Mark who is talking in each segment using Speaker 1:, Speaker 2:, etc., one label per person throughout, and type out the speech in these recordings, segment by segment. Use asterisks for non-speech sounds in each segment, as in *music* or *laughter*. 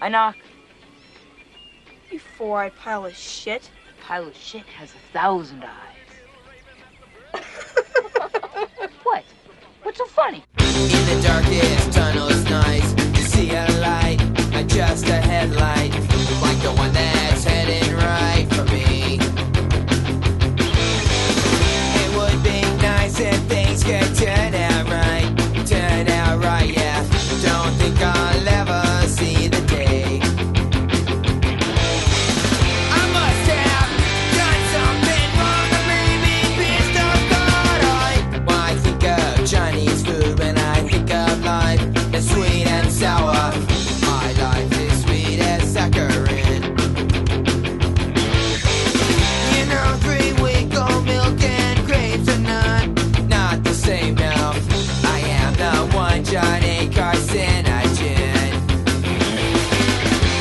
Speaker 1: I knock.
Speaker 2: You four-eyed pile of shit.
Speaker 1: A pile of shit has a thousand eyes.
Speaker 2: *laughs*
Speaker 1: what? What's so funny?
Speaker 3: In the darkest tunnels, nights, you see a light, not just a headlight, like the one that's heading right for me. It would be nice if things could turn out right, turn out right, yeah. Don't think I'll ever see the day. I must have done something wrong to leave me pissed off God. I, when I think of Chinese food, when I think of life, it's sweet and sour. My life is sweet as saccharin. You know, three week old milk and grapes are not, not the same now. I am the one Johnny Carson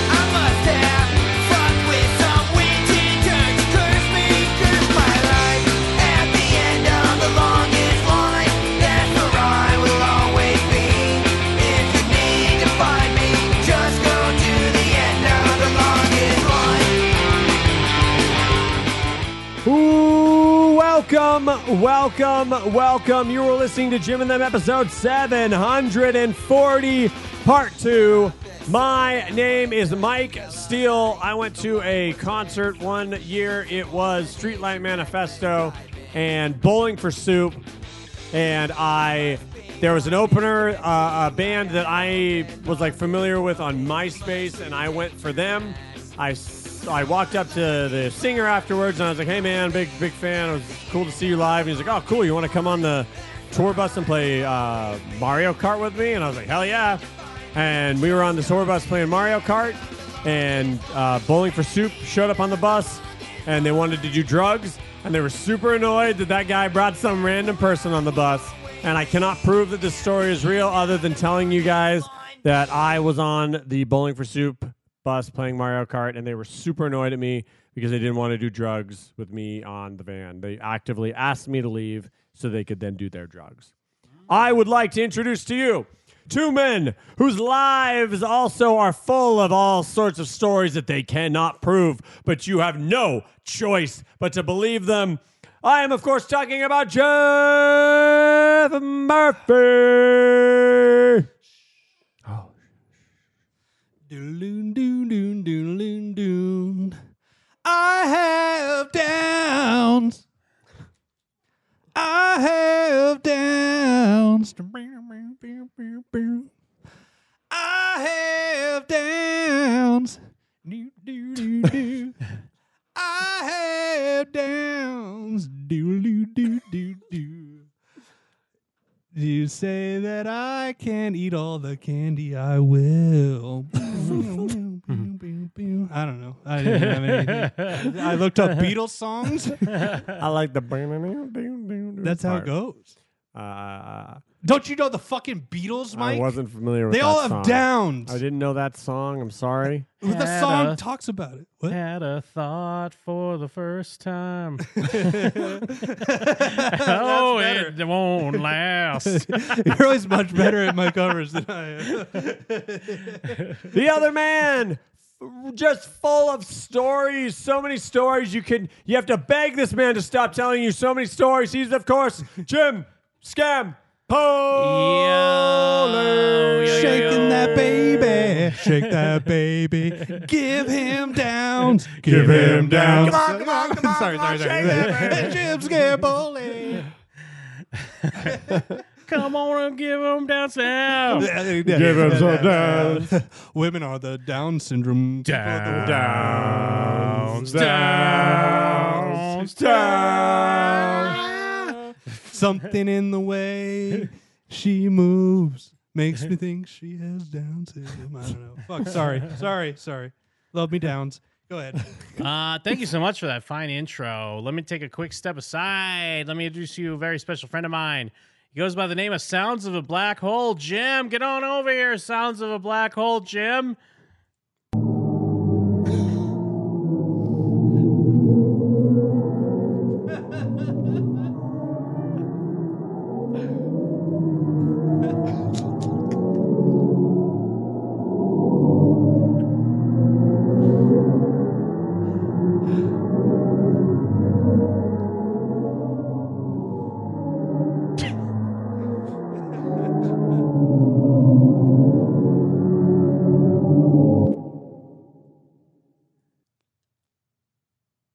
Speaker 3: I must have fucked with some witching church, curse me, curse my life. At the end of the longest line, that's where I will always be. If you need to find me, just go to the end of the longest line.
Speaker 4: Ooh, welcome, welcome, welcome. You were listening to Jim and Them episode 740, part two. My name is Mike Steele. I went to a concert one year. It was Streetlight Manifesto and Bowling for Soup. And I, there was an opener, uh, a band that I was like familiar with on MySpace, and I went for them. I, s- I walked up to the singer afterwards, and I was like, "Hey man, big big fan. It was cool to see you live." And he's like, "Oh, cool. You want to come on the tour bus and play uh, Mario Kart with me?" And I was like, "Hell yeah!" And we were on the tour bus playing Mario Kart, and uh, Bowling for Soup showed up on the bus, and they wanted to do drugs, and they were super annoyed that that guy brought some random person on the bus. And I cannot prove that this story is real, other than telling you guys that I was on the Bowling for Soup bus playing Mario Kart, and they were super annoyed at me because they didn't want to do drugs with me on the van. They actively asked me to leave so they could then do their drugs. I would like to introduce to you two men whose lives also are full of all sorts of stories that they cannot prove, but you have no choice but to believe them. I am, of course, talking about Jeff Murphy.
Speaker 5: Doon doon doon doon doon doon. I have downs. I have downs. I have downs. Do, do, do, do. I have downs. Do, do, do, do, do. You say that I can eat all the candy. I will. I
Speaker 6: *laughs* Mm-hmm.
Speaker 5: don't know. I didn't have anything. I looked up Beatles songs.
Speaker 4: *laughs* I like the. *laughs*
Speaker 5: That's
Speaker 4: That's
Speaker 5: how it goes.
Speaker 4: Uh,
Speaker 5: Don't you know the fucking Beatles, Mike?
Speaker 4: I wasn't familiar with
Speaker 5: They
Speaker 4: that
Speaker 5: all have
Speaker 4: song.
Speaker 5: downs. *laughs*
Speaker 4: I didn't know that song. I'm sorry.
Speaker 5: The
Speaker 6: Had
Speaker 5: song
Speaker 6: a-
Speaker 5: talks about it. What?
Speaker 6: Had a thought for the first
Speaker 5: *laughs*
Speaker 6: time. *laughs* oh,
Speaker 5: better. *laughs*
Speaker 6: it won't last.
Speaker 5: You're always much better at my covers than I am.
Speaker 6: *laughs*
Speaker 4: the other man f- just full of stories so many stories you can you have to beg this man to stop telling you so many stories he's of course jim scam
Speaker 6: Yo, yo,
Speaker 4: Polish.
Speaker 6: yo, yo.
Speaker 5: Shaking that baby, shake
Speaker 4: *laughs*
Speaker 5: that baby. Give him downs, give him downs.
Speaker 4: Come on, come on, come on,
Speaker 5: sorry,
Speaker 4: come on,
Speaker 5: sorry, sorry.
Speaker 4: shake that baby.
Speaker 5: Jim's Gamboli.
Speaker 6: Come on and give them down
Speaker 4: Oh.
Speaker 6: south.
Speaker 5: Give
Speaker 4: him some downs.
Speaker 5: *laughs* Women are the Down syndrome. people of the world.
Speaker 4: Downs, downs, downs.
Speaker 5: Something in the way she moves makes me think she has Down syndrome. I don't know. Fuck. Sorry. Sorry. Sorry. Love me Downs. Go ahead.
Speaker 6: Uh, thank you so much for that fine intro. Let me take a quick step aside. Let me introduce you a very special friend of mine. He goes by the name of Sounds of a Black Hole Jim. Get on over here, Sounds of a Black Hole Jim.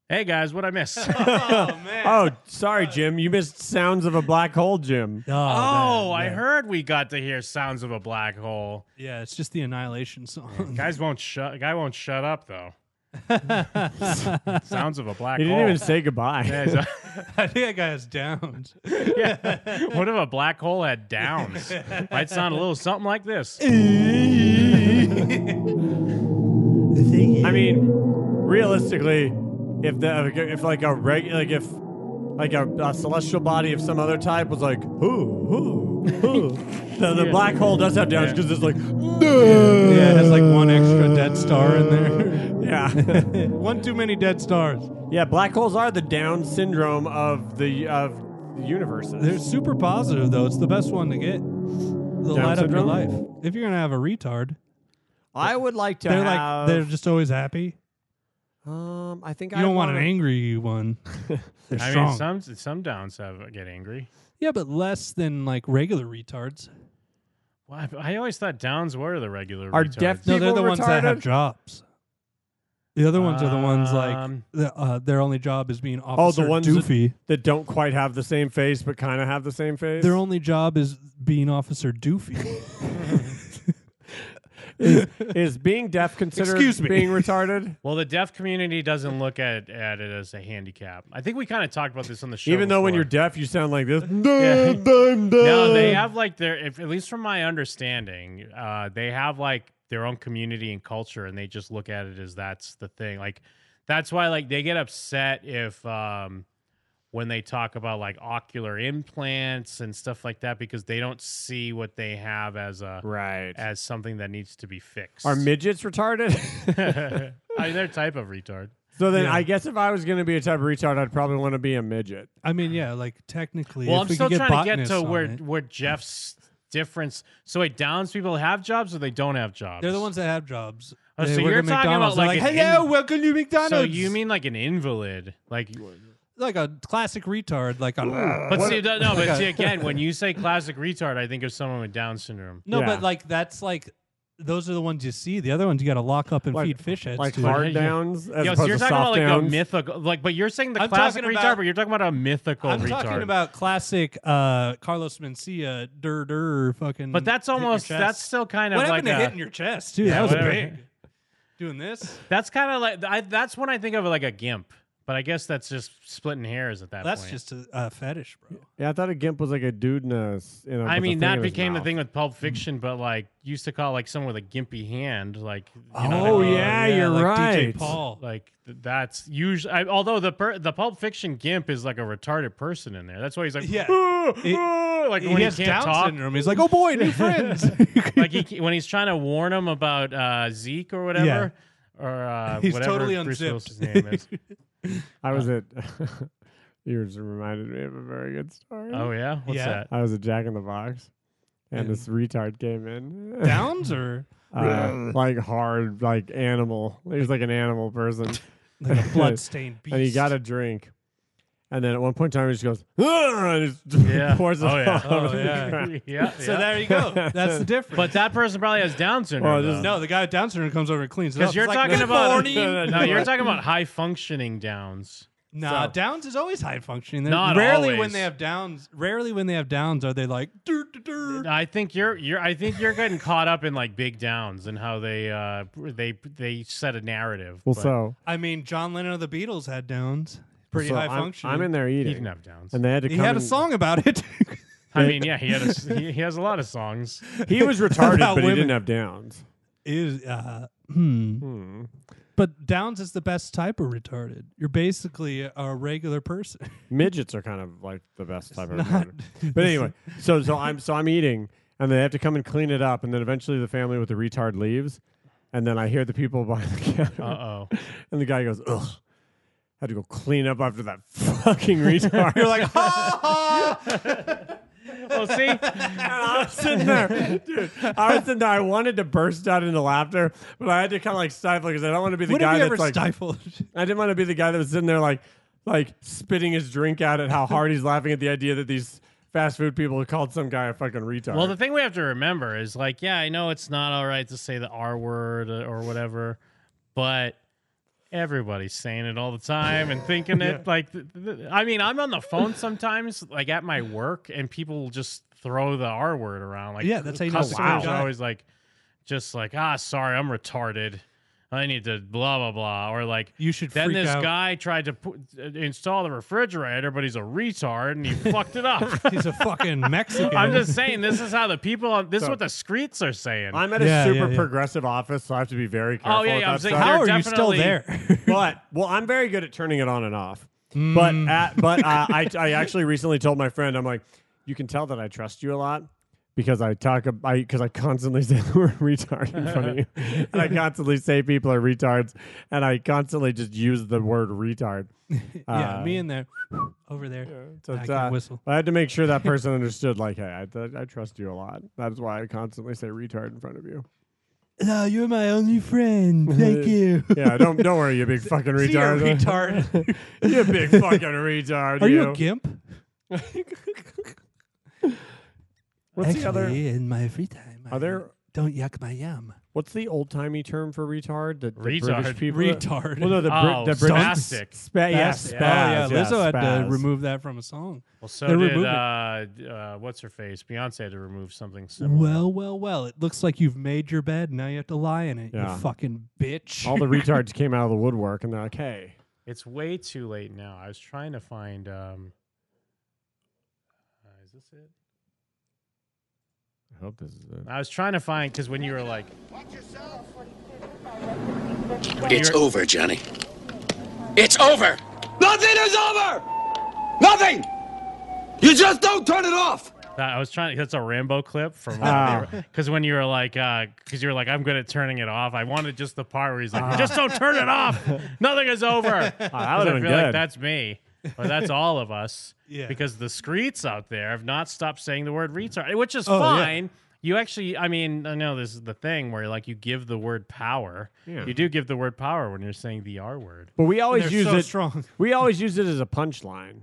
Speaker 6: Hey guys, what
Speaker 5: *laughs*
Speaker 6: I miss?
Speaker 4: Oh, sorry, Jim. You missed sounds of a black hole, Jim.
Speaker 6: oh,
Speaker 5: man,
Speaker 6: I
Speaker 5: yeah.
Speaker 6: heard we got to hear sounds of a black hole.
Speaker 5: Yeah, it's just the Annihilation song.
Speaker 6: Guys won't shut. Guy won't shut
Speaker 5: *laughs*
Speaker 6: up though. sounds of a black
Speaker 4: He
Speaker 6: hole.
Speaker 4: didn't even say goodbye.
Speaker 6: Yeah, he's a-
Speaker 5: *laughs* I think that guy has downs.
Speaker 6: *laughs* yeah. What if a black hole had downs? Might sound a little something
Speaker 5: *laughs*
Speaker 6: like this.
Speaker 4: I mean, realistically, if the if like a reg, like if like a, a celestial body of some other type was like who who *laughs* who, the, the black hole does have downs
Speaker 6: Yeah.
Speaker 4: because it's like *laughs*
Speaker 5: Yeah, it has like one extra dead star in there.
Speaker 4: yeah
Speaker 5: one too many dead stars.
Speaker 4: yeah black holes are the down syndrome of the of the
Speaker 5: *laughs*
Speaker 4: universes.
Speaker 5: They're super positive though. It's the best one to get. The
Speaker 4: Down
Speaker 5: light of your
Speaker 4: syndrome?
Speaker 5: life. If you're gonna have a retard,
Speaker 4: I would like to
Speaker 5: they're like
Speaker 4: have.
Speaker 5: they're just always happy.
Speaker 4: um, I think
Speaker 5: You
Speaker 4: I
Speaker 5: don't want an angry
Speaker 4: *laughs*
Speaker 5: one. They're
Speaker 6: I
Speaker 5: strong.
Speaker 6: mean, some some downs have get angry.
Speaker 5: yeah, but less than like regular retards.
Speaker 6: Well, I, I always thought downs were the regular.
Speaker 4: Are
Speaker 6: retards.
Speaker 4: deaf-
Speaker 5: No, they're
Speaker 4: People
Speaker 5: the ones that have
Speaker 4: retarded?
Speaker 5: jobs. The other ones are the ones like
Speaker 6: Um,
Speaker 5: the, uh, their only job is being
Speaker 4: Oh,
Speaker 5: officer
Speaker 4: the ones that-
Speaker 5: doofy.
Speaker 4: that don't quite have the same face, but kind of have the same face.
Speaker 5: Their only job is being Officer
Speaker 4: *laughs*
Speaker 5: Doofy.
Speaker 4: is being deaf considered
Speaker 5: Excuse me.
Speaker 4: being *laughs* retarded?
Speaker 6: *laughs* Well, the deaf community doesn't look at, at it as a handicap. I think we kind of talked about this on the show.
Speaker 4: Even though when
Speaker 6: before.
Speaker 4: you're deaf, you sound
Speaker 5: *laughs*
Speaker 4: like this.
Speaker 6: Yeah.
Speaker 4: No,
Speaker 6: no, they have like their, if, at least from my understanding, uh, they have like their own community and culture, and they just look at it as that's the thing. Like that's why like they get upset if um, when they talk about like ocular implants and stuff like that because they don't see what they have as a
Speaker 4: right.
Speaker 6: as something that needs to be fixed.
Speaker 4: Are
Speaker 5: *laughs*
Speaker 4: midgets retarded?
Speaker 6: *laughs* I mean, they're a type of retard.
Speaker 4: so then,
Speaker 5: Yeah.
Speaker 4: I guess if I was going to be a type of retard, I'd probably want to be a midget.
Speaker 5: I mean, yeah, like technically.
Speaker 6: Well,
Speaker 5: if
Speaker 6: I'm
Speaker 5: we
Speaker 6: still
Speaker 5: could get
Speaker 6: trying to get
Speaker 5: botanists
Speaker 6: to
Speaker 5: on
Speaker 6: where
Speaker 5: it-
Speaker 6: where Jeff's difference. So wait, Downs people have jobs or they don't have jobs?
Speaker 5: they're the ones that have jobs.
Speaker 6: Oh,
Speaker 5: They
Speaker 6: so
Speaker 5: work
Speaker 6: you're
Speaker 5: at
Speaker 6: talking
Speaker 5: McDonald's.
Speaker 6: about
Speaker 5: They're
Speaker 6: like an
Speaker 5: hello,
Speaker 6: in-
Speaker 5: welcome to McDonald's.
Speaker 6: So you mean like an invalid, like?
Speaker 5: like a classic retard, like a.
Speaker 6: But see, no, no,
Speaker 5: Okay.
Speaker 6: but see again,
Speaker 5: *laughs*
Speaker 6: when you say classic retard, I think of someone with Down syndrome.
Speaker 5: no,
Speaker 4: Yeah.
Speaker 5: but like that's like those are the ones you see. The other ones you got to lock up and
Speaker 4: Like-
Speaker 5: feed fish heads
Speaker 4: Like
Speaker 5: to.
Speaker 4: hard downs as
Speaker 6: Yo,
Speaker 4: opposed
Speaker 6: so you're talking
Speaker 4: to soft
Speaker 6: about like a
Speaker 4: downs.
Speaker 6: mythical, like, but you're saying the
Speaker 5: I'm
Speaker 6: classic
Speaker 5: talking
Speaker 6: retard,
Speaker 5: about-
Speaker 6: but you're talking about a mythical
Speaker 5: I'm
Speaker 6: retard.
Speaker 5: talking about classic uh, Carlos Mencia, dur dur fucking.
Speaker 6: but that's
Speaker 5: hit your
Speaker 6: almost that's
Speaker 5: chest.
Speaker 6: still kind of
Speaker 5: what
Speaker 6: like
Speaker 5: happened
Speaker 6: a-
Speaker 5: to hitting your chest too.
Speaker 6: Yeah,
Speaker 5: that was
Speaker 6: whatever.
Speaker 5: big. Doing
Speaker 6: *laughs*
Speaker 5: this.
Speaker 6: That's kind of like I, that's when I think of it like a gimp, but I guess that's just splitting hairs at that
Speaker 5: That's
Speaker 6: point.
Speaker 5: just a uh, fetish, bro.
Speaker 4: yeah, I thought a gimp was like a dude in a. s- In a with
Speaker 6: I
Speaker 4: a
Speaker 6: mean,
Speaker 4: thing Mm. in
Speaker 6: that
Speaker 4: his
Speaker 6: became the
Speaker 4: mouth.
Speaker 6: thing with Pulp Fiction, but like used to call like someone with a gimpy hand, like you know,
Speaker 4: Oh,
Speaker 6: what I mean?
Speaker 4: yeah, you're
Speaker 5: like
Speaker 4: right.
Speaker 5: DJ Paul.
Speaker 6: like th- that's usually. I, although the per, the Pulp Fiction gimp is like a retarded person in there. That's why he's like,
Speaker 5: Yeah.
Speaker 6: "Ah,
Speaker 5: He-
Speaker 6: ah," like when he, can't talk,
Speaker 5: syndrome. He's like, oh boy,
Speaker 6: *laughs*
Speaker 5: new friends.
Speaker 6: like he ca- when he's trying to warn him about uh, Zeke or whatever. Or uh,
Speaker 5: He's
Speaker 6: whatever
Speaker 5: totally
Speaker 6: Bruce
Speaker 5: unzipped.
Speaker 6: Willis's name is.
Speaker 5: *laughs*
Speaker 4: *laughs*
Speaker 6: Uh,
Speaker 4: I was at. you just reminded me of a very good story.
Speaker 6: Oh yeah, what's
Speaker 5: Yeah.
Speaker 6: that?
Speaker 4: I was at Jack in the Box, and
Speaker 5: And-
Speaker 4: this retard came in. *laughs*
Speaker 5: Downs or
Speaker 4: uh, like hard, like animal. He was like an animal person,
Speaker 5: *laughs* like
Speaker 4: *laughs*
Speaker 5: a bloodstained beast.
Speaker 4: and he got a drink. And then at one point in time, he just goes, *laughs* "Ugh," and he just
Speaker 6: Yeah.
Speaker 4: *laughs* pours it
Speaker 6: Oh, yeah.
Speaker 4: all over
Speaker 5: Oh,
Speaker 4: the
Speaker 5: yeah.
Speaker 4: ground.
Speaker 6: *laughs* yeah.
Speaker 5: So
Speaker 6: yeah.
Speaker 5: there you
Speaker 4: *laughs*
Speaker 5: go. That's the difference.
Speaker 6: But that person probably has Down syndrome.
Speaker 4: Well, Oh, this
Speaker 6: though.
Speaker 5: no, the guy with Down syndrome comes over and cleans it up.
Speaker 6: Because
Speaker 5: He's
Speaker 6: you're
Speaker 5: like,
Speaker 6: talking
Speaker 5: "Good
Speaker 6: about
Speaker 4: *laughs*
Speaker 5: morning."
Speaker 6: no, you're talking about high functioning downs.
Speaker 5: Nah,
Speaker 4: So-
Speaker 5: Downs is always high functioning. They're-
Speaker 6: Not
Speaker 5: rarely when
Speaker 6: always.
Speaker 5: they have Downs. Rarely when they have Downs are they like. "Dur, dur, dur."
Speaker 6: I think you're you're I think you're getting caught up in like big downs and how they uh they they set a narrative.
Speaker 4: Well,
Speaker 6: but
Speaker 4: so
Speaker 5: I mean, John Lennon of the Beatles had Downs. Pretty
Speaker 4: so
Speaker 5: high
Speaker 4: I'm,
Speaker 5: functioning.
Speaker 4: I'm in there
Speaker 6: he
Speaker 4: eating,
Speaker 6: didn't have downs.
Speaker 4: and they had to
Speaker 5: He
Speaker 4: come
Speaker 5: had a
Speaker 4: and-
Speaker 5: song about it.
Speaker 6: *laughs* I mean, yeah, he had a, s- he, he has a lot of songs.
Speaker 4: *laughs* He was
Speaker 5: *laughs*
Speaker 4: retarded,
Speaker 5: about
Speaker 4: but he
Speaker 5: women.
Speaker 4: didn't have downs.
Speaker 5: is *laughs* uh, hmm. But Downs is the best type of retarded. You're basically a regular person. *laughs*
Speaker 4: Midgets are kind of like the best type of
Speaker 5: not- *laughs*
Speaker 4: retarded. But anyway, so so I'm so I'm eating, and they have to come and clean it up, and then eventually the family with the retard leaves, and then I hear the people *laughs* behind the counter.
Speaker 6: Uh oh.
Speaker 4: And the guy goes, ugh. Had to go clean up after that fucking
Speaker 5: *laughs*
Speaker 4: retard. You're like, *laughs*
Speaker 6: Well, see,
Speaker 4: I was sitting there, dude. I was sitting there. I wanted to burst out into laughter, but I had to kind of like stifle because I don't want to be the
Speaker 5: What
Speaker 4: guy
Speaker 5: have you
Speaker 4: that's
Speaker 5: ever
Speaker 4: like.
Speaker 5: stifled?
Speaker 4: I didn't want to be the guy that was sitting there like, like spitting his drink out
Speaker 6: *laughs*
Speaker 4: at how hard he's laughing at the idea that these fast food people called some guy a fucking retard.
Speaker 6: well, the thing we have to remember is like, yeah, I know it's not all right to say the R word or whatever, uh, but Everybody's saying it all the time and
Speaker 5: *laughs*
Speaker 6: thinking it. Like, th- th- I mean, I'm on the phone sometimes, like at my work, and people just throw the R word around. Like,
Speaker 5: Yeah, that's how you know it's a
Speaker 6: customers
Speaker 5: good
Speaker 6: are
Speaker 5: guy.
Speaker 6: always like, just like, ah, sorry, I'm retarded. I need to blah blah blah, or like
Speaker 5: You should
Speaker 6: Then
Speaker 5: freak
Speaker 6: this
Speaker 5: out.
Speaker 6: guy *laughs* tried to put, uh, install the refrigerator, but he's a retard
Speaker 4: *laughs*
Speaker 6: and he fucked it up.
Speaker 5: *laughs* He's a fucking Mexican.
Speaker 6: I'm just saying, this is how the people. on This is what the streets are saying.
Speaker 4: I'm at a
Speaker 5: Yeah, yeah,
Speaker 4: super
Speaker 5: yeah.
Speaker 4: progressive office, so I have to be very careful.
Speaker 6: Oh, yeah,
Speaker 4: with
Speaker 6: yeah, I'm
Speaker 4: that
Speaker 6: saying
Speaker 4: stuff.
Speaker 5: How
Speaker 6: They're
Speaker 5: are you still
Speaker 6: definitely-
Speaker 5: there?
Speaker 4: *laughs* but well, I'm very good at turning it on and off. But
Speaker 5: Mm.
Speaker 4: at,
Speaker 5: *laughs*
Speaker 4: but uh, I I actually recently told my friend I'm like, you can tell that I trust you a lot because I talk ab- I because I constantly *laughs* say the word retard in front of you, and I constantly say people are retards, and I constantly just use the word retard.
Speaker 5: *laughs* yeah,
Speaker 4: Uh,
Speaker 5: me and there *sighs* over there.
Speaker 4: So
Speaker 5: I
Speaker 4: it's,
Speaker 5: can
Speaker 4: uh,
Speaker 5: whistle.
Speaker 4: I had to make
Speaker 5: *laughs*
Speaker 4: sure that person understood. Like, hey, I, th- I trust you a lot. That's why I constantly say retard in front of you.
Speaker 5: No, Uh, you're my only
Speaker 4: *laughs*
Speaker 5: friend.
Speaker 4: Thank
Speaker 5: you.
Speaker 4: Yeah, don't don't worry, you big
Speaker 5: *laughs*
Speaker 4: fucking
Speaker 5: See, you're a *laughs*
Speaker 4: retard.
Speaker 5: retard.
Speaker 4: *laughs* you big fucking retard.
Speaker 5: Are you a gimp?
Speaker 4: What's the other?
Speaker 5: in my free time,
Speaker 4: Are there?
Speaker 5: don't yuck my yum.
Speaker 4: What's the old timey term for retard? That the British
Speaker 6: Retard.
Speaker 5: *laughs*
Speaker 4: people.
Speaker 5: Retard.
Speaker 4: Well, no, the, Brit-
Speaker 6: Oh,
Speaker 4: the British.
Speaker 6: spastic.
Speaker 4: Spa- yeah,
Speaker 5: Spaz. Oh,
Speaker 4: spaz,
Speaker 5: yeah, Lizzo had to
Speaker 4: spaz.
Speaker 5: remove that from a song.
Speaker 6: Well, so
Speaker 5: They're
Speaker 6: did
Speaker 5: removing-
Speaker 6: uh, d- uh, what's her face? Beyonce had to remove something similar.
Speaker 5: Well, well, well. It looks like you've made your bed. Now you have to lie in it.
Speaker 4: Yeah.
Speaker 5: You fucking bitch.
Speaker 4: All the retards came out of the woodwork, and they're like, "Hey,
Speaker 6: it's way too late now. I was trying to find. Um, uh, is this it?
Speaker 4: I hope this is it."
Speaker 6: I was trying to find because when you were like,
Speaker 7: It's
Speaker 6: You're-
Speaker 7: over, Johnny. It's over. Nothing is over. Nothing. You just don't turn it off.
Speaker 6: I was trying. That's a Rambo clip from
Speaker 4: Ah.
Speaker 6: because when you were like, because you were like, I'm good at turning it off. I wanted just the part where he's
Speaker 4: Ah.
Speaker 6: like, just don't turn it off. Nothing is
Speaker 4: *laughs*
Speaker 6: over.
Speaker 4: that
Speaker 6: 'Cause
Speaker 4: would've
Speaker 6: I
Speaker 4: been
Speaker 6: feel like
Speaker 4: good.
Speaker 6: that's me, or that's all of
Speaker 4: *laughs*
Speaker 6: us.
Speaker 5: Yeah.
Speaker 6: Because the streets out there have not stopped saying the
Speaker 4: Mm.
Speaker 6: word retard, which is
Speaker 5: Oh, yeah.
Speaker 6: fine. You actually, I mean, I know this is the thing where like you give the word power.
Speaker 4: Yeah.
Speaker 6: You do give the word power when you're saying the R word.
Speaker 4: But we always
Speaker 5: They're
Speaker 4: use
Speaker 5: so
Speaker 4: it.
Speaker 6: *laughs*
Speaker 5: strong.
Speaker 4: We always use it as a punchline.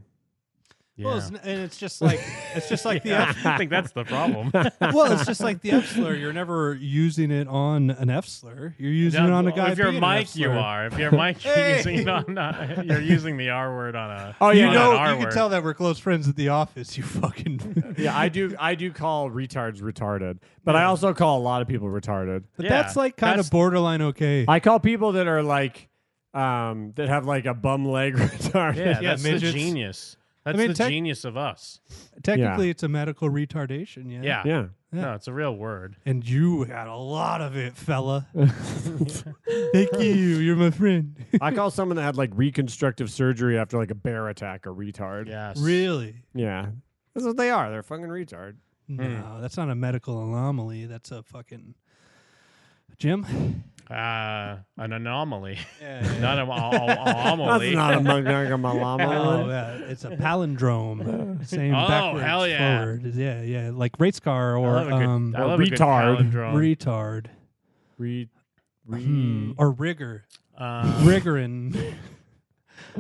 Speaker 5: *laughs*
Speaker 6: Yeah.
Speaker 5: Well, it's, n- and it's just like it's just
Speaker 4: *laughs*
Speaker 5: like the
Speaker 6: I think that's the problem.
Speaker 5: F, *laughs* well, it's just like the F slur. You're never using it on an F slur. You're using it on a guy.
Speaker 6: if you're
Speaker 5: being an F
Speaker 6: Mike, you
Speaker 5: slur.
Speaker 6: are. If
Speaker 5: *laughs*
Speaker 6: you're Mike, you're
Speaker 5: Hey!
Speaker 6: using it on. Uh, you're using the R word on a.
Speaker 4: Oh,
Speaker 5: You
Speaker 4: yeah,
Speaker 6: on
Speaker 5: know,
Speaker 6: an
Speaker 5: you
Speaker 6: R
Speaker 5: can
Speaker 6: word.
Speaker 4: *laughs*
Speaker 5: tell that we're close friends at the office. You
Speaker 6: *laughs*
Speaker 5: fucking. *laughs*
Speaker 4: Yeah, I do. I do call retards retarded, but I also call a lot of people retarded.
Speaker 5: But
Speaker 6: Yeah,
Speaker 5: that's like kind
Speaker 6: that's-
Speaker 5: of borderline okay.
Speaker 4: I call people that are like, um, that have like a bum leg *laughs* retarded.
Speaker 6: Yeah,
Speaker 5: Yeah,
Speaker 6: that's the
Speaker 5: midgets.
Speaker 6: genius. That's
Speaker 5: mean,
Speaker 6: the
Speaker 5: tech-
Speaker 6: genius of us.
Speaker 5: Technically, it's a medical retardation. Yeah.
Speaker 6: Yeah.
Speaker 4: yeah.
Speaker 6: No, it's a real word.
Speaker 5: And you had a lot of it,
Speaker 6: *laughs*
Speaker 5: fella. Thank you. You're my friend.
Speaker 4: *laughs* I call someone that had like reconstructive surgery after like a bear attack a retard.
Speaker 6: Yes.
Speaker 5: really?
Speaker 4: Yeah. That's what they are. They're fucking retard.
Speaker 5: No,
Speaker 6: Hmm.
Speaker 5: that's not a medical anomaly. That's a fucking. Jim?
Speaker 6: Uh, an anomaly. *laughs*
Speaker 5: Yeah, yeah.
Speaker 6: not an
Speaker 5: *laughs*
Speaker 6: anomaly.
Speaker 4: That's not a
Speaker 6: *laughs*
Speaker 4: mug mug of my llama.
Speaker 5: Oh, yeah, it's a palindrome. Same
Speaker 6: Oh,
Speaker 5: backwards,
Speaker 6: hell yeah.
Speaker 5: forward. Yeah, yeah. Like race car
Speaker 6: I
Speaker 5: or
Speaker 6: love a good,
Speaker 5: um,
Speaker 6: I
Speaker 4: or
Speaker 6: love a good
Speaker 4: retard.
Speaker 6: palindrome.
Speaker 5: retard.
Speaker 4: Re- re-
Speaker 5: Hmm. Or rigor.
Speaker 6: Uh,
Speaker 5: Rigorin.
Speaker 6: *laughs*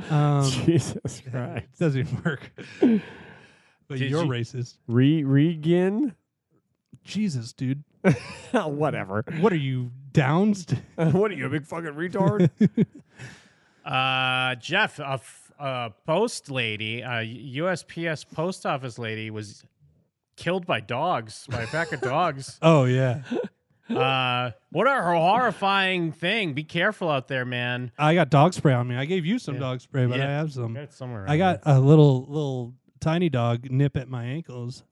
Speaker 5: um, *laughs*
Speaker 4: *laughs* Jesus Christ.
Speaker 5: it doesn't even *laughs* work. But
Speaker 6: Did
Speaker 5: you're
Speaker 6: you-
Speaker 5: racist.
Speaker 4: Re Regan?
Speaker 5: Jesus, dude.
Speaker 4: *laughs* Whatever.
Speaker 5: What are
Speaker 4: *laughs*
Speaker 5: you, downed?
Speaker 4: what are you, a big fucking retard?
Speaker 6: Uh, Jeff, a, f- a post lady, a USPS post office lady, was killed by dogs, by a pack of dogs.
Speaker 5: *laughs* *laughs* Oh, yeah.
Speaker 6: Uh, what a horrifying thing! Be careful out there, man.
Speaker 5: I got dog spray on me. I gave you some dog spray, but
Speaker 6: Yeah.
Speaker 5: I have some.
Speaker 6: Got it somewhere.
Speaker 5: I got
Speaker 6: around
Speaker 5: a little, little tiny dog nip at my ankles.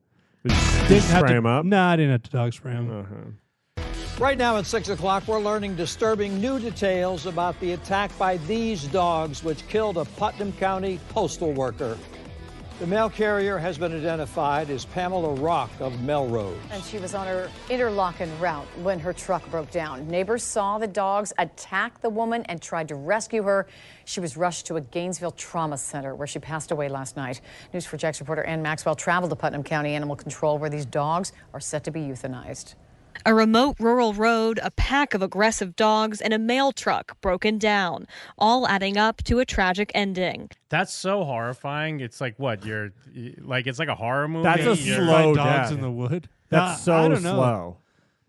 Speaker 4: Didn't
Speaker 5: Have to-
Speaker 4: him up. Uh-huh.
Speaker 5: No, I didn't have to dog spray him.
Speaker 8: Right now at 6 o'clock, we're learning disturbing new details about the attack by these dogs, which killed a Putnam County postal worker. The mail carrier has been identified as Pamela Rock of Melrose.
Speaker 9: And she was on her interlocking route when her truck broke down. Neighbors saw the dogs attack the woman and tried to rescue her. She was rushed to a Gainesville trauma center where she passed away last night. News for Jax reporter Ann Maxwell traveled to Putnam County Animal Control where these dogs are set to be euthanized.
Speaker 10: A remote rural road, a pack of aggressive dogs, and a mail truck broken down, all adding up to a tragic ending.
Speaker 6: That's so horrifying. It's like what you're, like it's like a horror movie.
Speaker 4: That's a
Speaker 6: You're-
Speaker 5: By
Speaker 4: slow
Speaker 5: dogs
Speaker 4: death.
Speaker 5: in the wood.
Speaker 4: That's
Speaker 5: Uh, I
Speaker 4: so
Speaker 5: don't know.
Speaker 4: slow.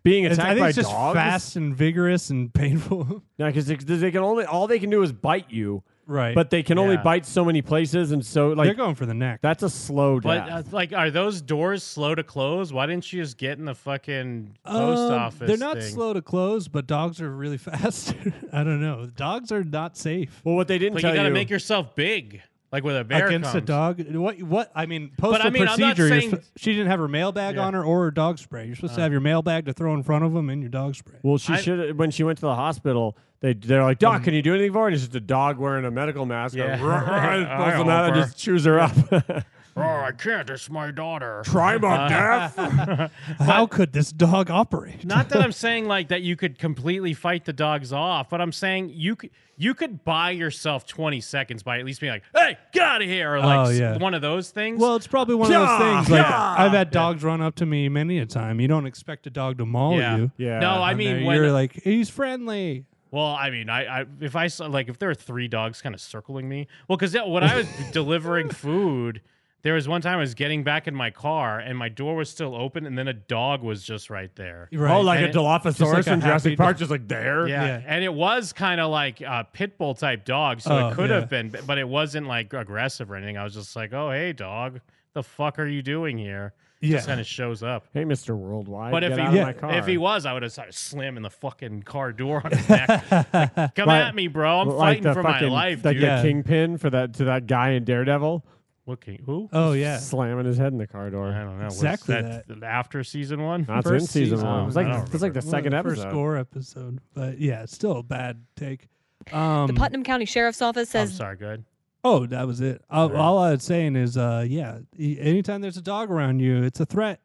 Speaker 4: being
Speaker 5: It's-
Speaker 4: attacked
Speaker 5: I think
Speaker 4: by
Speaker 5: it's just
Speaker 4: dogs.
Speaker 5: fast and vigorous and
Speaker 4: *laughs*
Speaker 5: painful.
Speaker 4: No, because they, 'cause they can only all they can do is bite you,
Speaker 5: right.
Speaker 4: but they can only
Speaker 6: Yeah.
Speaker 4: bite so many places, and so
Speaker 5: they're
Speaker 4: like
Speaker 5: going for the neck.
Speaker 4: that's a slow
Speaker 6: But
Speaker 4: death.
Speaker 6: uh, like, are those doors slow to close? Why didn't you just get in the fucking post
Speaker 5: Um,
Speaker 6: office?
Speaker 5: They're not
Speaker 6: thing?
Speaker 5: slow to close, but dogs are really *laughs* fast. I don't know. Dogs are not safe.
Speaker 4: well, what they didn't
Speaker 6: But
Speaker 4: tell
Speaker 6: you gotta make yourself big, like with a bear
Speaker 5: Against a
Speaker 6: comes.
Speaker 5: dog, what? What? I mean, postal
Speaker 6: I mean, I'm not
Speaker 5: procedure. you're
Speaker 6: saying-
Speaker 5: sp- she didn't have her mail bag
Speaker 6: Yeah. Uh.
Speaker 5: on her or her dog spray. You're supposed to have your mail bag to throw in front of them and your dog spray.
Speaker 4: well, she
Speaker 6: I-
Speaker 4: should when she went to the hospital. They they're like, Doc, can you do anything for her? And it's just a dog wearing a medical mask. *laughs*
Speaker 6: Yeah.
Speaker 4: Going, "Ruh, ruh,"
Speaker 6: *laughs*
Speaker 4: and
Speaker 6: I
Speaker 4: pulls them out
Speaker 6: hope
Speaker 4: and
Speaker 6: her.
Speaker 4: just chews her up.
Speaker 6: *laughs* Oh, I can't. It's my daughter.
Speaker 4: Try
Speaker 6: Uh, *laughs*
Speaker 4: my death.
Speaker 5: How could this dog operate?
Speaker 6: Not that I'm saying like that you could completely fight the dogs off, but I'm saying you could you could buy yourself 20 seconds by at least being like, "Hey, get out of here!" or like
Speaker 5: Oh,
Speaker 6: s-
Speaker 5: yeah.
Speaker 6: one of those things.
Speaker 5: Well, it's probably one of those
Speaker 4: Yeah,
Speaker 5: things. Like
Speaker 4: yeah.
Speaker 5: I've had dogs run up to me many a time. You don't expect a dog to maul
Speaker 6: yeah,
Speaker 5: you.
Speaker 4: Yeah.
Speaker 6: No, I
Speaker 5: And
Speaker 6: mean
Speaker 5: then
Speaker 6: when
Speaker 5: you're like he's friendly.
Speaker 6: Well, I mean, I, I if I saw like if there were three dogs kind of circling me, well, because when
Speaker 4: *laughs*
Speaker 6: I was delivering food, there was one time I was getting back in my car and my door was still open, and then a dog was just right there.
Speaker 5: Right.
Speaker 4: Oh, like
Speaker 6: And
Speaker 4: a
Speaker 6: it-
Speaker 4: Dilophosaurus
Speaker 5: just like a happy
Speaker 4: from Jurassic Park, just like there.
Speaker 6: Yeah.
Speaker 5: Yeah.
Speaker 6: and it was kind of like a pit bull type dog, so
Speaker 5: Oh,
Speaker 6: it could
Speaker 5: yeah.
Speaker 6: have been, but it wasn't like aggressive or anything. I was just like, "Oh, hey, dog, the fuck are you doing here?"
Speaker 5: Yeah.
Speaker 6: Just kind of shows up.
Speaker 4: *laughs* Hey, Mister Worldwide.
Speaker 6: But if
Speaker 4: get
Speaker 6: he
Speaker 4: out of
Speaker 5: Yeah.
Speaker 4: my car.
Speaker 6: if he was, I would have started slamming the fucking car door on his
Speaker 4: *laughs*
Speaker 6: neck. Like, Come
Speaker 4: Like-
Speaker 6: at me, bro! I'm
Speaker 4: like
Speaker 6: fighting
Speaker 4: the
Speaker 6: for
Speaker 4: fucking-
Speaker 6: my life,
Speaker 4: like
Speaker 6: dude.
Speaker 5: Yeah.
Speaker 4: the kingpin for that to that guy in Daredevil,
Speaker 6: What king? Who?
Speaker 5: Oh yeah.
Speaker 4: slamming his head in the car door.
Speaker 6: I don't know. Was
Speaker 5: Exactly
Speaker 6: the After season one.
Speaker 4: That's in
Speaker 5: First
Speaker 4: season,
Speaker 5: season.
Speaker 4: one. It's like
Speaker 6: I don't
Speaker 4: it's like the
Speaker 5: One of
Speaker 4: second
Speaker 5: the
Speaker 4: episode.
Speaker 5: First gore episode, but yeah, it's still a bad take. Um,
Speaker 10: The Putnam County Sheriff's Office
Speaker 6: I'm
Speaker 10: says
Speaker 6: sorry. Good.
Speaker 5: oh, that was it. All,
Speaker 6: Alright.
Speaker 5: all I was saying is, uh, yeah, e- anytime there's a dog around you, it's a threat.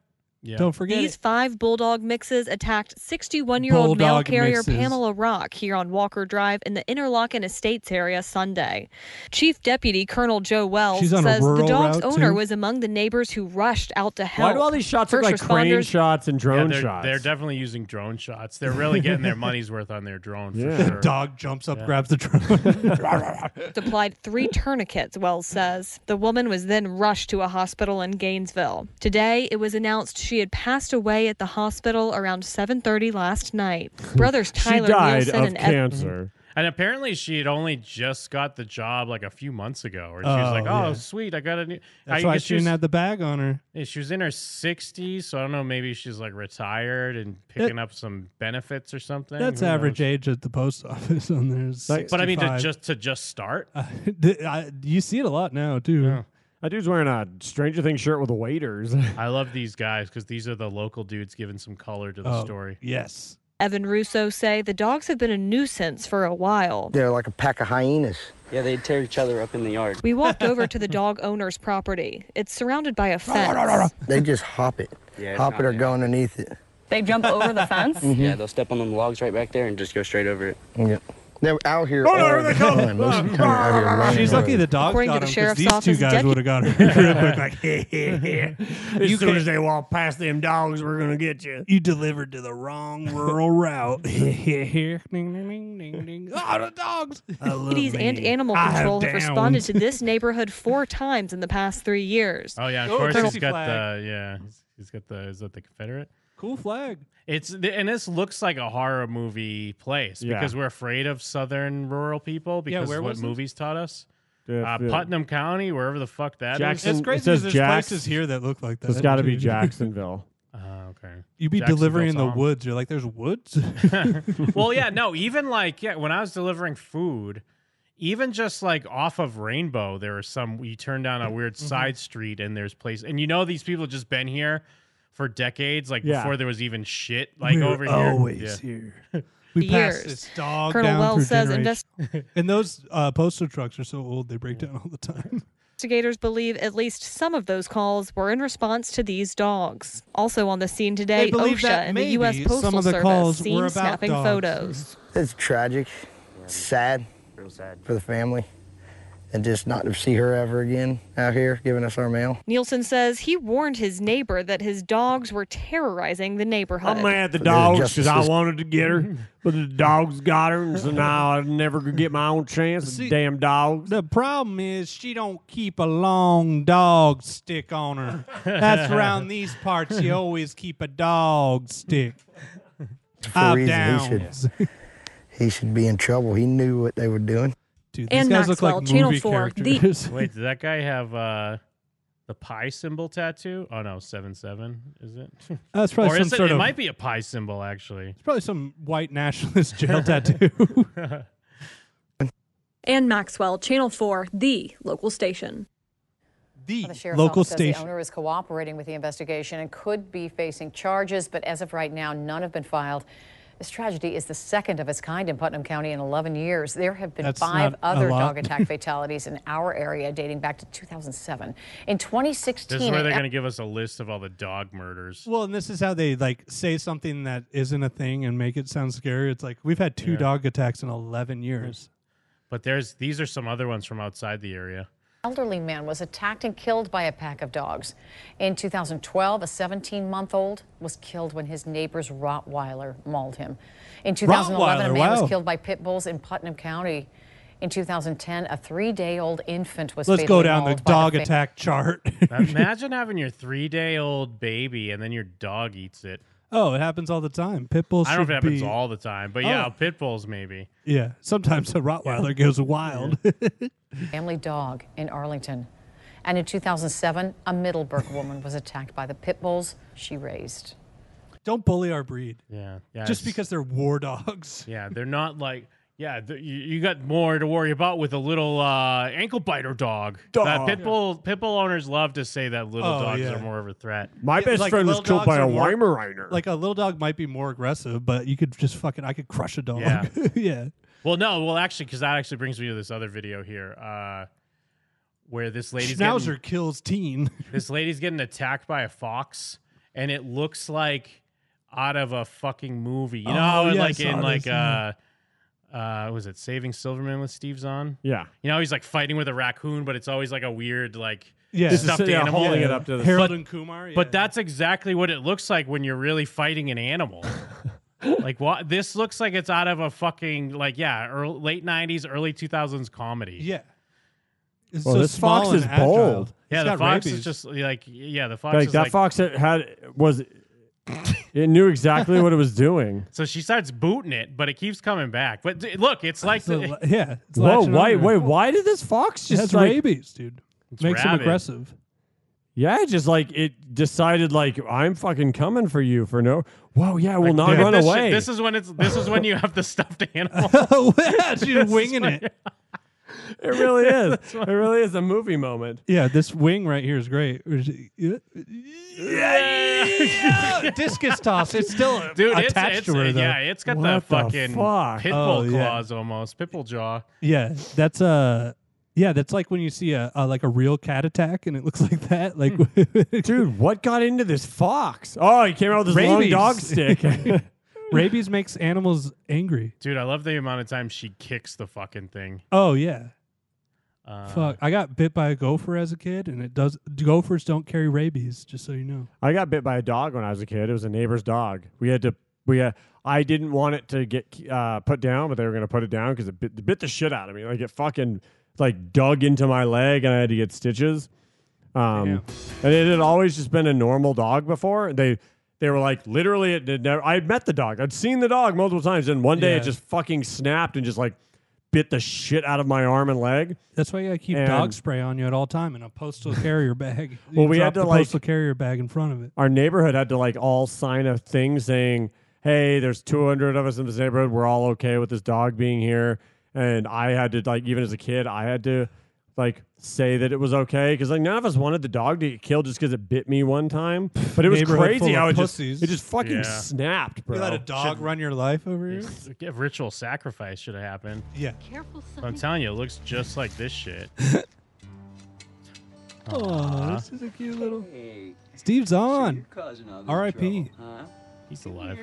Speaker 6: Yeah.
Speaker 5: Don't forget.
Speaker 10: These
Speaker 5: it.
Speaker 10: five bulldog mixes attacked 61 year old mail
Speaker 5: Bulldog
Speaker 10: carrier
Speaker 5: mixes.
Speaker 10: Pamela Rock here on Walker Drive in the Interlochen Estates area Sunday. Chief Deputy Colonel Joe Wells
Speaker 5: She's on a
Speaker 10: says the
Speaker 5: rural
Speaker 10: dog's
Speaker 5: route,
Speaker 10: owner
Speaker 5: too?
Speaker 10: was among the neighbors who rushed out to help.
Speaker 4: Why do all these shots
Speaker 10: First
Speaker 4: look like crane
Speaker 10: responders-
Speaker 4: shots and
Speaker 6: Yeah,
Speaker 4: drone
Speaker 6: they're,
Speaker 4: shots?
Speaker 6: they're definitely using drone shots. They're really getting their money's worth on their drone
Speaker 4: Yeah.
Speaker 6: for sure.
Speaker 5: Dog jumps up, grabs the
Speaker 4: *laughs*
Speaker 5: drone.
Speaker 10: applied three tourniquets, Wells says. The woman was then rushed to a hospital in Gainesville. Today, it was announced she had passed away at the hospital around 7:30 last night. Brothers
Speaker 4: she
Speaker 10: Tyler
Speaker 4: died
Speaker 10: Nielsen
Speaker 4: of
Speaker 10: and Ed-
Speaker 4: cancer.
Speaker 6: And apparently, she had only just got the job like a few months ago, or she was
Speaker 5: Oh,
Speaker 6: like, "Oh,
Speaker 5: yeah.
Speaker 6: sweet, I got a new."
Speaker 5: That's
Speaker 6: I
Speaker 5: why
Speaker 6: guess
Speaker 5: she
Speaker 6: was,
Speaker 5: didn't have the bag on her.
Speaker 6: yeah, she was in her 60s, so I don't know. Maybe she's like retired and picking up some benefits or something.
Speaker 5: That's
Speaker 6: Who
Speaker 5: average
Speaker 6: knows?
Speaker 5: age at the post *laughs* office on there. is
Speaker 4: Like- Uh,
Speaker 6: But I mean, to
Speaker 5: 65.
Speaker 6: just to just start.
Speaker 5: *laughs* I- you see it a lot now too.
Speaker 4: That dude's wearing a Stranger Things shirt with waiters.
Speaker 6: *laughs*
Speaker 4: *laughs*
Speaker 6: I love these guys because these are the local dudes giving some color to the
Speaker 5: Oh,
Speaker 6: story.
Speaker 5: Yes.
Speaker 10: Evan Russo say the dogs have been a nuisance for a while.
Speaker 11: They're like a pack of hyenas.
Speaker 12: Yeah, they tear each other up in the yard.
Speaker 10: We walked over to the dog owner's property. It's surrounded by a fence.
Speaker 11: They just hop it.
Speaker 12: *laughs* Yeah,
Speaker 11: hop
Speaker 12: it's
Speaker 11: it or
Speaker 12: not-
Speaker 11: go underneath it.
Speaker 2: They jump over the fence?
Speaker 12: *laughs* Yeah, they'll step on them logs right back there and just go straight over it.
Speaker 11: Yeah. They're out here all
Speaker 4: here
Speaker 11: the
Speaker 4: they come.
Speaker 11: time. Those people are out here running
Speaker 5: She's lucky
Speaker 11: around.
Speaker 5: the dog
Speaker 10: According
Speaker 5: got
Speaker 10: to the
Speaker 5: him 'cause
Speaker 10: sheriff's
Speaker 5: these two
Speaker 10: office,
Speaker 5: guys
Speaker 10: depu-
Speaker 5: would have got her real quick. Like, *laughs*
Speaker 4: as soon as they walk past them dogs, we're gonna get you.
Speaker 5: you delivered to the
Speaker 6: *laughs*
Speaker 5: wrong rural route. *laughs* ding, ding, ding, ding. Oh, the dogs.
Speaker 10: Deputies and animal
Speaker 5: I have
Speaker 10: control have
Speaker 5: downs.
Speaker 10: responded to this neighborhood four times in the past three years.
Speaker 6: Oh yeah, of
Speaker 5: Oh,
Speaker 6: course
Speaker 5: Colonel
Speaker 6: he's got
Speaker 5: Flag.
Speaker 6: the yeah, he's, he's got the is that the Confederate?
Speaker 5: Cool flag.
Speaker 6: It's the- and this looks like a horror movie place
Speaker 4: Yeah.
Speaker 6: because we're afraid of southern rural people because
Speaker 5: where
Speaker 6: of what
Speaker 5: was it?
Speaker 6: movies taught us.
Speaker 4: Yeah,
Speaker 6: Uh,
Speaker 4: yeah.
Speaker 6: Putnam County, wherever the fuck that is.
Speaker 4: Jackson-
Speaker 5: It's
Speaker 4: It
Speaker 5: crazy.
Speaker 4: says
Speaker 5: There's
Speaker 4: Jax.
Speaker 5: places here that look like that.
Speaker 4: It's got to be
Speaker 5: too.
Speaker 6: *laughs*
Speaker 4: Jacksonville.
Speaker 6: Uh, okay.
Speaker 5: You be
Speaker 6: Jacksonville's
Speaker 5: delivering in the
Speaker 6: on.
Speaker 5: woods. You're like, there's woods. *laughs*
Speaker 6: well, yeah, no, even like yeah, when I was delivering food, even just like off of Rainbow, there was some you turn down a weird
Speaker 5: Mm-hmm.
Speaker 6: side street and there's place and you know these people just been here for decades, like
Speaker 4: Yeah.
Speaker 6: before there was even shit like
Speaker 5: We're
Speaker 6: over here.
Speaker 5: always
Speaker 6: Yeah. *laughs*
Speaker 5: here. *laughs* We
Speaker 10: Years.
Speaker 5: passed this dog
Speaker 10: Colonel
Speaker 5: down
Speaker 10: Wells
Speaker 5: through
Speaker 10: says
Speaker 5: generations.
Speaker 10: invest-
Speaker 5: *laughs* And those uh, postal trucks are so old they break down all the
Speaker 6: *laughs*
Speaker 5: time.
Speaker 10: Investigators believe at least some of those calls were in response to these dogs. Also on the scene today,
Speaker 5: believe
Speaker 10: OSHA
Speaker 5: that
Speaker 10: and the U.S.
Speaker 5: maybe
Speaker 10: Postal
Speaker 5: some of the
Speaker 10: Service
Speaker 5: calls
Speaker 10: seen
Speaker 5: were about
Speaker 10: snapping
Speaker 5: dogs.
Speaker 10: photos.
Speaker 11: It's tragic. It's sad
Speaker 12: Real sad.
Speaker 11: for the family. And just not to see her ever again out here giving us our mail.
Speaker 10: Nielsen says he warned his neighbor that his dogs were terrorizing the neighborhood.
Speaker 4: I'm mad at the
Speaker 11: There's
Speaker 4: dogs because
Speaker 11: justice
Speaker 4: I
Speaker 11: system.
Speaker 4: wanted to get *laughs* her, but the dogs got her, and so now I never could get my own chance.
Speaker 5: See-
Speaker 4: Damn dogs!
Speaker 5: The problem is she don't keep a long dog stick *laughs*
Speaker 6: *laughs*
Speaker 5: on her. That's around these parts. You always keep a dog stick.
Speaker 11: for
Speaker 5: Up,
Speaker 11: reason. He
Speaker 5: down.
Speaker 11: should, he should be in trouble. He knew what they were doing.
Speaker 5: Dude,
Speaker 10: these And guys look like Maxwell, Channel movie 4,
Speaker 5: *laughs*
Speaker 10: the- *laughs*
Speaker 6: *laughs*
Speaker 10: characters.
Speaker 6: Wait, did that guy have uh, the pie symbol tattoo? Oh no, seven seven is it?
Speaker 5: That's Uh, probably
Speaker 6: or
Speaker 5: some
Speaker 6: is it,
Speaker 5: sort
Speaker 6: it
Speaker 5: of-
Speaker 6: might be a pie symbol actually.
Speaker 5: Probably some *laughs* white nationalist jail tattoo.
Speaker 6: *laughs*
Speaker 10: And Maxwell, Channel 4, the local station.
Speaker 5: The,
Speaker 9: sheriff's
Speaker 5: local
Speaker 9: office says
Speaker 5: station.
Speaker 9: The owner is cooperating with the investigation and could be facing charges, but as of right now, none have been filed. This tragedy is the second of its kind in Putnam County in 11 years. There have been
Speaker 13: That's
Speaker 9: five
Speaker 13: not a
Speaker 9: other
Speaker 13: lot.
Speaker 9: dog
Speaker 13: *laughs*
Speaker 9: attack fatalities in our area dating back to 2007. In 2016,
Speaker 6: This is where
Speaker 9: an
Speaker 6: they're gonna give us a list of all the dog murders.
Speaker 5: Well, and this is how they like say something that isn't a thing and make it sound scary. It's like we've had two
Speaker 6: Yeah.
Speaker 5: dog attacks in eleven years.
Speaker 6: But there's these are some other ones from outside
Speaker 5: *laughs*
Speaker 6: the area.
Speaker 9: elderly man was attacked and killed by a pack of dogs. In 2012, a 17 month old was killed when his neighbor's Rottweiler mauled him. In 2011, a
Speaker 13: Rottweiler,
Speaker 9: man
Speaker 13: wow.
Speaker 9: was killed by pit bulls in Putnam County. In 2010, a three day old infant was
Speaker 5: Let's
Speaker 9: fatally
Speaker 5: go down the
Speaker 9: mauled by
Speaker 5: dog
Speaker 9: fa-
Speaker 5: attack chart.
Speaker 6: *laughs* Imagine having your three day old baby and then your dog eats it.
Speaker 5: *laughs* oh, it happens all the time. Pit bulls.
Speaker 6: I don't know
Speaker 5: should
Speaker 6: if it happens
Speaker 5: be-
Speaker 6: all the time, but
Speaker 5: Oh.
Speaker 6: yeah, pit bulls maybe.
Speaker 5: Yeah, sometimes a Rottweiler goes wild.
Speaker 9: family dog in Arlington. And in 2007, a Middleburg woman was attacked by the pit bulls she raised.
Speaker 5: don't bully our breed.
Speaker 6: Yeah, yeah.
Speaker 5: just
Speaker 6: it's-
Speaker 5: because they're war *laughs* dogs.
Speaker 6: Yeah, they're not like yeah. th you, you got more to worry about with a little uh, ankle biter dog.
Speaker 4: Dog.
Speaker 6: That pit bull pit bull owners love to say that little
Speaker 5: Oh,
Speaker 6: dogs
Speaker 5: yeah.
Speaker 6: are more of a threat.
Speaker 4: My
Speaker 5: Yeah,
Speaker 4: best
Speaker 5: like,
Speaker 4: friend was
Speaker 5: little
Speaker 4: killed by a
Speaker 5: dogs are more-
Speaker 4: Weimaraner.
Speaker 5: Like a little dog might be more aggressive, but you could just fucking I could crush a dog. *laughs*
Speaker 6: Yeah.
Speaker 5: *laughs* yeah.
Speaker 6: Well, no, well actually, because that actually brings me to this other video here, uh, where this lady's
Speaker 5: Schnauzer
Speaker 6: getting,
Speaker 5: kills teen.
Speaker 6: this lady's getting attacked by a fox, and it looks like out of a fucking movie. You
Speaker 4: Oh,
Speaker 6: know, how it-
Speaker 4: yeah, I
Speaker 6: like
Speaker 4: saw
Speaker 6: in
Speaker 4: this,
Speaker 6: like
Speaker 4: yeah.
Speaker 6: uh, uh, was it Saving Silverman with Steve's on?
Speaker 4: Mm-hmm. Yeah.
Speaker 6: You know, he's like fighting with a raccoon, but it's always like a weird like
Speaker 4: Yeah. Just
Speaker 6: stuffed
Speaker 4: sit there
Speaker 6: animal
Speaker 4: holding it up to the-
Speaker 5: Harold
Speaker 6: But-
Speaker 5: and Kumar, yeah.
Speaker 6: But that's exactly what it looks like when you're really fighting an
Speaker 4: *laughs*
Speaker 6: animal. like what this looks like it's out of a fucking like yeah, early, late 90s, early 2000s comedy.
Speaker 5: Yeah. It's
Speaker 4: Well,
Speaker 5: so
Speaker 4: this fox
Speaker 5: small
Speaker 4: is
Speaker 5: and agile.
Speaker 4: bold.
Speaker 6: Yeah,
Speaker 5: It's
Speaker 6: the
Speaker 5: got
Speaker 6: fox
Speaker 5: rabies.
Speaker 6: is just like yeah, the fox
Speaker 4: like
Speaker 6: is
Speaker 4: that
Speaker 6: like
Speaker 4: fox uh, that had was it knew exactly what it
Speaker 6: *laughs*
Speaker 4: was doing.
Speaker 6: so she starts booting it, but it keeps coming back. But d- look, it's like the,
Speaker 5: yeah. It's
Speaker 4: Whoa!
Speaker 5: latching
Speaker 4: Wait,
Speaker 5: onto
Speaker 4: wait.
Speaker 5: it.
Speaker 4: Why did this fox
Speaker 5: It
Speaker 4: just
Speaker 5: has
Speaker 4: like?
Speaker 5: rabies, dude. Makes him
Speaker 6: rabid.
Speaker 5: aggressive.
Speaker 4: Yeah, just like it decided, like I'm fucking coming for you for no. Whoa! Yeah, we'll not
Speaker 6: Dude,
Speaker 4: run
Speaker 6: this shit-
Speaker 4: away.
Speaker 6: this is *laughs* when it's this is when you have
Speaker 5: *laughs*
Speaker 6: the stuffed animal.
Speaker 5: yeah,
Speaker 6: *laughs*
Speaker 4: *laughs*
Speaker 6: This
Speaker 5: dude,
Speaker 6: is
Speaker 5: winging
Speaker 6: when-
Speaker 5: it. *laughs*
Speaker 4: it really is. it really is a movie moment.
Speaker 5: Yeah, this wing right here is great. *laughs* Yeah. *laughs* Discus toss. It's still
Speaker 6: *laughs* Dude, it's,
Speaker 5: attached
Speaker 6: it's
Speaker 5: to her though.
Speaker 6: yeah, it's got
Speaker 4: What the
Speaker 6: the fucking
Speaker 4: fuck?
Speaker 6: pit
Speaker 5: Oh,
Speaker 6: bull
Speaker 5: yeah.
Speaker 6: claws almost, pit bull jaw.
Speaker 5: Yeah, that's uh yeah, that's like when you see a, a like a real cat attack and it looks *laughs* like that. Like *laughs*
Speaker 6: Hmm.
Speaker 4: Dude, what got into this fox? Oh, he came out with this long
Speaker 5: Rabies.
Speaker 4: dog stick.
Speaker 5: *laughs* rabies makes animals angry.
Speaker 6: Dude, I love the amount of time she kicks the fucking thing.
Speaker 5: Oh yeah.
Speaker 6: Uh,
Speaker 5: Fuck. I got bit by a gopher as a kid and it does gophers don't carry rabies, just so you know.
Speaker 4: I got bit by a dog when I was a kid. It was a neighbor's dog. We had to. We had, I didn't want it to get uh, put down, but they were going to put it down because it bit, it bit the shit out of me. Like it fucking like dug into my leg, and I had to get stitches. Um, and it had always just been a normal dog before. They they were like literally it did never. I had met the dog. I'd seen the dog multiple times, and one day
Speaker 5: Yeah.
Speaker 4: it just fucking snapped and just like bit the shit out of my arm and leg.
Speaker 5: That's why you gotta keep
Speaker 4: And-
Speaker 5: dog spray on you at all time in a
Speaker 4: *laughs*
Speaker 5: postal carrier bag. You
Speaker 4: Well, we
Speaker 5: drop
Speaker 4: had to,
Speaker 5: the
Speaker 4: like-
Speaker 5: postal carrier bag in front of
Speaker 4: *laughs*
Speaker 5: it.
Speaker 4: our neighborhood had to like all sign a thing saying, "Hey, there's 200 of us in this neighborhood. We're all okay with this dog being here." And I had to like, even as a kid, I had to like say that it was okay because like none of us wanted the dog to get killed just because it bit me one time. But it was
Speaker 5: Neighborhood
Speaker 4: crazy
Speaker 5: full
Speaker 4: how
Speaker 5: of
Speaker 4: it just
Speaker 5: pussies.
Speaker 4: it just fucking
Speaker 6: Yeah.
Speaker 4: snapped, bro.
Speaker 5: You let a dog run your life over here?
Speaker 6: a ritual sacrifice should have happened.
Speaker 5: Yeah.
Speaker 1: Careful, son.
Speaker 6: I'm telling you, it looks just like this
Speaker 4: *laughs*
Speaker 6: shit.
Speaker 5: Oh, this is a cute little
Speaker 14: Hey,
Speaker 5: Steve's *laughs* on.
Speaker 14: causing all this
Speaker 5: R.I.P.
Speaker 14: trouble, huh?
Speaker 6: He's alive.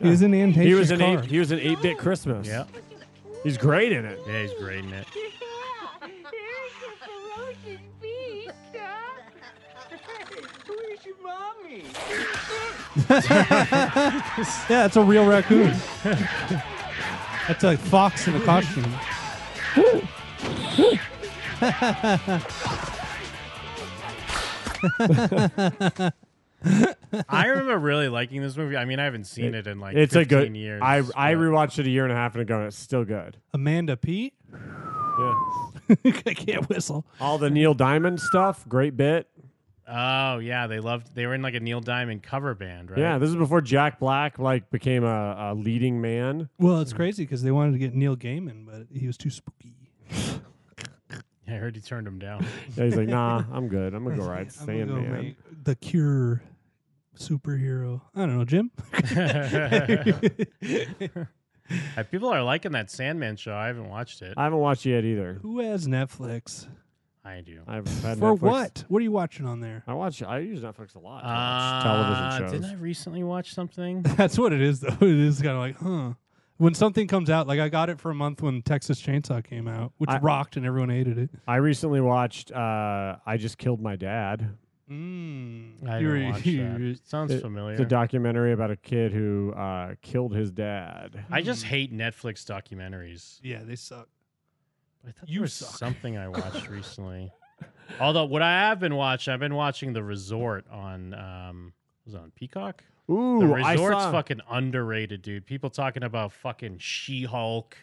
Speaker 5: He was in the
Speaker 4: He was
Speaker 5: Antasia
Speaker 4: an
Speaker 5: car.
Speaker 4: eight. He was an eight bit Christmas.
Speaker 6: Yeah.
Speaker 4: he's great in it.
Speaker 6: Yeah, he's great in it.
Speaker 14: Where's your mommy?
Speaker 5: yeah, that's a real
Speaker 4: *laughs*
Speaker 5: raccoon. that's a fox in a
Speaker 4: *laughs*
Speaker 5: costume.
Speaker 4: *laughs*
Speaker 6: I remember really liking this movie. I mean, I haven't seen it, in like
Speaker 4: it's a
Speaker 6: 15
Speaker 4: good.
Speaker 6: years.
Speaker 4: I I rewatched it a year and a half ago, and it's still good.
Speaker 5: Amanda Pete.
Speaker 4: Yeah, *laughs*
Speaker 5: I can't whistle.
Speaker 4: all the Neil Diamond stuff, great bit.
Speaker 6: oh yeah, they loved. They were in like a Neil Diamond cover band, right?
Speaker 4: Yeah, this is before Jack Black like became a, a leading man.
Speaker 5: Well, it's crazy because they wanted to get Neil Gaiman, but he was too spooky.
Speaker 6: I heard he turned him down.
Speaker 4: *laughs* Yeah, he's like, nah, I'm good. I'm gonna go ride
Speaker 5: *laughs* I'm gonna go
Speaker 4: Sandman.
Speaker 5: make the Cure superhero. I don't know, Jim. *laughs*
Speaker 6: Uh, People are liking that Sandman show. I haven't watched it.
Speaker 4: *laughs* I haven't watched it yet either.
Speaker 5: Who has Netflix?
Speaker 6: I do.
Speaker 4: I've had
Speaker 5: For
Speaker 4: Netflix.
Speaker 5: what? What are you watching on there?
Speaker 4: I watch. I use Netflix a lot. to watch
Speaker 6: Uh,
Speaker 4: television shows.
Speaker 6: Didn't I recently watch
Speaker 5: *laughs*
Speaker 6: something?
Speaker 4: *laughs*
Speaker 5: That's what it is, though. It is kind of like, huh. When something comes out, like I got it for a month when Texas Chainsaw came out, which
Speaker 4: I-
Speaker 5: rocked and everyone hated it.
Speaker 4: I recently watched. Uh, I just killed my dad.
Speaker 5: Mm.
Speaker 6: I
Speaker 5: You were-
Speaker 6: didn't
Speaker 4: *laughs*
Speaker 6: watch that. Sounds
Speaker 4: It-
Speaker 6: familiar.
Speaker 4: It's a documentary about a kid who uh, killed his dad.
Speaker 6: I just hate Netflix documentaries.
Speaker 5: Hmm. Yeah, they suck.
Speaker 6: I thought
Speaker 5: You
Speaker 6: there was
Speaker 5: suck.
Speaker 6: something
Speaker 5: *laughs*
Speaker 6: I watched recently. Although what I have been watching, I've been watching The Resort on um was it on Peacock.
Speaker 4: Ooh,
Speaker 6: the
Speaker 4: I
Speaker 6: Resort's
Speaker 4: saw-
Speaker 6: fucking underrated, dude. People talking about fucking She-Hulk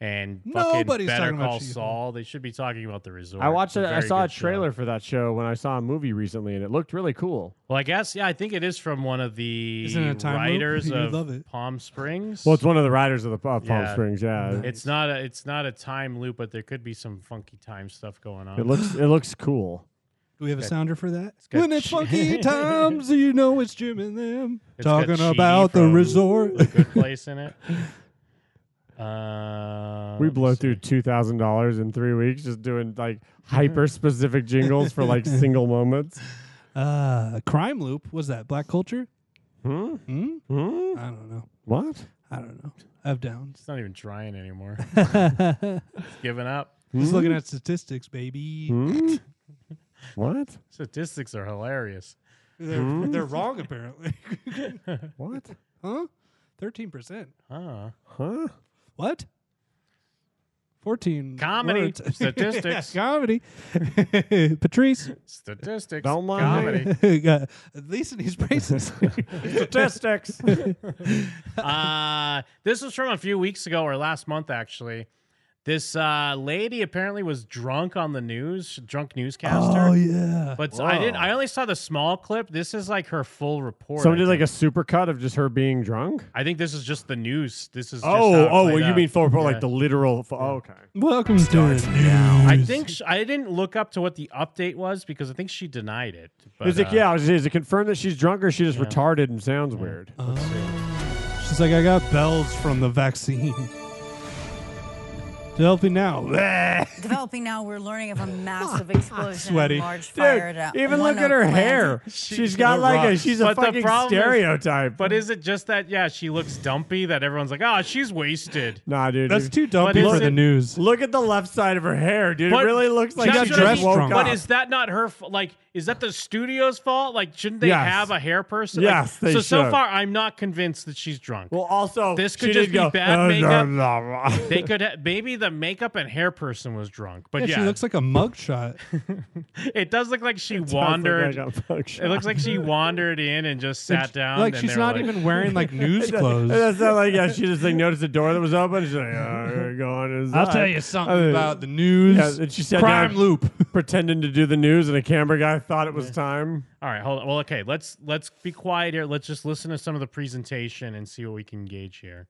Speaker 6: and fucking
Speaker 5: Nobody's
Speaker 6: Better
Speaker 5: talking about
Speaker 6: Call
Speaker 5: She-Hulk.
Speaker 6: Saul. They should be talking about The Resort.
Speaker 4: I watched
Speaker 6: Mm. It's a
Speaker 4: it. I
Speaker 6: very
Speaker 4: saw a
Speaker 6: good show.
Speaker 4: trailer for that show when I saw a movie recently, and it looked really cool.
Speaker 6: Well, I guess yeah, I think it is from one of the
Speaker 5: Isn't it a time loop?
Speaker 6: writers
Speaker 5: You'd
Speaker 6: of
Speaker 5: love it.
Speaker 6: Palm Springs.
Speaker 4: Well, it's one of the writers of the of Palm
Speaker 6: Yeah.
Speaker 4: Springs. *laughs* Yeah,
Speaker 6: It's not a it's not a time loop, but there could be some funky time stuff going on.
Speaker 4: it looks it looks cool.
Speaker 5: Do we have a
Speaker 6: got-
Speaker 5: sounder for that? *laughs*
Speaker 6: got
Speaker 5: when it's
Speaker 6: chi- *laughs*
Speaker 5: funky times, you know it's Jim and them.
Speaker 6: It's got
Speaker 5: Talking
Speaker 6: Chidi
Speaker 5: about the
Speaker 6: from
Speaker 5: resort.
Speaker 6: The good *laughs* place
Speaker 4: *laughs*
Speaker 5: *laughs*
Speaker 6: in it. Uh,
Speaker 4: we
Speaker 6: let me
Speaker 4: blow
Speaker 6: see.
Speaker 4: through two thousand dollars in three weeks just doing like
Speaker 6: Mm-hmm.
Speaker 4: hyper specific jingles
Speaker 6: *laughs*
Speaker 4: for like single moments.
Speaker 5: Uh, crime loop. Was that black culture?
Speaker 4: Hmm?
Speaker 5: Hmm?
Speaker 4: Hmm?
Speaker 5: I don't know.
Speaker 4: What?
Speaker 5: I don't know. I've downs.
Speaker 6: It's not even
Speaker 5: *laughs*
Speaker 6: trying anymore.
Speaker 5: Just
Speaker 6: It's giving up.
Speaker 5: looking at statistics, baby.
Speaker 4: Hmm? what?
Speaker 6: Statistics are hilarious.
Speaker 5: They're,
Speaker 4: Hmm?
Speaker 5: they're wrong
Speaker 6: *laughs*
Speaker 4: *laughs*
Speaker 5: apparently.
Speaker 4: What?
Speaker 5: huh? Thirteen percent.
Speaker 6: Huh?
Speaker 4: Huh?
Speaker 5: What? Fourteen.
Speaker 6: Comedy.
Speaker 5: words.
Speaker 6: *laughs* Statistics.
Speaker 5: Yeah, *laughs* comedy. Patrice.
Speaker 6: Statistics.
Speaker 4: Don't lie.
Speaker 5: *laughs*
Speaker 6: Comedy.
Speaker 5: At least in these
Speaker 4: *laughs*
Speaker 5: braces. *laughs*
Speaker 4: Statistics.
Speaker 6: uh, this was from a few weeks ago or last month actually. This uh, lady apparently was drunk on the news, drunk newscaster.
Speaker 5: oh yeah.
Speaker 6: But I didn't.
Speaker 4: Whoa.
Speaker 6: I only saw the small clip. This is like her full report. I
Speaker 4: Somebody did like a
Speaker 6: think.
Speaker 4: supercut of just her being drunk.
Speaker 6: I think this is just the news. This is. Just how it
Speaker 4: Oh, oh,
Speaker 6: played
Speaker 4: well, you
Speaker 6: out.
Speaker 4: mean for, for
Speaker 6: Yeah.
Speaker 4: like the literal? fo- oh, okay.
Speaker 5: Welcome to the news.
Speaker 6: I think sh I didn't look up to what the update was because I think she denied it. But,
Speaker 4: is it
Speaker 6: uh,
Speaker 4: yeah? I was- Is it confirmed that she's drunk or she just retarded and sounds weird?
Speaker 5: Oh. She's like, I got bells from the vaccine. Developing now. *laughs*
Speaker 13: Developing now, we're learning of a massive explosion.
Speaker 5: Sweaty.
Speaker 13: and large fire
Speaker 4: Dude,
Speaker 13: at
Speaker 4: even
Speaker 13: one
Speaker 4: look at her
Speaker 13: oak
Speaker 5: *laughs*
Speaker 13: plant.
Speaker 4: hair.
Speaker 6: She- *laughs*
Speaker 4: she's got like a she's a
Speaker 6: But the
Speaker 4: fucking
Speaker 6: problem is-
Speaker 4: stereotype.
Speaker 6: But is it just that? Yeah, she looks dumpy. That everyone's like, oh, she's wasted.
Speaker 4: nah, dude.
Speaker 5: That's
Speaker 4: dude.
Speaker 5: too dumpy
Speaker 6: is
Speaker 5: for the
Speaker 6: it-
Speaker 5: news.
Speaker 4: Look at the left side of her hair, dude.
Speaker 6: But-
Speaker 4: it really looks like
Speaker 5: got
Speaker 6: That's
Speaker 4: she
Speaker 6: what I
Speaker 4: just
Speaker 5: dressed
Speaker 6: mean.
Speaker 4: woke
Speaker 5: drunk.
Speaker 4: up.
Speaker 6: But is that not her? fa- Like, is that the studio's fault? Like, shouldn't they
Speaker 4: Yes.
Speaker 6: have a hair person? Like,
Speaker 4: Yes, they
Speaker 6: so so
Speaker 4: should.
Speaker 6: far, I'm not convinced that she's drunk.
Speaker 4: well, also
Speaker 6: This
Speaker 4: she
Speaker 6: could just
Speaker 4: did
Speaker 6: be
Speaker 4: go,
Speaker 6: bad
Speaker 4: "Oh,
Speaker 6: makeup."
Speaker 4: blah, blah, blah."
Speaker 6: *laughs* they could ha- maybe the makeup and hair person was drunk, but
Speaker 5: Yeah,
Speaker 6: yeah,
Speaker 5: she looks like a *laughs*
Speaker 13: *laughs*
Speaker 5: mugshot.
Speaker 6: it does look like she
Speaker 4: Sounds like I
Speaker 6: wandered.
Speaker 4: got fucked
Speaker 6: it looks like she wandered in and just sat down.
Speaker 5: like
Speaker 6: and
Speaker 5: she's
Speaker 6: they were
Speaker 5: not even wearing
Speaker 6: *laughs*
Speaker 4: *laughs*
Speaker 5: like news
Speaker 4: And
Speaker 5: clothes.
Speaker 4: That's not like yeah. She just like noticed the door that was open. She's like, oh, go on inside." I mean,
Speaker 5: the news.
Speaker 4: yeah, and she sat
Speaker 5: crime
Speaker 6: *laughs*
Speaker 4: down-
Speaker 5: loop.
Speaker 4: pretending to do the news, and a camera guy thought it was time.
Speaker 6: All right, hold on. Well, okay, let's let's be quiet here. Let's just listen to some of the presentation and see what we can gauge here.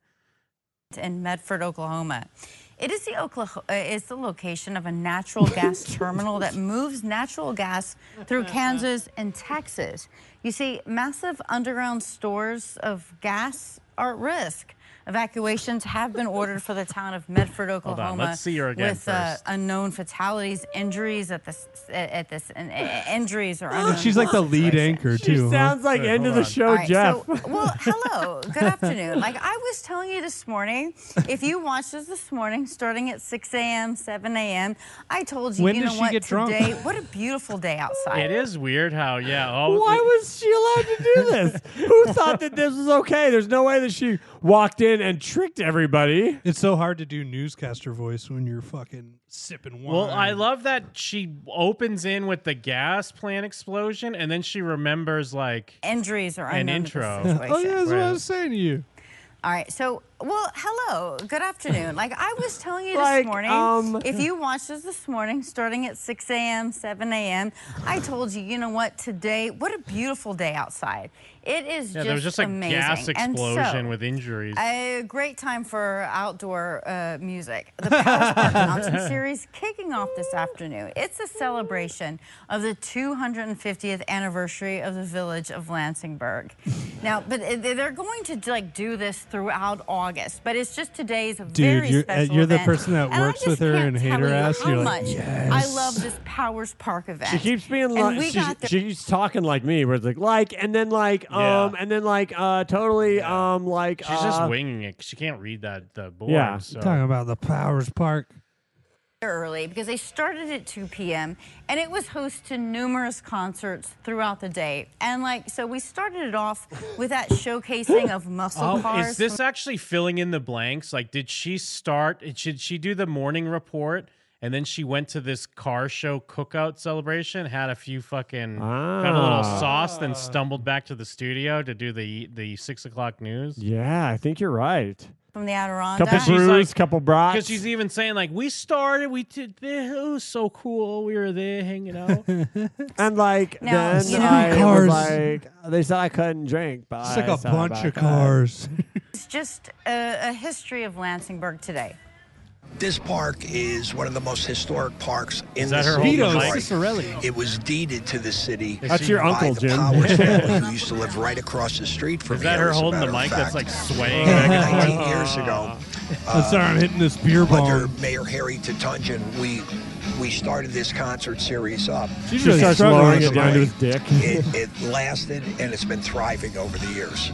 Speaker 13: in Medford, Oklahoma. It is the Oklahoma uh, is the location of a natural gas terminal that moves natural gas through Kansas and Texas. You see, massive underground stores of gas are at risk. Evacuations have been ordered for the town of Medford,
Speaker 6: on,
Speaker 13: Oklahoma.
Speaker 6: let's see her again
Speaker 13: with Uh,
Speaker 6: first.
Speaker 13: unknown fatalities, injuries at this at this and, uh, injuries or unknown
Speaker 5: She's like the lead
Speaker 13: situations.
Speaker 5: anchor
Speaker 4: She
Speaker 5: too. huh?
Speaker 4: sounds like
Speaker 6: Wait,
Speaker 4: end of
Speaker 6: hold
Speaker 4: the
Speaker 6: on.
Speaker 4: show,
Speaker 13: All
Speaker 5: *laughs*
Speaker 13: right,
Speaker 4: Jeff.
Speaker 13: So, well, hello. Good afternoon. Like I was telling you this morning, if you watched us this morning, starting at 6 a.m., 7 a.m., I told you,
Speaker 5: When
Speaker 13: you
Speaker 5: does
Speaker 13: know
Speaker 5: she
Speaker 13: what,
Speaker 5: get drunk?
Speaker 13: today, what a beautiful day
Speaker 5: *laughs*
Speaker 13: outside.
Speaker 6: It is weird how yeah. Oh,
Speaker 4: Why was she allowed to do this? Who thought that this was okay? There's no way that she walked in and tricked everybody.
Speaker 5: It's so hard to do newscaster voice when you're fucking sipping wine.
Speaker 6: Well, I love that she opens in with the gas plant explosion, and then she remembers like
Speaker 13: injuries or
Speaker 6: an intro.
Speaker 5: *laughs* oh yeah, that's what I was saying to you.
Speaker 13: All right. So, well, hello.
Speaker 6: *laughs*
Speaker 13: Good afternoon. Like I was telling you
Speaker 5: Like,
Speaker 13: this morning,
Speaker 5: um,
Speaker 13: if you watched us this morning, starting at 6 a.m., 7 a.m., I told you, you know what? Today, what a beautiful day outside. It is
Speaker 6: Yeah,
Speaker 13: just
Speaker 6: there was just like
Speaker 13: amazing.
Speaker 6: gas
Speaker 13: And so,
Speaker 6: explosion with injuries.
Speaker 13: A great time for outdoor uh, music. The Powers
Speaker 6: *laughs*
Speaker 13: Park Mountain Series kicking off this afternoon. It's a celebration of the 250th anniversary of the village of Lansingburg. Now, but it- they're going to like do this throughout August, but it's just today's a
Speaker 5: Dude,
Speaker 13: very
Speaker 5: you're, uh,
Speaker 13: special
Speaker 5: you're the
Speaker 13: event.
Speaker 5: person that
Speaker 13: And I
Speaker 5: works
Speaker 13: just
Speaker 5: with her
Speaker 13: can't
Speaker 5: and hate
Speaker 13: tell
Speaker 5: her
Speaker 13: you
Speaker 5: ass.
Speaker 13: how
Speaker 5: You're like,
Speaker 13: much I love this Powers Park event.
Speaker 4: She keeps being
Speaker 13: And
Speaker 4: like
Speaker 13: we
Speaker 4: she,
Speaker 13: got the-
Speaker 4: she's talking like me, where it's like like and then like
Speaker 6: Yeah.
Speaker 4: um and then like uh totally um like
Speaker 6: She's just
Speaker 4: uh,
Speaker 6: winging it. 'cause She can't read that the board.
Speaker 4: Yeah.
Speaker 6: so.
Speaker 5: talking about the Powers Park.
Speaker 13: early because they started at 2 p.m. and it was host to numerous concerts throughout the day. And like, so we started it off with that
Speaker 5: *gasps*
Speaker 13: showcasing of muscle
Speaker 6: Oh,
Speaker 13: cars.
Speaker 6: is this actually filling in the blanks? Like, did she start? Should she do the morning report? And then she went to this car show cookout celebration, had a few fucking, got a
Speaker 4: Ah.
Speaker 6: little sauce, then stumbled back to the studio to do the the six o'clock news.
Speaker 4: yeah, I think you're right.
Speaker 13: from the Adirondacks?
Speaker 4: Couple brews, couple brats.
Speaker 6: Because she's even saying like, we started, we did, this, it was so cool, we were there hanging out.
Speaker 4: And like
Speaker 6: Now,
Speaker 4: then
Speaker 6: you know-
Speaker 4: I
Speaker 5: Cars.
Speaker 4: was like they said I couldn't drink, but
Speaker 5: It's like
Speaker 4: a
Speaker 5: a bunch of cars.
Speaker 13: It's just a, a history of Lansingburg today.
Speaker 15: This park is one of the most historic parks in
Speaker 6: Is that
Speaker 15: the
Speaker 6: her
Speaker 15: city.
Speaker 6: holding
Speaker 15: of
Speaker 6: the mic?
Speaker 15: Detroit. It was deeded to the city.
Speaker 6: Is That's she- your
Speaker 15: by
Speaker 6: uncle,
Speaker 15: the
Speaker 6: Jim. *laughs*
Speaker 15: Powers family who used to live right across the street from
Speaker 6: Is that
Speaker 15: here,
Speaker 6: her
Speaker 15: as a
Speaker 6: holding the
Speaker 15: matter of
Speaker 6: mic that's
Speaker 15: fact.
Speaker 6: like swaying back and forth? Oh.
Speaker 15: 19 years ago.
Speaker 5: I'm sorry, I'm hitting this beer bong.
Speaker 15: Under Mayor Harry Tatungin, we we started this concert series up.
Speaker 4: She's She really starts struggling lowering it down to his dick.
Speaker 15: it, it lasted and it's been thriving over the years.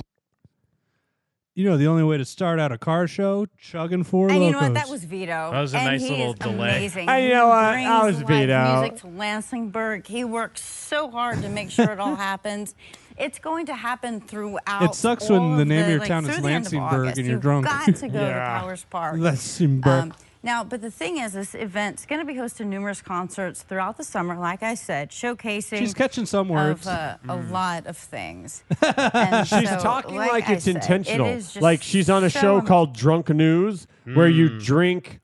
Speaker 5: You know, the only way to start out a car show, chugging four
Speaker 13: and
Speaker 5: locos.
Speaker 13: you know what? That was Vito.
Speaker 5: That was a
Speaker 13: and
Speaker 5: nice
Speaker 13: he
Speaker 5: little
Speaker 13: is
Speaker 5: delay.
Speaker 13: Amazing.
Speaker 5: And you
Speaker 13: He
Speaker 5: know what?
Speaker 13: brings
Speaker 5: That was
Speaker 13: live
Speaker 5: Vito.
Speaker 13: Music to Lansingburg. He works so hard to make sure it
Speaker 5: *laughs*
Speaker 13: all happens. It's going to happen throughout.
Speaker 5: It sucks when
Speaker 13: all
Speaker 5: the
Speaker 13: of
Speaker 5: name of your
Speaker 13: like,
Speaker 5: town is
Speaker 13: through the end of
Speaker 5: Lansingburg
Speaker 13: August.
Speaker 5: and you're
Speaker 13: You've
Speaker 5: drunk.
Speaker 13: Got to
Speaker 5: *laughs*
Speaker 13: go
Speaker 5: Yeah.
Speaker 13: to Powers Park. Um,
Speaker 5: Lansingburg.
Speaker 13: now, but the thing is, this event's going to be hosting numerous concerts throughout the summer. Like I said, showcasing.
Speaker 5: She's catching some words.
Speaker 13: Of, uh,
Speaker 5: Mm.
Speaker 13: A lot of things.
Speaker 4: *laughs* She's talking like,
Speaker 13: I
Speaker 4: it's
Speaker 13: said, it
Speaker 4: intentional.
Speaker 13: is just
Speaker 4: like she's on a
Speaker 13: so
Speaker 4: show
Speaker 13: amazing.
Speaker 4: called Drunk News, where you drink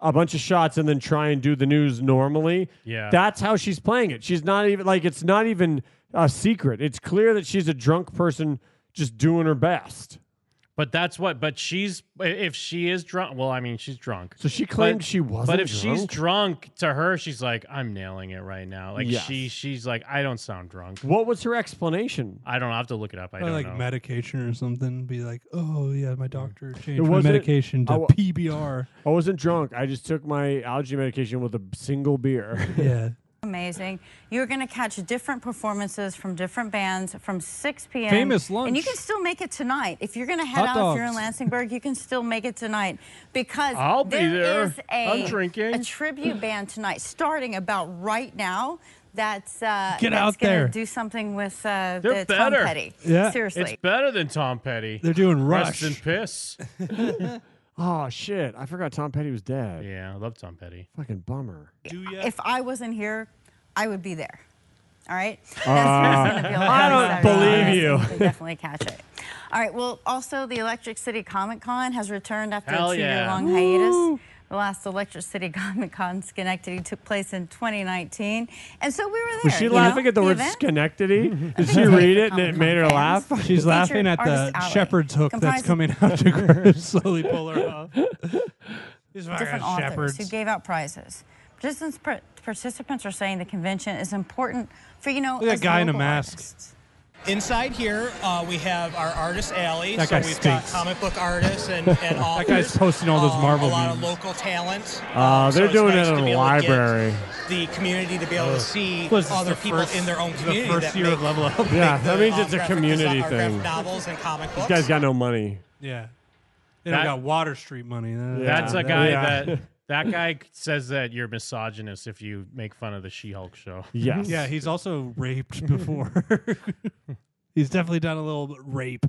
Speaker 4: a bunch of shots and then try and do the news normally.
Speaker 6: Yeah.
Speaker 4: that's how she's playing it. She's not even like it's not even a secret. It's clear that she's a drunk person just doing her best.
Speaker 6: But that's what. But she's if she is drunk. Well, I mean, she's drunk.
Speaker 4: So she claimed she wasn't
Speaker 6: But if she's
Speaker 4: drunk?
Speaker 6: drunk, to her, she's like, I'm nailing it right now. Like
Speaker 4: Yes.
Speaker 6: she, she's like, I don't sound drunk.
Speaker 4: What was her explanation?
Speaker 6: I don't. know. I have to look it up. I
Speaker 5: Or
Speaker 6: don't
Speaker 5: like
Speaker 6: know.
Speaker 5: medication or something. Be like, oh yeah, my doctor changed my
Speaker 4: wasn't-
Speaker 5: medication to
Speaker 4: I wa-
Speaker 16: *laughs*
Speaker 5: PBR.
Speaker 4: I wasn't drunk. I just took my allergy medication with a single beer.
Speaker 5: *laughs* Yeah.
Speaker 13: Amazing. You're going to catch different performances from different bands from 6 p.m.
Speaker 5: Famous
Speaker 13: And you
Speaker 5: lunch.
Speaker 13: can still make it tonight. If you're going to head
Speaker 5: Hot
Speaker 13: out, if you're in Lansingburg, you can still make it tonight because
Speaker 6: I'll be
Speaker 13: there
Speaker 6: there.
Speaker 13: is a,
Speaker 6: I'm drinking.
Speaker 13: a tribute band tonight starting about right now. That's uh,
Speaker 6: Get
Speaker 13: that's
Speaker 6: out
Speaker 13: gonna
Speaker 6: there.
Speaker 13: Do something with uh,
Speaker 6: They're
Speaker 13: the
Speaker 6: better.
Speaker 13: Tom Petty. seriously.
Speaker 6: It's better than Tom Petty.
Speaker 5: They're doing
Speaker 6: Rest
Speaker 5: Rush.
Speaker 6: in
Speaker 4: *laughs*
Speaker 6: piss.
Speaker 4: oh shit! I forgot Tom Petty was dead.
Speaker 6: Yeah, I love Tom Petty.
Speaker 4: Fucking bummer.
Speaker 13: If I wasn't here, I would be there. All right.
Speaker 4: Uh,
Speaker 13: That's gonna be a lot
Speaker 4: I don't
Speaker 13: of
Speaker 4: believe
Speaker 13: Saturday.
Speaker 4: you.
Speaker 13: You can definitely catch it. All right. Well, also the Electric City Comic Con has returned after
Speaker 6: Hell
Speaker 13: a two-year-long
Speaker 6: yeah.
Speaker 13: hiatus. The last Electric City *laughs* Comic Con Schenectady took place in 2019, and so we were there.
Speaker 4: Was she
Speaker 13: you
Speaker 4: laughing
Speaker 13: know,
Speaker 4: at the word
Speaker 13: event.
Speaker 4: Schenectady? Did she read it and it made her laugh?
Speaker 5: She's laughing at the shepherd's hook that's coming out
Speaker 16: *laughs*
Speaker 5: to *laughs* her. slowly pull her off. These fucking
Speaker 13: different authors who
Speaker 5: shepherds.
Speaker 13: gave out prizes. Participants, par- participants are saying the convention is important for you know.
Speaker 5: Look at
Speaker 13: us
Speaker 5: that guy in a
Speaker 13: local
Speaker 5: mask.
Speaker 16: Inside here, uh, we have our artist alley.
Speaker 5: That
Speaker 16: so
Speaker 5: guy
Speaker 16: we've
Speaker 5: stinks.
Speaker 16: got comic book artists and, and
Speaker 5: *laughs* That
Speaker 16: authors.
Speaker 5: guy's posting all those
Speaker 16: um,
Speaker 5: Marvel
Speaker 16: A lot
Speaker 5: memes.
Speaker 16: of local talent. Um,
Speaker 4: Uh, they're
Speaker 16: so it's
Speaker 4: doing
Speaker 16: nice
Speaker 4: it
Speaker 16: to
Speaker 4: in
Speaker 16: be
Speaker 4: a
Speaker 16: able to get
Speaker 4: library.
Speaker 16: The community to be able
Speaker 4: Ugh.
Speaker 16: to see
Speaker 4: What is this,
Speaker 16: other
Speaker 4: the
Speaker 16: people
Speaker 4: first-
Speaker 16: in their own
Speaker 4: the
Speaker 16: community.
Speaker 4: first
Speaker 16: that
Speaker 4: year of
Speaker 16: make-
Speaker 4: Level Up?
Speaker 16: make
Speaker 4: Yeah,
Speaker 16: the,
Speaker 4: that means
Speaker 16: um,
Speaker 4: it's a
Speaker 16: graphic
Speaker 4: community
Speaker 16: design- or graphic
Speaker 4: thing.
Speaker 16: novels and comic
Speaker 4: These
Speaker 16: books.
Speaker 4: guys got no money.
Speaker 5: Yeah. They don't
Speaker 6: That-
Speaker 5: got Water Street money. Uh,
Speaker 6: That's a
Speaker 5: that-
Speaker 6: guy
Speaker 5: yeah. *laughs*
Speaker 6: that that guy says that you're misogynist if you make fun of the She-Hulk show.
Speaker 5: Yeah, he's also raped *laughs* before. he's definitely done a little rape.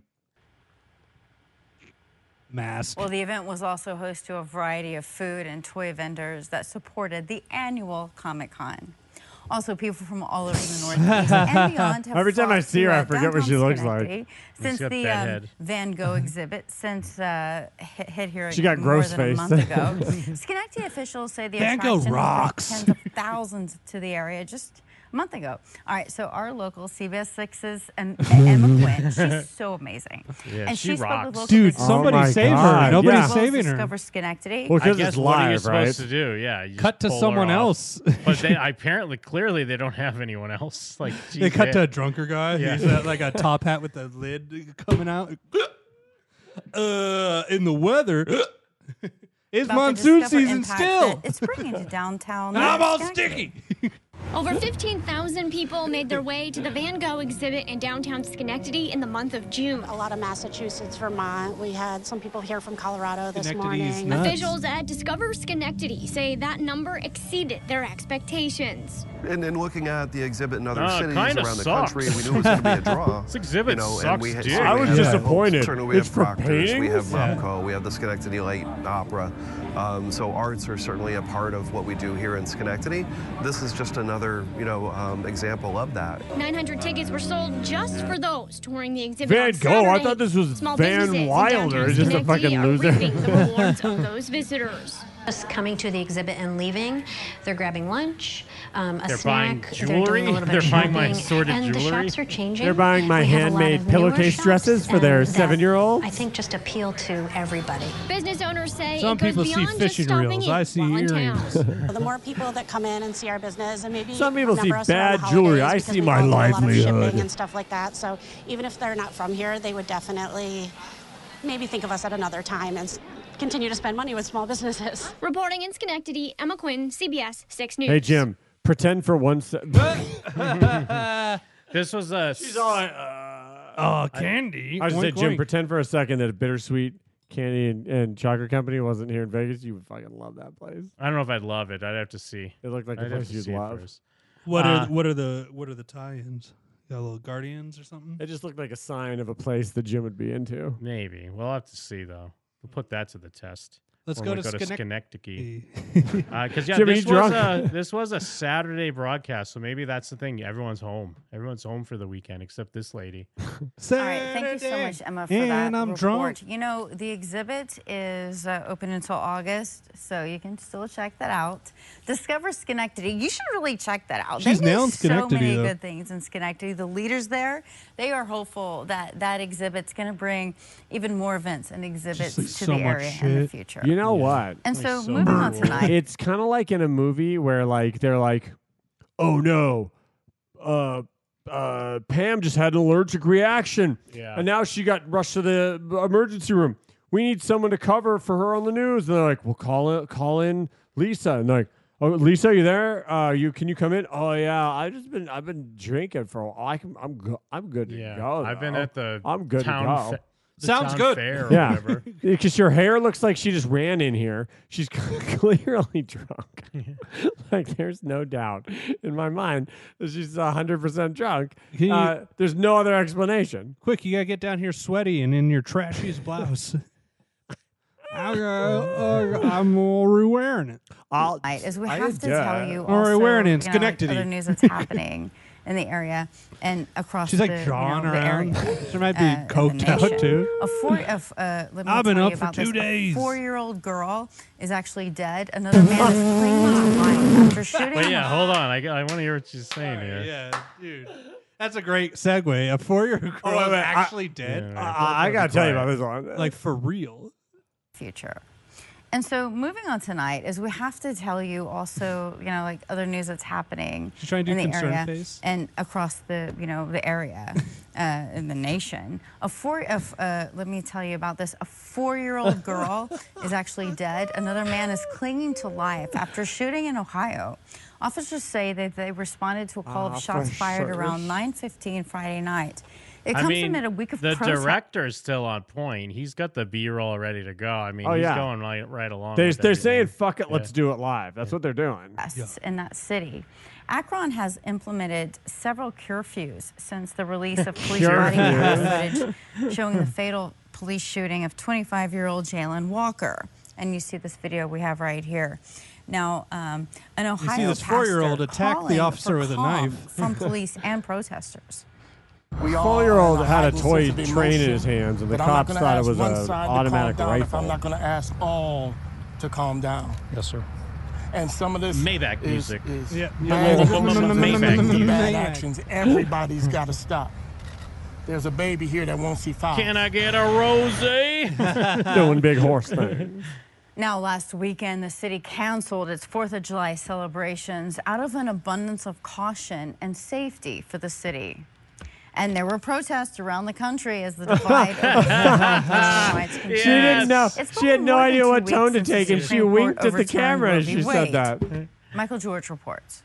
Speaker 5: mask.
Speaker 13: Well, the event was also host to a variety of food and toy vendors that supported the annual Comic Con. Also, people from all over the
Speaker 4: *laughs*
Speaker 13: Northeast and beyond have
Speaker 4: Every time I
Speaker 13: flocked
Speaker 4: see her,
Speaker 13: to, uh,
Speaker 4: I forget what she
Speaker 13: downtown
Speaker 4: looks like.
Speaker 13: Schenectady
Speaker 4: She's
Speaker 13: Since
Speaker 4: got
Speaker 13: the
Speaker 4: bad
Speaker 13: um,
Speaker 4: head. *laughs*
Speaker 13: Van Gogh exhibit, since uh, hit, hit here
Speaker 4: She got
Speaker 13: more
Speaker 4: gross
Speaker 13: than a
Speaker 4: face.
Speaker 13: month
Speaker 4: *laughs*
Speaker 13: ago, Schenectady officials say the
Speaker 5: Van Gogh
Speaker 13: attraction
Speaker 5: rocks.
Speaker 13: brought tens of thousands to the area just a month ago. All right, so our local CBS Sixes and Emma Quinn,
Speaker 4: *laughs*
Speaker 13: she's so amazing,
Speaker 5: Yeah,
Speaker 13: and
Speaker 5: she
Speaker 13: she, Oh spoke with
Speaker 5: rocks.
Speaker 13: local
Speaker 5: Dude,
Speaker 13: executives
Speaker 5: somebody
Speaker 13: as
Speaker 5: save her.
Speaker 13: well
Speaker 5: Nobody's
Speaker 13: as
Speaker 5: saving her.
Speaker 13: Discover Schenectady.
Speaker 5: Well,
Speaker 6: I
Speaker 5: 'cause it's
Speaker 6: guess what are you
Speaker 5: live, right?
Speaker 6: supposed to do? Yeah, you
Speaker 5: Cut
Speaker 6: just
Speaker 5: to
Speaker 6: pull her
Speaker 5: someone
Speaker 6: off.
Speaker 5: else. *laughs*
Speaker 6: but they *laughs* apparently, clearly, they don't have anyone else. *laughs* Like
Speaker 5: They
Speaker 6: geez,
Speaker 5: cut
Speaker 6: they-
Speaker 5: to a drunker guy.
Speaker 6: Yeah.
Speaker 5: He's got like a top hat with the lid coming out. *laughs* Uh, in the weather. *laughs* It's
Speaker 13: about the
Speaker 5: monsoon
Speaker 13: Discover
Speaker 5: season
Speaker 13: impact
Speaker 5: still.
Speaker 13: that It's bringing to
Speaker 5: *laughs*
Speaker 13: downtown.
Speaker 5: I'm all
Speaker 13: Schenectady.
Speaker 17: Over 15,000 people made their way to the Van Gogh exhibit in downtown Schenectady in the month of June.
Speaker 18: A lot of Massachusetts, Vermont. We had some people here from Colorado this
Speaker 17: Schenectady
Speaker 5: is
Speaker 18: morning.
Speaker 5: nuts.
Speaker 17: Officials at Discover Schenectady say that number exceeded their expectations.
Speaker 19: And in looking at the exhibit in other
Speaker 6: Uh,
Speaker 19: cities
Speaker 6: kinda
Speaker 19: around the country,
Speaker 6: sucks.
Speaker 19: we knew it was going to be a draw.
Speaker 6: This exhibit sucks
Speaker 19: we, ha-
Speaker 6: dick.
Speaker 19: we
Speaker 6: I was
Speaker 19: have
Speaker 4: disappointed.
Speaker 19: Turner, we
Speaker 4: It's
Speaker 19: have
Speaker 4: for
Speaker 19: Proctor's, we have
Speaker 4: paintings? Yeah.
Speaker 19: Momco, we have the Schenectady Light Opera. Um, so arts are certainly a part of what we do here in Schenectady. This is just another, you know, um, example of that.
Speaker 17: 900 tickets were sold just for those touring the exhibit.
Speaker 19: Van
Speaker 17: on
Speaker 19: Gogh? I
Speaker 17: Saturday.
Speaker 19: thought this was
Speaker 17: Small
Speaker 19: Van
Speaker 17: businesses in
Speaker 19: Wilder,
Speaker 17: downtown
Speaker 19: just a
Speaker 17: Schenectady
Speaker 19: fucking
Speaker 17: are
Speaker 19: loser.
Speaker 17: reaping the rewards
Speaker 8: Hmm.
Speaker 17: of those visitors.
Speaker 20: Just coming to the exhibit and leaving, they're grabbing lunch, um, a
Speaker 17: They're
Speaker 20: snack,
Speaker 17: buying
Speaker 20: they're doing
Speaker 17: jewelry?
Speaker 20: a little bit
Speaker 17: They're
Speaker 20: of
Speaker 17: buying
Speaker 20: shopping,
Speaker 17: my assorted
Speaker 20: and
Speaker 17: jewelry?
Speaker 20: the shops are changing.
Speaker 4: They're buying my
Speaker 20: We have a lot
Speaker 4: handmade
Speaker 20: of newer
Speaker 4: pillowcase
Speaker 20: shops,
Speaker 4: dresses for their
Speaker 20: and that,
Speaker 4: seven-year-olds.
Speaker 20: I think just appeal to everybody.
Speaker 17: Business owners say
Speaker 4: Some
Speaker 17: it goes
Speaker 4: people see
Speaker 17: beyond just
Speaker 4: fishing
Speaker 17: stopping
Speaker 4: reels.
Speaker 17: in
Speaker 4: I see
Speaker 17: while in
Speaker 4: earrings. *laughs*
Speaker 17: town.
Speaker 18: Well, the more people that come in and see our business, and maybe
Speaker 4: Some people
Speaker 18: number
Speaker 4: see
Speaker 18: us around the
Speaker 4: bad jewelry.
Speaker 18: holidays
Speaker 4: I
Speaker 18: because
Speaker 4: see
Speaker 18: we
Speaker 4: my
Speaker 18: go through a lot of
Speaker 4: livelihood.
Speaker 18: shipping and stuff like that. So even if they're not from here, they would definitely maybe think of us at another time and s- continue to spend money with small businesses.
Speaker 17: Reporting in Schenectady, Emma Quinn, CBS 6 News.
Speaker 4: Hey, Jim, pretend for one second.
Speaker 6: *laughs* this was a. She's all. Uh,
Speaker 4: Oh,
Speaker 6: candy.
Speaker 4: I just said,
Speaker 6: Oink,
Speaker 4: Jim,
Speaker 6: oink.
Speaker 4: pretend for a second that a bittersweet candy and, and chocolate company wasn't here in Vegas. You would fucking love that place.
Speaker 6: I don't know if I'd love it. I'd have to see.
Speaker 4: It looked like a
Speaker 6: I'd have
Speaker 4: place
Speaker 6: to
Speaker 4: you'd
Speaker 6: see it
Speaker 4: love.
Speaker 6: first.
Speaker 5: What
Speaker 6: Uh,
Speaker 5: are what are the what are the tie-ins? Got little guardians or something?
Speaker 4: It just looked like a sign of a place that Jim would be into.
Speaker 6: Maybe we'll have to see though. We'll put that to the test.
Speaker 5: Let's
Speaker 6: when
Speaker 5: go
Speaker 6: we
Speaker 5: to
Speaker 6: Schenectady.
Speaker 5: *laughs* Schenectady.
Speaker 6: Because yeah,
Speaker 4: Jimmy,
Speaker 6: this
Speaker 4: you
Speaker 6: was
Speaker 4: drunk?
Speaker 6: a this was a Saturday broadcast, so maybe that's the thing. Everyone's home. Everyone's home for the weekend except
Speaker 5: *laughs*
Speaker 6: this lady.
Speaker 13: All right, thank you so
Speaker 5: Saturday,
Speaker 13: much, Emma, for that
Speaker 5: and I'm
Speaker 13: report.
Speaker 5: drunk.
Speaker 13: You know, the exhibit is uh, open until August, so you can still check that out. Discover Schenectady. You should really check that out.
Speaker 5: She's
Speaker 13: they
Speaker 5: now
Speaker 13: do
Speaker 5: in
Speaker 13: so
Speaker 5: Schenectady,
Speaker 13: many
Speaker 5: though.
Speaker 13: good things in Schenectady. The leaders there, they are hopeful that that exhibit's going to bring even more events and exhibits to
Speaker 4: so
Speaker 13: the
Speaker 4: much
Speaker 13: area in the future.
Speaker 4: You know what?
Speaker 13: And Like, so so moving on much. tonight.
Speaker 4: It's kind of like in a movie where like they're like, "Oh no, uh, uh, Pam just had an allergic reaction,
Speaker 6: Yeah.
Speaker 4: and now she got rushed to the emergency room. We need someone to cover for her on the news." And they're like, "Well, call in, call in Lisa," and they're like. Oh, Lisa, you there? Uh, you can you come in? Oh yeah, I've just been I've been drinking for a while. I can, I'm go- I'm good to go.
Speaker 6: I've been
Speaker 4: though.
Speaker 6: at the
Speaker 4: I'm good
Speaker 6: town
Speaker 4: to go.
Speaker 6: fa- the Sounds town good. fair or
Speaker 4: *laughs*
Speaker 6: whatever.
Speaker 4: because your hair looks like she just ran in here. She's *laughs* clearly drunk. *laughs* like there's no doubt in my mind that she's hundred percent drunk.
Speaker 5: you-
Speaker 4: Uh, there's no other explanation.
Speaker 5: Quick, you gotta get down here sweaty and in your
Speaker 4: *laughs*
Speaker 5: trashiest blouse. I, uh, uh, I'm already wearing it.
Speaker 4: I'll,
Speaker 13: Right, as we have to tell you
Speaker 5: I'm already
Speaker 13: also,
Speaker 5: wearing it. It's
Speaker 13: you know, like,
Speaker 5: Schenectady.
Speaker 13: other
Speaker 5: *laughs*
Speaker 13: news that's happening in the area and across
Speaker 5: She's
Speaker 13: the, you
Speaker 5: like
Speaker 13: know,
Speaker 5: drawing
Speaker 13: the
Speaker 5: around.
Speaker 13: area.
Speaker 5: *laughs* She might be
Speaker 13: uh, in the
Speaker 5: coked out
Speaker 13: nation.
Speaker 5: too.
Speaker 13: A four, a f- uh, let me
Speaker 5: I've been
Speaker 13: tell
Speaker 5: up
Speaker 13: you
Speaker 5: for
Speaker 13: about
Speaker 5: two
Speaker 13: this.
Speaker 5: days.
Speaker 13: A four-year-old girl is actually dead. Another man is clinging to life
Speaker 5: *laughs*
Speaker 13: after shooting.
Speaker 6: But yeah, hold on. I, I want to hear what she's saying here.
Speaker 5: Yeah, dude. That's a great segue. A four-year-old girl
Speaker 4: wait,
Speaker 5: is
Speaker 4: wait, I-
Speaker 5: actually dead.
Speaker 4: Yeah. I- I gotta tell you about this one.
Speaker 5: Like for real.
Speaker 13: Future. And so, moving on tonight is we have to tell you also, you know, like other news that's happening
Speaker 5: She's trying to
Speaker 13: in
Speaker 5: do
Speaker 13: the
Speaker 5: concern
Speaker 13: area
Speaker 5: face.
Speaker 13: and across the, you know,
Speaker 5: *laughs*
Speaker 13: the area, uh, in the nation. A four, a f- uh, let me tell you about this.
Speaker 5: *laughs*
Speaker 13: A four-year-old girl is actually dead. Another man is clinging to life after shooting in Ohio. Officers say that they responded to a call
Speaker 5: Ah,
Speaker 13: of shots fired
Speaker 6: Officers.
Speaker 13: around 9:15 Friday night. It
Speaker 6: I
Speaker 13: comes
Speaker 6: mean,
Speaker 13: amid a week of
Speaker 6: the
Speaker 13: protest.
Speaker 6: director's still on point. He's got the B-roll ready to go. I mean,
Speaker 4: Oh,
Speaker 6: he's
Speaker 4: yeah.
Speaker 6: going right, right along.
Speaker 4: They
Speaker 6: with
Speaker 4: they're
Speaker 6: everything.
Speaker 4: saying fuck it,
Speaker 6: Yeah.
Speaker 4: let's do it live. That's what they're doing.
Speaker 13: arrests in that city. Akron has implemented
Speaker 5: *laughs*
Speaker 13: several curfews since the release of police
Speaker 4: Curfews.
Speaker 13: body camera footage showing the fatal police shooting of 25 year old Jalen Walker. And you see this video we have right here. Now, um, an
Speaker 5: see
Speaker 13: Ohio
Speaker 5: this
Speaker 13: pastor
Speaker 5: four-year-old attack the
Speaker 13: calling for
Speaker 5: officer with a
Speaker 13: calm
Speaker 5: knife.
Speaker 13: from police and protesters.
Speaker 4: Four-year-old had a toy
Speaker 21: sensitive
Speaker 4: train in
Speaker 21: emotion,
Speaker 4: his hands, and the
Speaker 21: but I'm not
Speaker 4: cops
Speaker 21: gonna
Speaker 4: thought it
Speaker 21: ask
Speaker 4: was
Speaker 21: one
Speaker 4: an
Speaker 21: side to calm
Speaker 4: automatic
Speaker 21: down if I'm
Speaker 4: rifle.
Speaker 21: not going to ask all to calm down.
Speaker 5: Yes, sir.
Speaker 21: And some of this
Speaker 6: Maybach
Speaker 21: is,
Speaker 6: music.
Speaker 21: is
Speaker 6: Yeah.
Speaker 21: bad,
Speaker 6: Maybach music.
Speaker 21: bad actions.
Speaker 4: *laughs*
Speaker 21: Everybody's got to stop. There's a baby here that won't see fire.
Speaker 6: Can I get a rosé?
Speaker 4: *laughs* Doing big horse thing.
Speaker 13: Now, last weekend, the city canceled its 4th of July celebrations out of an abundance of caution and safety for the city. And there were protests around the country as
Speaker 4: *laughs*
Speaker 13: the divide.
Speaker 4: she didn't know. She had no idea what tone to take, and she winked at the camera as
Speaker 13: as
Speaker 4: she said that.
Speaker 13: Michael George reports.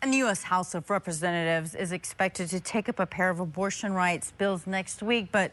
Speaker 13: And the U.S. House of Representatives is expected to take up a pair of abortion rights bills next week, but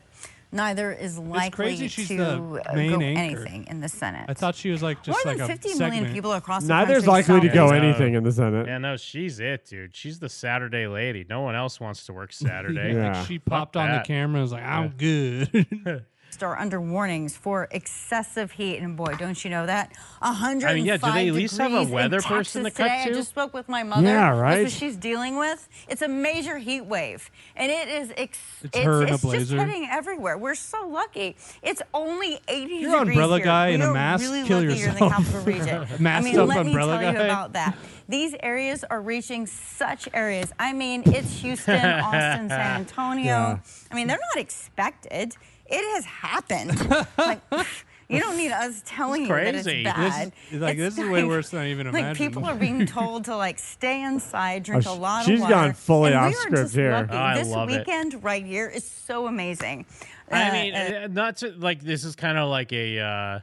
Speaker 13: neither is likely
Speaker 5: crazy she's
Speaker 13: to
Speaker 5: the
Speaker 13: uh,
Speaker 5: main
Speaker 13: go
Speaker 5: anchor.
Speaker 13: anything in the Senate.
Speaker 5: I thought she was like just
Speaker 13: More
Speaker 5: like
Speaker 13: than
Speaker 5: a
Speaker 13: 50
Speaker 5: segment.
Speaker 13: million people across the
Speaker 4: Neither's
Speaker 13: country
Speaker 4: likely to
Speaker 13: saw
Speaker 4: go
Speaker 13: it.
Speaker 4: anything in the Senate.
Speaker 6: uh, Yeah, no, she's it, dude. She's the Saturday lady. No one else wants to
Speaker 4: *laughs*
Speaker 6: work Saturday.
Speaker 5: *laughs* Like, she popped on the camera and was like, I'm
Speaker 6: *laughs*
Speaker 5: good.
Speaker 13: are under warnings for excessive heat, and boy, don't you know that? 105
Speaker 6: I mean, yeah, do they at least have a
Speaker 13: degrees in
Speaker 6: weather
Speaker 13: Texas
Speaker 6: person to cut
Speaker 13: today.
Speaker 6: to?
Speaker 13: I just spoke with my mother.
Speaker 6: Yeah,
Speaker 13: That's
Speaker 6: right.
Speaker 13: what she's dealing with. It's a major heat wave, and it is. Ex-
Speaker 5: It's her in a
Speaker 13: just
Speaker 5: blazer.
Speaker 13: hitting everywhere. We're so lucky. It's only 80
Speaker 5: You're
Speaker 13: degrees
Speaker 5: umbrella
Speaker 13: here.
Speaker 5: guy
Speaker 13: We
Speaker 5: in a
Speaker 13: are *laughs*
Speaker 5: mask,
Speaker 13: Really
Speaker 5: kill
Speaker 13: lucky You're in
Speaker 5: yourself.
Speaker 13: the
Speaker 5: *laughs*
Speaker 13: capital region. I
Speaker 5: Masked
Speaker 13: mean,
Speaker 5: up
Speaker 13: let
Speaker 5: umbrella
Speaker 13: me tell
Speaker 5: guy.
Speaker 13: you about that. These areas are reaching such areas. I mean, it's
Speaker 5: *laughs*
Speaker 13: Houston, Austin, San Antonio.
Speaker 5: Yeah.
Speaker 13: I mean, they're not expected. It has happened.
Speaker 5: *laughs*
Speaker 13: like, *laughs* you don't need us telling you that it's bad.
Speaker 5: This is, like
Speaker 13: It's
Speaker 5: this is way
Speaker 13: like-
Speaker 5: worse than I even
Speaker 13: *laughs* Like
Speaker 5: imagined.
Speaker 13: people
Speaker 5: *laughs*
Speaker 13: are being told to like stay inside, drink
Speaker 5: Oh,
Speaker 13: a
Speaker 5: sh-
Speaker 13: lot
Speaker 5: she's
Speaker 13: of water.
Speaker 5: gone fully
Speaker 13: and
Speaker 5: off
Speaker 13: we are
Speaker 5: script
Speaker 13: just
Speaker 5: here.
Speaker 13: lucky.
Speaker 6: Oh, I
Speaker 13: this
Speaker 6: love it.
Speaker 13: weekend right here is so amazing.
Speaker 6: I
Speaker 13: Uh,
Speaker 6: mean,
Speaker 13: uh,
Speaker 6: uh, not to like this is kind of like a uh,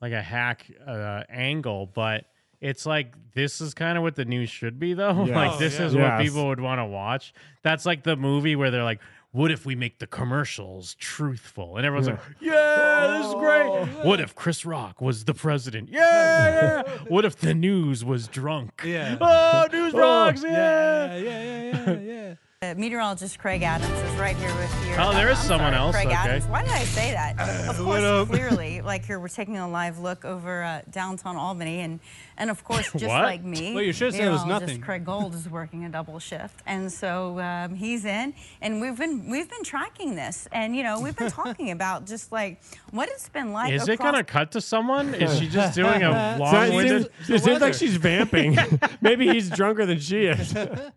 Speaker 6: like a hack uh, angle, but it's like this is kind of what the news should be, though. *laughs*
Speaker 4: Yes.
Speaker 6: Like this
Speaker 4: Oh,
Speaker 6: is
Speaker 4: yeah.
Speaker 6: what
Speaker 4: Yes.
Speaker 6: people would want to watch. That's like the movie where they're like, "What if we make the commercials truthful?" And everyone's
Speaker 4: Yeah. Oh.
Speaker 6: like, "Yeah, this is great." What if Chris Rock was the president? Yeah.
Speaker 4: *laughs*
Speaker 6: yeah. what if the news was drunk? Yeah. Oh, news
Speaker 13: Oh,
Speaker 6: rocks.
Speaker 13: yeah,
Speaker 6: Yeah.
Speaker 13: *laughs* Uh, meteorologist Craig Adams is right here with you.
Speaker 6: Oh, there is
Speaker 13: I'm
Speaker 6: someone
Speaker 13: sorry,
Speaker 6: else,
Speaker 13: Craig
Speaker 6: okay.
Speaker 13: Adams. Why did I say that?
Speaker 5: Uh,
Speaker 13: of
Speaker 6: what
Speaker 13: course,
Speaker 6: up?
Speaker 5: *laughs*
Speaker 13: clearly, like here, we're taking a live look over uh, downtown Albany, and and of course, just
Speaker 5: What?
Speaker 13: like me,
Speaker 5: Well, you should've said it was
Speaker 13: meteorologist
Speaker 5: nothing.
Speaker 13: Craig Gold is working a double shift, and so um, he's in, and we've been we've been tracking this, and you know, we've been
Speaker 5: *laughs*
Speaker 13: talking about just like what it's been like.
Speaker 6: Is it
Speaker 13: across-
Speaker 6: gonna cut to someone? Is she
Speaker 22: *laughs*
Speaker 6: just doing a
Speaker 4: *laughs* So it
Speaker 6: long-winded?
Speaker 4: seems- it seems
Speaker 6: *laughs*
Speaker 4: like she's vamping. *laughs* *laughs* Maybe he's drunker than she is.
Speaker 13: the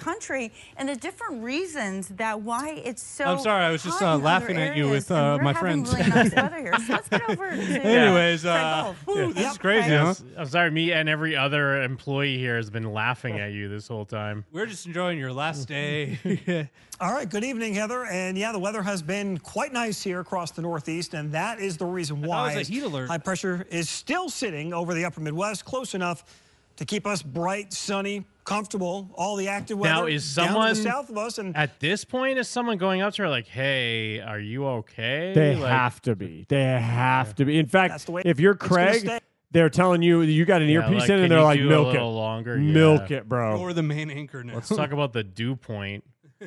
Speaker 13: country and the different reasons that why it's so.
Speaker 5: I'm sorry, I was just
Speaker 13: hot
Speaker 5: uh,
Speaker 13: in
Speaker 5: laughing
Speaker 13: other
Speaker 5: at you
Speaker 13: areas,
Speaker 5: with
Speaker 13: and
Speaker 5: uh,
Speaker 13: we're
Speaker 5: my
Speaker 13: having
Speaker 5: friends.
Speaker 13: really nice weather here. So let's get
Speaker 5: *laughs*
Speaker 13: over to
Speaker 4: *laughs*
Speaker 5: Anyways,
Speaker 13: Fred
Speaker 5: uh,
Speaker 13: Gold.
Speaker 22: oh,
Speaker 5: yeah,
Speaker 13: Ooh,
Speaker 5: this
Speaker 13: oh, yep,
Speaker 5: is crazy,
Speaker 13: Fred.
Speaker 5: huh?
Speaker 6: I'm sorry, me and every other employee here has been laughing at you this whole time.
Speaker 5: We're just enjoying your *laughs* last day.
Speaker 22: All right, good evening, Heather. And yeah, the weather has been quite nice here across the Northeast, and that is the reason why
Speaker 5: was a heat alert.
Speaker 22: high pressure is still sitting over the upper Midwest, close enough to keep us bright, sunny, comfortable, all the active weather
Speaker 6: Now, is
Speaker 22: down
Speaker 6: someone
Speaker 22: to the south of us. And
Speaker 6: at this point? Is someone going up to her like, "Hey, are you okay?"
Speaker 4: They
Speaker 6: Like,
Speaker 4: have to be. They have to be. In
Speaker 6: That's
Speaker 4: fact,
Speaker 6: the way
Speaker 4: if you're
Speaker 6: it's gonna
Speaker 4: Craig,
Speaker 6: stay.
Speaker 4: they're telling you you got an
Speaker 6: Yeah,
Speaker 4: earpiece
Speaker 6: like,
Speaker 4: in,
Speaker 6: "Can
Speaker 4: and they're
Speaker 6: you
Speaker 4: like,
Speaker 6: do a
Speaker 4: milk it,
Speaker 6: little longer?
Speaker 4: milk
Speaker 6: Yeah.
Speaker 4: it, bro.
Speaker 5: Or the main anchor now.
Speaker 6: Let's talk about the dew point.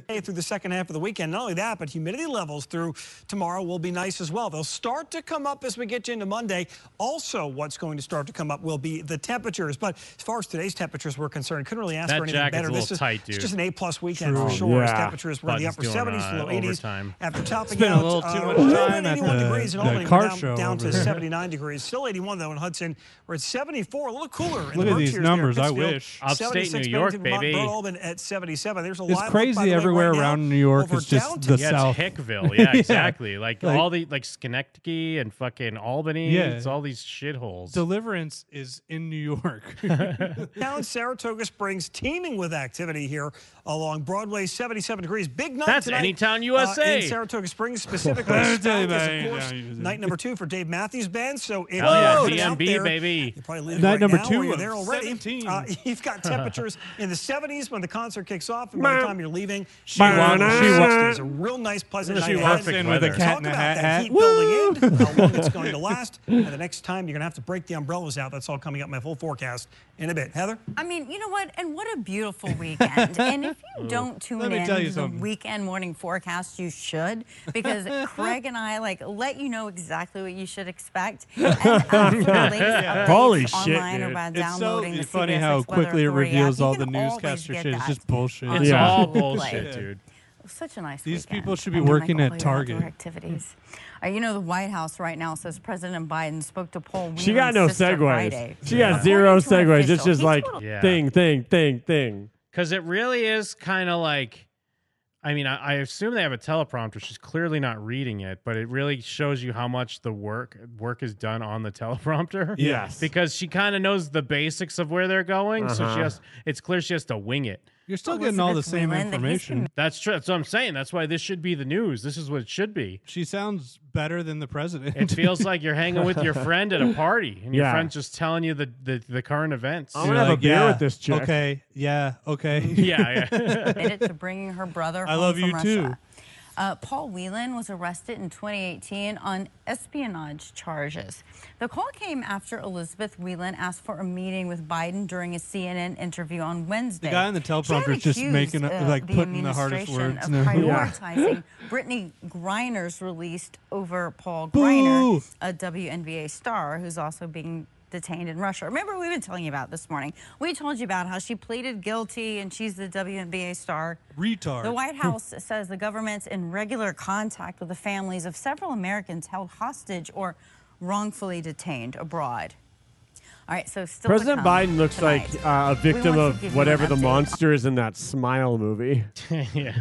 Speaker 22: Hey, through the second half of the weekend. Not only that, but humidity levels through tomorrow will be nice as well. They'll start to come up as we get into Monday. Also, what's going to start to come up will be the temperatures. But as far as today's temperatures were concerned, couldn't really ask
Speaker 6: That
Speaker 22: for anything
Speaker 6: jacket's
Speaker 22: better.
Speaker 6: a little
Speaker 22: This is
Speaker 6: tight, dude.
Speaker 22: it's just an A-plus weekend
Speaker 6: True.
Speaker 22: for sure. As
Speaker 6: Yeah.
Speaker 22: Temperatures were in the upper
Speaker 6: Button's doing,
Speaker 22: 70s to low
Speaker 6: uh,
Speaker 22: 80s.
Speaker 6: overtime.
Speaker 22: After topping
Speaker 5: Spent a
Speaker 22: out
Speaker 5: little
Speaker 22: uh,
Speaker 5: too much
Speaker 22: around
Speaker 5: time at
Speaker 22: 81
Speaker 5: the-
Speaker 22: degrees in
Speaker 5: the
Speaker 22: Albany,
Speaker 5: car
Speaker 22: we're down,
Speaker 5: show
Speaker 22: down
Speaker 5: over
Speaker 22: to
Speaker 5: there.
Speaker 22: 79 degrees. Still 81 though in Hudson. We're at 74, a little cooler. in
Speaker 5: Look
Speaker 22: the
Speaker 5: at these
Speaker 22: Berkshires near
Speaker 5: numbers, I
Speaker 22: Pittsfield.
Speaker 5: wish.
Speaker 6: Upstate New
Speaker 22: 76
Speaker 6: York,
Speaker 22: Bennington, Vermont,
Speaker 6: baby.
Speaker 22: Mount Vernon at 77. There's a
Speaker 5: It's
Speaker 22: live look, by the
Speaker 5: crazy
Speaker 22: way,
Speaker 5: everywhere
Speaker 22: right now.
Speaker 5: around New York is just the
Speaker 6: yeah,
Speaker 5: South. *laughs*
Speaker 6: It's Hickville. Yeah, exactly. Like,
Speaker 5: Like-
Speaker 6: all the like Schenectady and fucking Albany.
Speaker 5: Yeah.
Speaker 6: It's all these shitholes.
Speaker 5: Deliverance is in New York.
Speaker 22: *laughs*
Speaker 5: *laughs*
Speaker 22: Down Saratoga Springs, teeming with activity here along Broadway, 77 degrees. Big night
Speaker 6: That's
Speaker 22: tonight.
Speaker 6: Anytown,
Speaker 22: uh,
Speaker 6: USA.
Speaker 22: in Saratoga Springs specifically.
Speaker 6: Let me tell you
Speaker 22: Spunk is,
Speaker 6: about
Speaker 22: of course,
Speaker 6: Anytown, USA.
Speaker 22: night number two for Dave Matthews Band. So if
Speaker 6: Hell yeah,
Speaker 22: you're out
Speaker 6: DMB,
Speaker 22: there,
Speaker 6: baby.
Speaker 22: you're probably leaving
Speaker 5: Night
Speaker 22: right
Speaker 5: number
Speaker 22: now,
Speaker 5: two
Speaker 22: or you're
Speaker 5: of
Speaker 22: there already.
Speaker 5: 17. *laughs*
Speaker 22: *laughs* Uh, you've got temperatures in the 70s when the concert kicks off, and by the time you're leaving, She walks. She walks. There's a real nice, pleasant.
Speaker 5: She
Speaker 22: night
Speaker 5: walks
Speaker 22: ahead.
Speaker 5: in with a cat
Speaker 22: Talk
Speaker 5: in a
Speaker 22: about
Speaker 5: hat
Speaker 22: that
Speaker 5: hat.
Speaker 22: heat building in. How long it's going
Speaker 4: *laughs*
Speaker 22: to last? And the next time you're going to have to break the umbrellas out. That's all coming up. My full forecast in a bit. Heather.
Speaker 13: I mean, you know what? And what a beautiful weekend. and if
Speaker 5: *laughs*
Speaker 13: you
Speaker 22: Ooh.
Speaker 13: don't tune
Speaker 22: Let me
Speaker 13: in
Speaker 22: tell you
Speaker 13: to the
Speaker 22: something.
Speaker 13: weekend morning forecast, you should because Craig and I like let you know exactly what you
Speaker 5: *laughs*
Speaker 13: should expect. And um, for the latest updates
Speaker 5: Holy shit,
Speaker 13: online or
Speaker 5: dude.
Speaker 13: by
Speaker 5: It's so
Speaker 13: downloading the
Speaker 5: funny
Speaker 13: CBS
Speaker 5: how
Speaker 13: Six Weather
Speaker 5: quickly it
Speaker 13: Authority app,
Speaker 5: reveals
Speaker 13: you
Speaker 5: all
Speaker 13: can
Speaker 5: the
Speaker 13: always
Speaker 5: newscaster
Speaker 13: get
Speaker 5: shit. It's
Speaker 13: that.
Speaker 5: just bullshit.
Speaker 13: It's
Speaker 5: Yeah.
Speaker 13: all
Speaker 5: Bullshit,
Speaker 13: replay.
Speaker 5: dude.
Speaker 13: Such a nice.
Speaker 5: These
Speaker 13: weekend.
Speaker 5: people should be
Speaker 13: And, like,
Speaker 5: working at
Speaker 13: all your outdoor
Speaker 5: Target.
Speaker 13: Activities. Uh, you know, the White House right now says President Biden spoke to Paul.
Speaker 4: She got
Speaker 13: Whelan's
Speaker 4: no
Speaker 13: sister
Speaker 4: segues.
Speaker 13: Friday.
Speaker 4: She got zero segues. It's just
Speaker 13: official,
Speaker 4: like
Speaker 13: he told-
Speaker 6: Yeah.
Speaker 4: thing, thing, thing, thing.
Speaker 6: Because it really is kind of like, I mean, I, I assume they have a teleprompter. She's clearly not reading it, but it really shows you how much the work work is done on
Speaker 5: *laughs*
Speaker 6: the *laughs* teleprompter.
Speaker 4: Yes.
Speaker 6: because she kind of knows the basics of where they're going, so
Speaker 4: Uh-huh.
Speaker 6: she has. It's clear she has to wing it.
Speaker 5: You're still getting all the same information.
Speaker 6: That's true. That's what I'm saying. That's why this should be the news. This is what it should be.
Speaker 5: She sounds better than the president.
Speaker 6: It feels like you're hanging with
Speaker 5: *laughs*
Speaker 6: your friend at a party, and your
Speaker 5: Yeah.
Speaker 6: friend's just telling you the the, the current events.
Speaker 5: You're like, yeah, Okay, yeah, okay.
Speaker 6: *laughs* Yeah,
Speaker 13: committed to bringing her brother
Speaker 5: I
Speaker 13: home
Speaker 5: love
Speaker 13: from
Speaker 5: you
Speaker 13: Russia.
Speaker 5: too.
Speaker 13: Uh, Paul Whelan was arrested in 2018 on espionage charges. The call came after Elizabeth Whelan asked for a meeting with Biden during a CNN interview on Wednesday.
Speaker 5: The guy on the teleprompter is
Speaker 13: She
Speaker 5: just
Speaker 13: accused,
Speaker 5: making
Speaker 13: uh,
Speaker 5: up- like
Speaker 13: the
Speaker 5: putting the hardest
Speaker 13: administration
Speaker 5: words
Speaker 13: of
Speaker 5: in there. Yeah.
Speaker 13: prioritizing Brittany Griner's released over Paul
Speaker 5: Boo.
Speaker 13: Griner, a WNBA star who's also being detained in Russia. Remember, we've been telling you about this morning. We told you about how she pleaded guilty and she's the WNBA star.
Speaker 5: *laughs* Retard.
Speaker 13: The White House says the government's in regular contact with the families of several Americans held hostage or wrongfully detained abroad. All right, so still to
Speaker 4: President
Speaker 13: come
Speaker 4: Biden looks
Speaker 13: tonight.
Speaker 4: like uh, a victim
Speaker 13: want to give you
Speaker 4: of
Speaker 13: an
Speaker 4: whatever the
Speaker 13: update.
Speaker 4: monster is in that Smile
Speaker 13: *laughs*
Speaker 4: movie.
Speaker 6: yeah.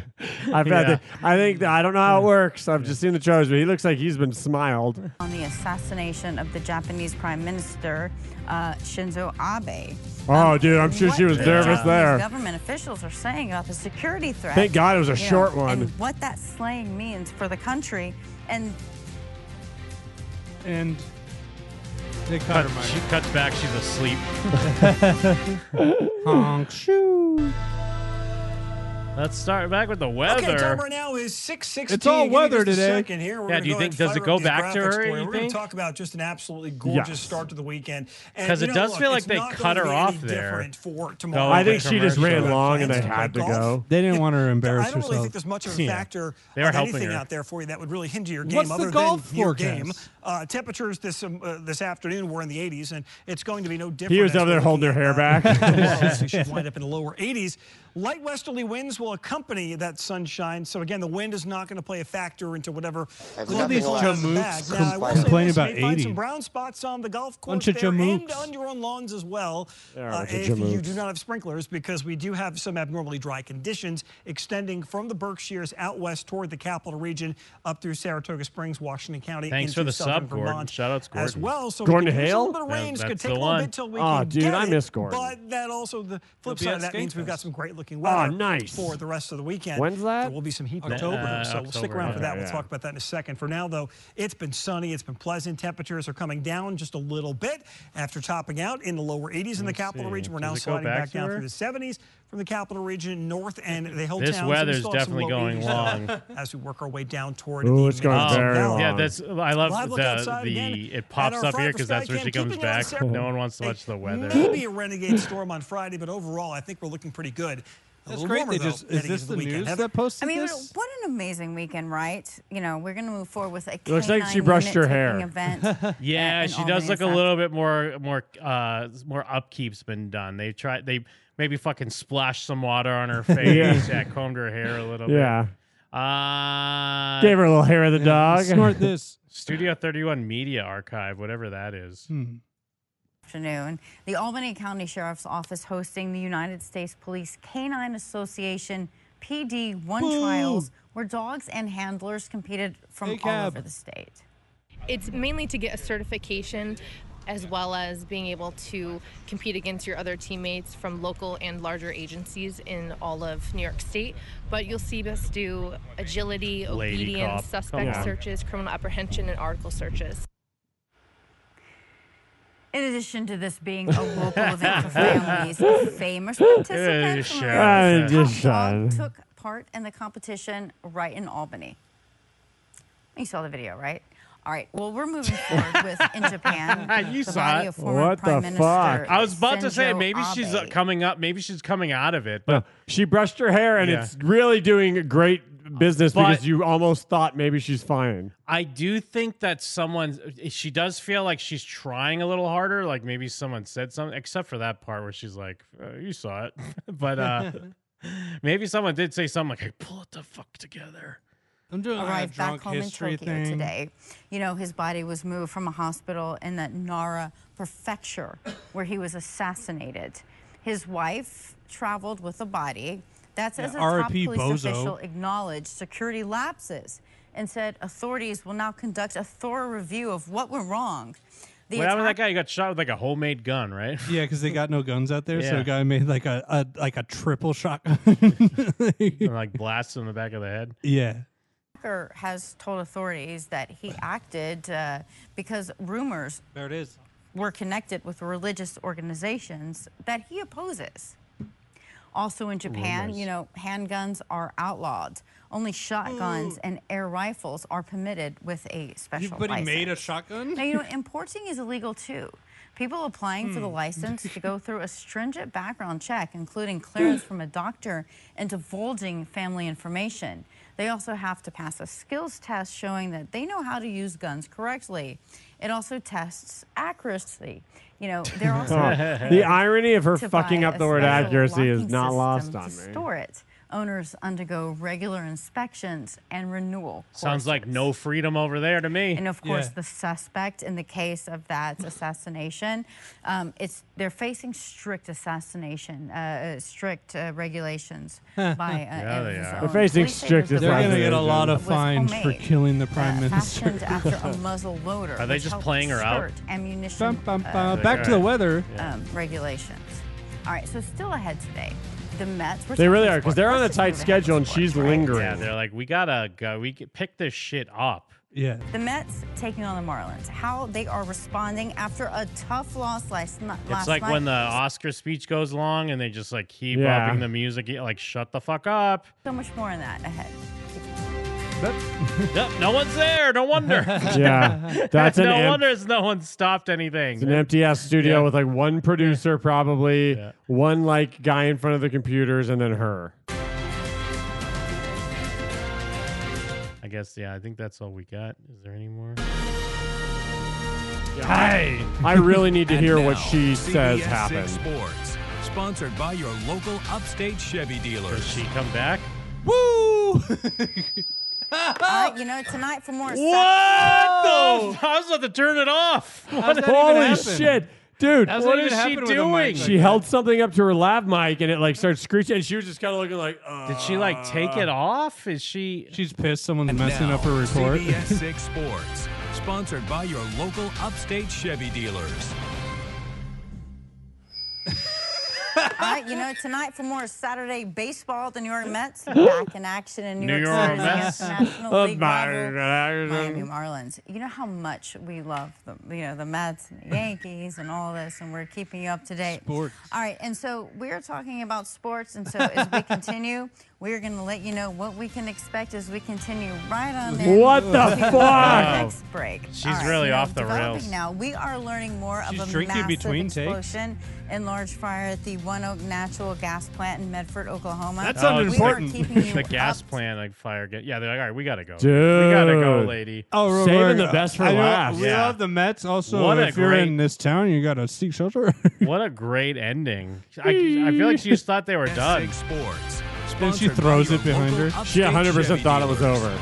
Speaker 4: I've had
Speaker 6: Yeah.
Speaker 4: the- I think I don't know how it works. I've just seen the trailers, but he looks like he's been
Speaker 13: *laughs*
Speaker 4: smiled.
Speaker 13: on the assassination of the Japanese Prime Minister uh, Shinzo Abe.
Speaker 4: Oh, dude, I'm sure she was
Speaker 13: the
Speaker 4: nervous
Speaker 13: Japanese
Speaker 4: there.
Speaker 13: Government officials are saying about the security threat.
Speaker 4: Thank God it was a
Speaker 13: you know,
Speaker 4: short one.
Speaker 13: And what that slaying means for the country, and
Speaker 5: And they cut,
Speaker 6: Cut,
Speaker 5: her mic.
Speaker 6: she cuts back. She's asleep.
Speaker 5: *laughs*
Speaker 6: *laughs*
Speaker 5: Honk shoo.
Speaker 6: Let's start back with the weather.
Speaker 22: Okay, time right now is 6:16.
Speaker 6: It's all
Speaker 22: Give me just
Speaker 6: weather
Speaker 22: a
Speaker 6: today.
Speaker 22: Second here. We're
Speaker 6: Yeah,
Speaker 22: gonna
Speaker 6: do you
Speaker 22: go
Speaker 6: think-
Speaker 22: ahead and
Speaker 6: does it
Speaker 22: fire
Speaker 6: go
Speaker 22: up these
Speaker 6: back to
Speaker 22: graphics
Speaker 6: her,
Speaker 22: for
Speaker 6: you
Speaker 22: We're going
Speaker 6: think?
Speaker 22: to talk about just an absolutely gorgeous
Speaker 6: Yes.
Speaker 22: start to the weekend. And,
Speaker 6: Because
Speaker 22: you
Speaker 6: it
Speaker 22: know,
Speaker 6: does
Speaker 22: look,
Speaker 6: feel like
Speaker 22: it's
Speaker 6: they
Speaker 22: not
Speaker 6: cut
Speaker 22: gonna
Speaker 6: her
Speaker 22: be
Speaker 6: off
Speaker 22: any
Speaker 6: there.
Speaker 22: different For tomorrow.
Speaker 4: I think she just ran
Speaker 6: Oh, commercial.
Speaker 4: long and
Speaker 22: plans
Speaker 4: they
Speaker 22: to
Speaker 4: had to
Speaker 22: play
Speaker 4: go.
Speaker 5: They didn't want her
Speaker 22: I
Speaker 5: embarrass
Speaker 22: don't really think
Speaker 5: herself.
Speaker 22: there's much of a
Speaker 4: Yeah.
Speaker 22: factor
Speaker 4: They were
Speaker 22: of
Speaker 4: helping
Speaker 22: anything
Speaker 4: her.
Speaker 22: out there for you that would really hinder your game.
Speaker 5: What's the
Speaker 22: other
Speaker 5: golf
Speaker 22: than your game.
Speaker 5: forecast?
Speaker 22: Uh, temperatures this um, uh, this afternoon were in the 80s, and it's going to be no different.
Speaker 4: He was
Speaker 22: as
Speaker 4: over there
Speaker 22: we're uh,
Speaker 4: holding her hair
Speaker 5: *laughs*
Speaker 4: back.
Speaker 22: *laughs* tomorrow. So you should wind up in the lower 80s. Light westerly winds will accompany that sunshine. So again, the wind is not going to play a factor into whatever.
Speaker 5: I've got
Speaker 22: club you
Speaker 5: the
Speaker 22: have in the
Speaker 5: chamooks
Speaker 22: bag. Now, I will
Speaker 5: compl-
Speaker 22: say
Speaker 5: complain
Speaker 22: this,
Speaker 5: about
Speaker 22: may find
Speaker 5: 80.
Speaker 22: Some brown spots on the golf course
Speaker 5: Bunch of
Speaker 22: there and
Speaker 5: chamooks.
Speaker 22: on your own lawns as well.
Speaker 5: They're a bunch of
Speaker 22: Uh, if you do
Speaker 5: chamooks.
Speaker 22: not have sprinklers, because we do have some abnormally dry conditions extending from the Berkshires out west toward the capital region up through Saratoga Springs, Washington County.
Speaker 6: Thanks
Speaker 22: into
Speaker 6: for the
Speaker 22: southern
Speaker 6: sub, Gordon.
Speaker 22: Vermont
Speaker 6: Shout outs,
Speaker 22: as
Speaker 6: Gordon.
Speaker 22: well. So
Speaker 4: Gordon
Speaker 22: we could use
Speaker 4: Hale?
Speaker 22: A little bit of
Speaker 6: That-
Speaker 22: rain. It's going
Speaker 6: that's
Speaker 22: to take
Speaker 6: the
Speaker 22: a little
Speaker 6: one.
Speaker 22: bit till we
Speaker 4: Aw,
Speaker 22: can
Speaker 4: dude,
Speaker 22: get
Speaker 4: I
Speaker 22: it,
Speaker 4: miss Gordon.
Speaker 22: But that also the flip
Speaker 5: He'll be
Speaker 22: side
Speaker 5: at
Speaker 22: of that means we've got
Speaker 5: Skankfest.
Speaker 22: some great looking
Speaker 4: Aw,
Speaker 22: weather
Speaker 4: nice.
Speaker 22: for the rest of the weekend.
Speaker 4: When's that?
Speaker 22: There will be some heat in
Speaker 4: October.
Speaker 22: October,
Speaker 4: Uh,
Speaker 22: so we'll stick
Speaker 4: October,
Speaker 22: around for that.
Speaker 4: okay,
Speaker 22: We'll
Speaker 4: yeah.
Speaker 22: talk about that in a second. For now, though, it's been sunny, it's been pleasant. Temperatures are coming down just a little bit after topping out in the lower 80s in the capital
Speaker 6: see.
Speaker 22: region. We're
Speaker 6: Does
Speaker 22: now
Speaker 6: it go
Speaker 22: sliding
Speaker 6: back
Speaker 22: back down
Speaker 6: somewhere?
Speaker 22: through the 70s from the capital region north and the hill
Speaker 6: This
Speaker 22: towns. and we
Speaker 6: weather's
Speaker 22: still have some
Speaker 6: definitely
Speaker 22: low
Speaker 6: going
Speaker 22: 80s *laughs*
Speaker 6: long.
Speaker 22: as we work our way down toward.
Speaker 4: Ooh,
Speaker 22: the
Speaker 4: it's going
Speaker 22: Mason
Speaker 4: very
Speaker 22: Valley.
Speaker 6: Oh, Yeah, that's I love the,
Speaker 22: Live look outside again
Speaker 6: the it
Speaker 22: at
Speaker 6: pops up
Speaker 22: our
Speaker 6: here
Speaker 22: Friday
Speaker 6: because that's where
Speaker 22: Sky
Speaker 6: she
Speaker 22: Cam.
Speaker 6: comes
Speaker 22: Keeping it on
Speaker 6: back.
Speaker 22: Sarah-
Speaker 6: No one wants to watch the weather. *laughs*
Speaker 22: Maybe a renegade storm on Friday, but overall, I think we're looking pretty good. A
Speaker 5: That's
Speaker 22: little
Speaker 5: great.
Speaker 22: warmer,
Speaker 5: They
Speaker 22: though,
Speaker 5: just is
Speaker 22: heading
Speaker 5: this
Speaker 22: into
Speaker 5: the
Speaker 22: weekend.
Speaker 5: news
Speaker 22: Heather?
Speaker 5: that posted
Speaker 13: I mean,
Speaker 5: this?
Speaker 13: what an amazing weekend, right? You know, we're going to move forward with a
Speaker 4: It looks like she
Speaker 13: canine
Speaker 4: brushed her
Speaker 13: unit-taking
Speaker 4: hair.
Speaker 13: Event.
Speaker 6: Yeah,
Speaker 13: in
Speaker 6: she does
Speaker 13: Albany
Speaker 6: look a
Speaker 13: this
Speaker 6: little bit more more uh more upkeep's been done. They tried they maybe fucking splashed some water on
Speaker 4: *laughs*
Speaker 6: her face. yeah. combed her hair a little
Speaker 4: Yeah.
Speaker 6: bit. Uh
Speaker 4: Gave her a little hair of the dog.
Speaker 5: Snort this.
Speaker 6: Studio 31 Media Archive, whatever that is.
Speaker 5: Hmm.
Speaker 13: afternoon, the Albany County Sheriff's Office hosting the United States Police Canine Association PD One
Speaker 3: Boo.
Speaker 13: trials, where dogs and handlers competed from
Speaker 3: Hey,
Speaker 13: all
Speaker 3: Cab.
Speaker 13: over the state.
Speaker 3: It's mainly to get a certification as well as being able to compete against your other teammates from local and larger agencies in all of New York State. But you'll see us do
Speaker 6: Lady
Speaker 3: agility,
Speaker 6: cop,
Speaker 3: obedience,
Speaker 6: come
Speaker 3: suspect
Speaker 6: on.
Speaker 3: searches, criminal apprehension, and article searches.
Speaker 13: In addition to this being a
Speaker 4: *laughs*
Speaker 13: local event for families, famous participants
Speaker 6: It is
Speaker 13: from
Speaker 6: a
Speaker 13: around
Speaker 6: show.
Speaker 13: the country took part in the competition right in Albany. You saw the video, right? All right. Well, we're moving forward with in
Speaker 6: *laughs*
Speaker 13: Japan.
Speaker 6: you
Speaker 13: the
Speaker 6: saw
Speaker 13: body
Speaker 6: it.
Speaker 13: of former Prime Minister
Speaker 6: I was about to say
Speaker 13: Shinzo
Speaker 6: maybe she's uh,
Speaker 13: Abe.
Speaker 6: coming up. Maybe she's coming out of it. But
Speaker 4: No, she brushed her hair, and
Speaker 6: Yeah.
Speaker 4: it's really doing great business
Speaker 6: But-
Speaker 4: because you almost thought maybe she's
Speaker 13: *laughs*
Speaker 4: fine.
Speaker 6: I do think that someone she does feel like she's trying a little harder. Like maybe someone said something, except for that part where she's like, uh, "You saw it," *laughs* but
Speaker 13: *laughs*
Speaker 6: uh, maybe someone did say something like, "Hey, pull it the fuck together."
Speaker 22: I'm doing
Speaker 13: arrived back home in Tokyo today. You know, his body was moved from a hospital in the Nara prefecture where he was assassinated. His wife traveled with the body. That's
Speaker 22: Yeah,
Speaker 13: as a top
Speaker 22: R.I.P.
Speaker 13: police
Speaker 22: bozo.
Speaker 13: official acknowledged security lapses and said authorities will now conduct a thorough review of what went wrong. The
Speaker 6: what happened to
Speaker 13: attack
Speaker 6: that guy? He got shot with like a homemade gun,
Speaker 4: *laughs*
Speaker 6: right?
Speaker 22: Yeah, because they got no guns out there, so
Speaker 6: Yeah.
Speaker 22: a guy made like a, a like a triple shotgun.
Speaker 6: *laughs* and like blasts him in the back of the head.
Speaker 22: yeah,
Speaker 13: Tucker has told authorities that he acted uh, because rumors
Speaker 22: there it is
Speaker 13: were connected with religious organizations that he opposes. Also in Japan,
Speaker 7: Rumors.
Speaker 13: you know, handguns are outlawed. Only shotguns and air rifles are permitted with a special
Speaker 22: but Mm. he
Speaker 13: license.
Speaker 22: made a shotgun.
Speaker 13: Now, you know, importing is illegal too. People applying for the
Speaker 22: Hmm.
Speaker 13: license to go through a stringent background check, including clearance from a doctor and divulging family information. They also have to pass a skills test showing that they know how to use guns correctly. It also tests accuracy. You know, they're also
Speaker 4: Oh, the irony of her
Speaker 13: to
Speaker 4: fucking
Speaker 13: buy
Speaker 4: up
Speaker 13: a
Speaker 4: the word
Speaker 13: special
Speaker 4: accuracy is
Speaker 13: locking
Speaker 4: not lost
Speaker 13: system
Speaker 4: on
Speaker 13: to
Speaker 4: me.
Speaker 13: Store it. Owners undergo regular inspections and renewal.
Speaker 6: Sounds like no freedom over there to me.
Speaker 13: And of course, the suspect in the case of that assassination, um, it's they're facing strict assassination, uh, uh, strict uh,
Speaker 22: *laughs*
Speaker 13: regulations by. Uh,
Speaker 6: Yeah, they
Speaker 13: his
Speaker 6: are.
Speaker 13: own-
Speaker 4: They're facing
Speaker 13: police say
Speaker 4: strict
Speaker 13: this
Speaker 22: They're gonna get a
Speaker 4: assassination.
Speaker 22: lot of
Speaker 13: was
Speaker 22: fines for
Speaker 13: homemade,
Speaker 22: killing the prime
Speaker 13: uh,
Speaker 22: minister.
Speaker 13: fashioned
Speaker 22: *laughs*
Speaker 13: after a muzzle
Speaker 6: *laughs*
Speaker 13: loader.
Speaker 6: Are they
Speaker 13: which
Speaker 6: just
Speaker 13: helped
Speaker 6: playing her out?
Speaker 13: skirt Ammunition.
Speaker 22: Bum, bum,
Speaker 13: uh,
Speaker 22: bum. Back to the weather.
Speaker 13: um, regulations. All right, so still ahead today. The Mets. we're
Speaker 4: They
Speaker 13: talking
Speaker 4: really are
Speaker 13: sports.
Speaker 4: because they're on a
Speaker 13: Let's just
Speaker 4: tight
Speaker 13: move ahead.
Speaker 4: schedule, and she's lingering.
Speaker 6: Yeah, they're like, we gotta go. We can pick this shit up.
Speaker 22: Yeah.
Speaker 13: The Mets taking on the Marlins. How they are responding after a tough loss last, ni- last night.
Speaker 6: It's like when the Oscar speech goes long and they just like keep
Speaker 4: Yeah.
Speaker 6: upping the music. Like, shut the fuck up.
Speaker 13: So much more on that ahead.
Speaker 6: no, no one's there. No wonder.
Speaker 4: *laughs*
Speaker 6: *laughs*
Speaker 4: Yeah, that's an
Speaker 6: no
Speaker 4: em-
Speaker 6: wonder it's no one stopped anything.
Speaker 4: It's an empty ass studio
Speaker 6: Yeah.
Speaker 4: with like one producer, probably one like guy in front of the computers, and then her.
Speaker 6: I guess. Yeah, I think that's all we got. Is there any more?
Speaker 4: Hey! I really need to
Speaker 8: And
Speaker 4: hear
Speaker 8: now,
Speaker 4: what she says
Speaker 8: CBS
Speaker 4: happened.
Speaker 8: 6 Sports, sponsored by your local upstate Chevy dealers. Does she
Speaker 6: come back?
Speaker 22: Woo!
Speaker 13: All
Speaker 6: *laughs*
Speaker 13: right, Uh, you know, tonight for more.
Speaker 6: What?
Speaker 13: Whoa!
Speaker 6: The, I was about to turn it off.
Speaker 22: How's that even
Speaker 4: Holy
Speaker 22: happen?
Speaker 4: shit, dude!
Speaker 6: How's that
Speaker 4: What
Speaker 6: even
Speaker 4: is she
Speaker 6: happen with a mic
Speaker 4: doing?
Speaker 6: like
Speaker 4: She
Speaker 6: that?
Speaker 4: held something up to her lab mic, and it like started screeching, and she was just kind of looking like, "Uh,
Speaker 6: Did she like take it off? Is she?
Speaker 22: She's pissed. Someone's
Speaker 8: And
Speaker 22: messing
Speaker 8: now,
Speaker 22: up her report.
Speaker 8: CBS 6 Sports, sponsored by your local upstate Chevy dealers.
Speaker 13: All
Speaker 6: *laughs*
Speaker 13: right, Uh, you know, tonight for more Saturday baseball, the New York Mets back in action in New,
Speaker 6: New
Speaker 13: York,
Speaker 6: York
Speaker 13: City
Speaker 6: Mets.
Speaker 13: against the National
Speaker 4: Uh,
Speaker 6: Oh,
Speaker 13: League
Speaker 6: my
Speaker 13: rival
Speaker 6: God.
Speaker 13: Miami Marlins. You know how much we love the, you know, the Mets and the Yankees and all this, and we're keeping you up to date.
Speaker 22: Sports.
Speaker 13: All right, and so we're talking about sports, and so as we continue, *laughs* we're going to let you know what we can expect as we continue right on. in
Speaker 4: What the
Speaker 13: to our
Speaker 4: fuck?
Speaker 13: Next break.
Speaker 6: She's
Speaker 13: All right,
Speaker 6: really
Speaker 13: now,
Speaker 6: off the
Speaker 13: developing
Speaker 6: rails.
Speaker 13: Now we are learning more
Speaker 22: She's
Speaker 13: of a
Speaker 22: drinking
Speaker 13: massive
Speaker 22: between takes.
Speaker 13: explosion in large fire at the One Oak Natural Gas Plant in Medford, Oklahoma.
Speaker 6: That
Speaker 13: We are
Speaker 6: sounded important.
Speaker 13: keeping
Speaker 22: *laughs*
Speaker 13: you
Speaker 6: the gas plant like fire. Get, yeah, they're like, all right, we gotta go. we
Speaker 4: Dude.
Speaker 6: gotta go, lady.
Speaker 22: Oh, Roberta,
Speaker 4: Saving the best for
Speaker 22: I know-
Speaker 4: last.
Speaker 22: We
Speaker 6: Yeah.
Speaker 22: love the Mets. Also,
Speaker 6: What a
Speaker 22: if you're
Speaker 6: great-
Speaker 22: in this town, you gotta seek shelter.
Speaker 6: What a great ending. I, I feel like she just thought they *laughs* were done.
Speaker 8: Sports.
Speaker 22: Then she throws it behind her.
Speaker 4: She 100% thought it was over.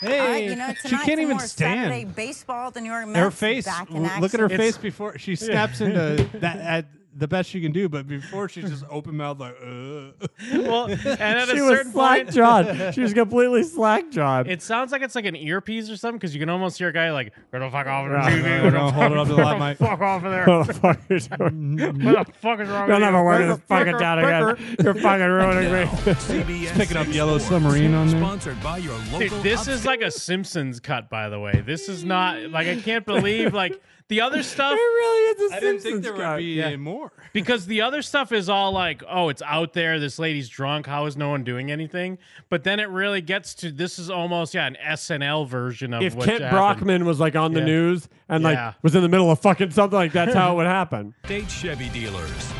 Speaker 22: Hey,
Speaker 13: All right, you know,
Speaker 22: she
Speaker 13: tonight
Speaker 22: can't
Speaker 13: for
Speaker 22: even
Speaker 13: more
Speaker 22: stand.
Speaker 13: Saturday baseball, the New York Mets
Speaker 22: *laughs* Her face.
Speaker 13: back in
Speaker 22: l- Look at her
Speaker 13: action.
Speaker 22: face before
Speaker 4: *laughs*
Speaker 22: she snaps
Speaker 6: *laughs*
Speaker 4: Yeah.
Speaker 22: into that at the best she can do, but before she's just open mouth like. Uh.
Speaker 6: Well, and at
Speaker 4: she
Speaker 6: a
Speaker 4: was
Speaker 6: certain
Speaker 4: slack
Speaker 6: point,
Speaker 4: jawed. She was completely slack jawed.
Speaker 6: It sounds like it's like an earpiece or something because you can almost hear a guy like, "Where the fuck off of the
Speaker 4: Yeah,
Speaker 6: TV?
Speaker 4: yeah,
Speaker 6: Where
Speaker 4: yeah,
Speaker 6: the
Speaker 4: hold it
Speaker 6: fuck-
Speaker 4: up to the
Speaker 6: where
Speaker 4: light
Speaker 6: the
Speaker 4: mic.
Speaker 6: fuck off of
Speaker 4: *laughs*
Speaker 6: there?
Speaker 4: What the fuck is
Speaker 6: *laughs*
Speaker 4: wrong?
Speaker 6: What the fuck is wrong
Speaker 4: You'll
Speaker 6: with
Speaker 4: never
Speaker 6: you?
Speaker 4: work
Speaker 6: Where
Speaker 4: in this
Speaker 6: the fuck
Speaker 4: fucking
Speaker 6: are-
Speaker 4: town
Speaker 6: where
Speaker 4: again.
Speaker 6: *laughs*
Speaker 4: You're fucking ruining me.
Speaker 14: *laughs*
Speaker 8: CBS
Speaker 22: Picking up
Speaker 8: 6
Speaker 22: Yellow
Speaker 8: Sports,
Speaker 22: Submarine on there.
Speaker 8: Sponsored by your
Speaker 4: *laughs*
Speaker 8: local
Speaker 6: Dude, this is like a Simpsons cut, by the way. This is not like I can't believe like The other stuff.
Speaker 5: really is a
Speaker 6: I didn't
Speaker 5: Simpsons
Speaker 6: think there would
Speaker 5: guy.
Speaker 6: be
Speaker 5: yeah.
Speaker 6: any
Speaker 5: more.
Speaker 6: because the other stuff is all like, oh, it's out there. This lady's drunk. How is no one doing anything? But then it really gets to this is almost yeah an SNL version of
Speaker 4: if
Speaker 6: what
Speaker 4: Kent
Speaker 6: happened.
Speaker 4: Brockman was like on the
Speaker 6: Yeah.
Speaker 4: news and
Speaker 6: Yeah.
Speaker 4: like was in the middle of fucking something, like that's how it would happen.
Speaker 8: State Chevy dealers.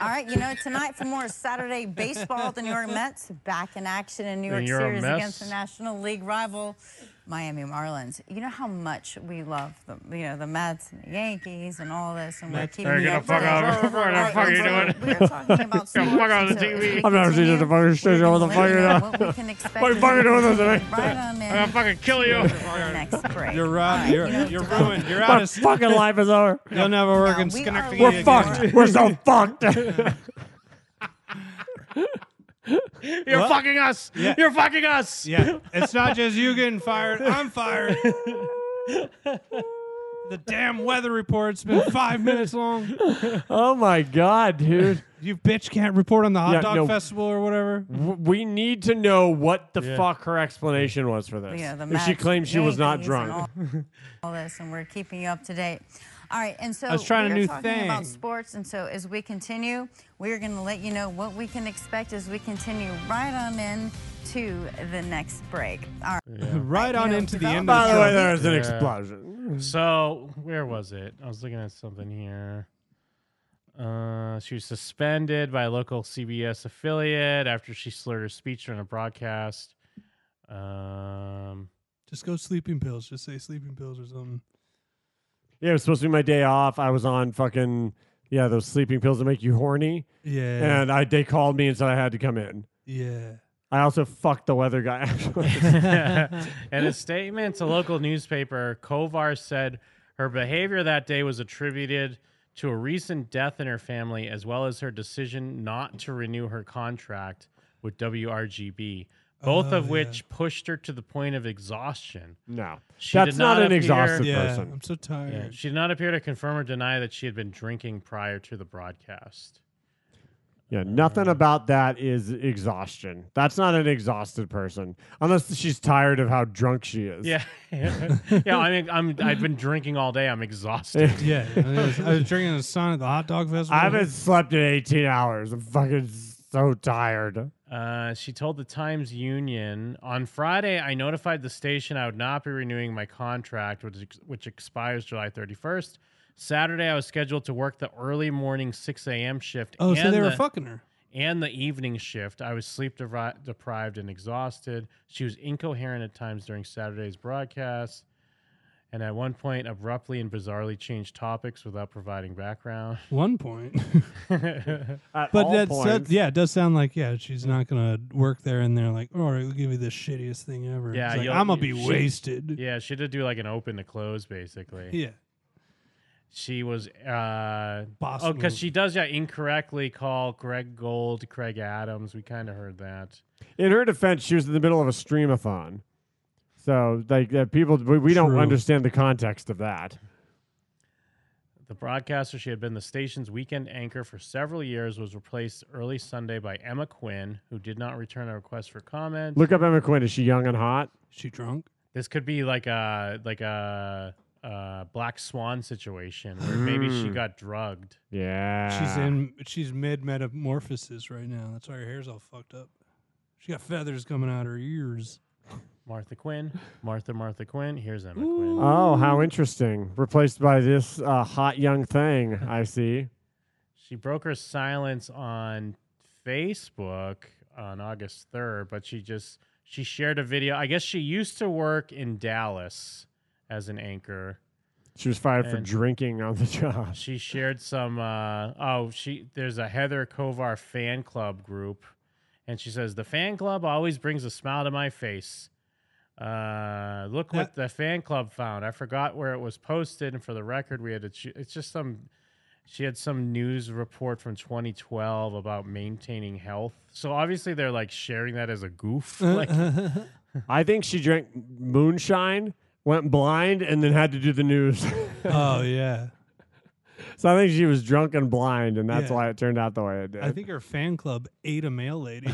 Speaker 13: All right, you know, tonight for more Saturday baseball, the New York Mets back in action in New
Speaker 6: The
Speaker 13: York
Speaker 6: New York
Speaker 13: Series
Speaker 6: Mets.
Speaker 13: against the National League rival Miami Marlins. You know how much we love the, you know, the Mets and the Yankees and all this, and we're
Speaker 6: Mets
Speaker 13: keeping
Speaker 6: are
Speaker 13: you
Speaker 6: gonna
Speaker 13: up
Speaker 6: fuck
Speaker 13: to
Speaker 6: off. *laughs*
Speaker 13: date.
Speaker 6: What the fuck are you doing? *laughs*
Speaker 13: We're talking about
Speaker 6: Gonna
Speaker 13: sports
Speaker 6: fuck off the
Speaker 13: until
Speaker 6: TV.
Speaker 13: we
Speaker 4: I've never seen such a fucking shit show. What the fuck
Speaker 13: continue.
Speaker 4: are
Speaker 13: What we can
Speaker 4: you
Speaker 13: expect
Speaker 4: What are you
Speaker 13: is
Speaker 4: fucking doing this
Speaker 13: right
Speaker 4: tonight?
Speaker 13: on in.
Speaker 6: I'm gonna fucking kill you.
Speaker 13: next break.
Speaker 5: You're robbed. You're, you're ruined. You're out
Speaker 4: My
Speaker 5: of
Speaker 4: fucking *laughs* life is over.
Speaker 5: You'll never work in
Speaker 13: we are
Speaker 5: Schenectady
Speaker 4: We're
Speaker 5: again.
Speaker 13: *laughs*
Speaker 4: fucked. We're so
Speaker 5: *laughs*
Speaker 4: fucked.
Speaker 6: You're
Speaker 5: What?
Speaker 6: fucking us.
Speaker 5: Yeah.
Speaker 6: You're fucking us.
Speaker 5: Yeah, it's not just you getting fired. I'm fired. the damn weather report's been five minutes long.
Speaker 4: *laughs* oh my god,
Speaker 13: *laughs*
Speaker 4: dude.
Speaker 5: You bitch can't report on the hot
Speaker 4: Yeah,
Speaker 5: dog
Speaker 4: no.
Speaker 5: festival or whatever.
Speaker 4: W- We need to know what the
Speaker 6: Yeah.
Speaker 4: fuck her explanation was for this.
Speaker 13: Yeah, the
Speaker 4: if she
Speaker 13: Mets,
Speaker 4: claims she was not
Speaker 13: Yankees, and
Speaker 4: drunk. *laughs*
Speaker 13: all this, and we're keeping you up to date. All right, and so
Speaker 5: was trying a
Speaker 13: we are
Speaker 5: new
Speaker 13: talking about
Speaker 5: thing.
Speaker 13: sports, and so as we continue, we are going to let you know what we can expect as we continue right on in to the next break. All right.
Speaker 4: *laughs*
Speaker 5: *laughs* right on
Speaker 13: know,
Speaker 5: into the end of the
Speaker 4: By the
Speaker 5: show.
Speaker 4: way, there was an
Speaker 6: Yeah.
Speaker 4: explosion.
Speaker 6: So where was it? I was looking at something here. Uh, she was suspended by a local CBS affiliate after she slurred her speech during a broadcast. Um,
Speaker 5: just go sleeping pills. Just say sleeping pills or something.
Speaker 4: Yeah, it was supposed to be my day off. I was on fucking yeah, those sleeping pills that make you horny.
Speaker 5: Yeah.
Speaker 4: And I they called me and said I had to come in.
Speaker 5: yeah.
Speaker 4: I also fucked the weather guy *laughs* afterwards.
Speaker 6: *laughs* in a statement to local newspaper, Kovar said her behavior that day was attributed to a recent death in her family, as well as her decision not to renew her contract with WRGB, both
Speaker 5: Oh,
Speaker 6: of
Speaker 5: yeah.
Speaker 6: which pushed her to the point of exhaustion.
Speaker 4: no.
Speaker 6: She
Speaker 4: That's
Speaker 6: did
Speaker 4: not,
Speaker 6: not
Speaker 4: an
Speaker 6: appear-
Speaker 4: exhaustive
Speaker 5: Yeah.
Speaker 4: person.
Speaker 5: I'm so tired.
Speaker 6: Yeah, she did not appear to confirm or deny that she had been drinking prior to the broadcast.
Speaker 4: Yeah, nothing about that is exhaustion. That's not an exhausted person, unless she's tired of how drunk she is. *laughs*
Speaker 6: Yeah, *laughs* yeah. I mean, I'm I've been drinking all day. I'm exhausted.
Speaker 5: Yeah, I was, I was drinking a sauna at the hot dog festival.
Speaker 4: I haven't slept in 18 hours. I'm fucking so tired.
Speaker 6: Uh, she told the Times Union on Friday, I notified the station I would not be renewing my contract, which, ex- which expires July 31st. Saturday, I was scheduled to work the early morning 6 a.m. shift.
Speaker 5: Oh, so they were
Speaker 6: the-
Speaker 5: fucking her.
Speaker 6: And the evening shift. I was sleep devri- deprived and exhausted. She was incoherent at times during Saturday's broadcast. And at one point, abruptly and bizarrely changed topics without providing background.
Speaker 5: One
Speaker 6: *laughs*
Speaker 5: point.
Speaker 4: At
Speaker 5: But
Speaker 4: all
Speaker 5: that's,
Speaker 4: points.
Speaker 5: that, yeah, it does sound like yeah, she's not gonna work there, and they're like, "All right, we'll give you the shittiest thing ever."
Speaker 6: Yeah,
Speaker 5: It's like,
Speaker 6: you'll-
Speaker 5: I'm gonna be
Speaker 6: she-
Speaker 5: wasted.
Speaker 6: yeah, she did do like an open to close, basically.
Speaker 5: Yeah,
Speaker 6: She was uh
Speaker 5: Boss
Speaker 6: oh because
Speaker 5: move.
Speaker 6: she does yeah incorrectly call Greg Gold Craig Adams. We kind of heard that.
Speaker 4: In her defense, she was in the middle of a streamathon, so like that people we, we don't
Speaker 5: True.
Speaker 4: understand the context of that.
Speaker 6: The broadcaster she had been the station's weekend anchor for several years was replaced early Sunday by Emma Quinn, who did not return a request for comment.
Speaker 4: Look up Emma Quinn. Is she young and hot?
Speaker 5: she drunk.
Speaker 6: this could be like a like a, uh black swan situation where maybe she
Speaker 4: Mm.
Speaker 6: got drugged.
Speaker 4: Yeah,
Speaker 5: She's in. She's mid metamorphosis right now. That's why her hair's all fucked up. She got feathers coming out her ears.
Speaker 6: Martha Quinn, Martha Martha Quinn. Here's Emma Quinn.
Speaker 4: Oh, how interesting! Replaced by this uh, hot young thing. I see.
Speaker 6: She broke her silence on Facebook on August 3rd, but she just she shared a video. I guess she used to work in Dallas as an anchor.
Speaker 4: She was fired for
Speaker 6: And-
Speaker 4: drinking on the job.
Speaker 6: She shared some uh oh, she there's a Heather Kovar fan club group and she says the fan club always brings a smile to my face. Uh, look what the fan club found. I forgot where it was posted, and for the record, we had to. Ch- it's just some she had some news report from 2012 about maintaining health. So obviously they're like sharing that as a goof.
Speaker 4: Uh,
Speaker 6: Like,
Speaker 4: uh-huh. I think she drank moonshine, went blind, and then had to do the news. *laughs*
Speaker 5: oh yeah,
Speaker 4: so I think she was drunk and blind, and that's
Speaker 5: Yeah.
Speaker 4: why it turned out the way it did.
Speaker 5: I think her fan club ate a male lady.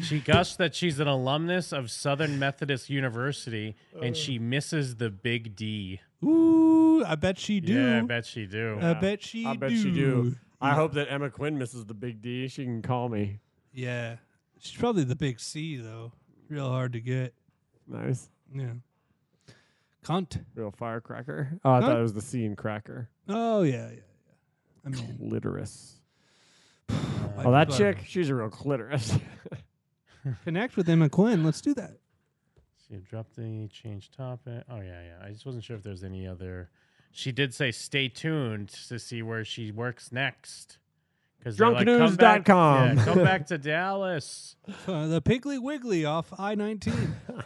Speaker 6: She gushed that she's an alumnus of Southern Methodist University and she misses the big D.
Speaker 5: Ooh, I bet she do.
Speaker 6: Yeah, I bet she do.
Speaker 5: I bet she
Speaker 4: I bet
Speaker 5: do.
Speaker 4: she do. I hope that Emma Quinn misses the big D. She can call me.
Speaker 5: Yeah. She's probably the big C though. Real hard to get.
Speaker 4: Nice.
Speaker 5: Yeah. Cunt.
Speaker 4: Real firecracker. Oh, I thought
Speaker 5: Huh?
Speaker 4: it was the C in cracker.
Speaker 5: Oh yeah, yeah, yeah. I mean,
Speaker 4: Clitoris.
Speaker 5: why
Speaker 4: Oh, that
Speaker 5: people are-
Speaker 4: chick, she's a real clitoris. *laughs*
Speaker 5: Connect with Emma Quinn. Let's do that.
Speaker 6: She dropped the change topic. Oh yeah, yeah. I just wasn't sure if there's any other. She did say stay tuned to see where she works next. Because
Speaker 4: Drunknews.com.
Speaker 6: Yeah, come back to Dallas.
Speaker 5: Um, Uh, the Piggly Wiggly off I
Speaker 4: *laughs*
Speaker 5: nineteen. *laughs*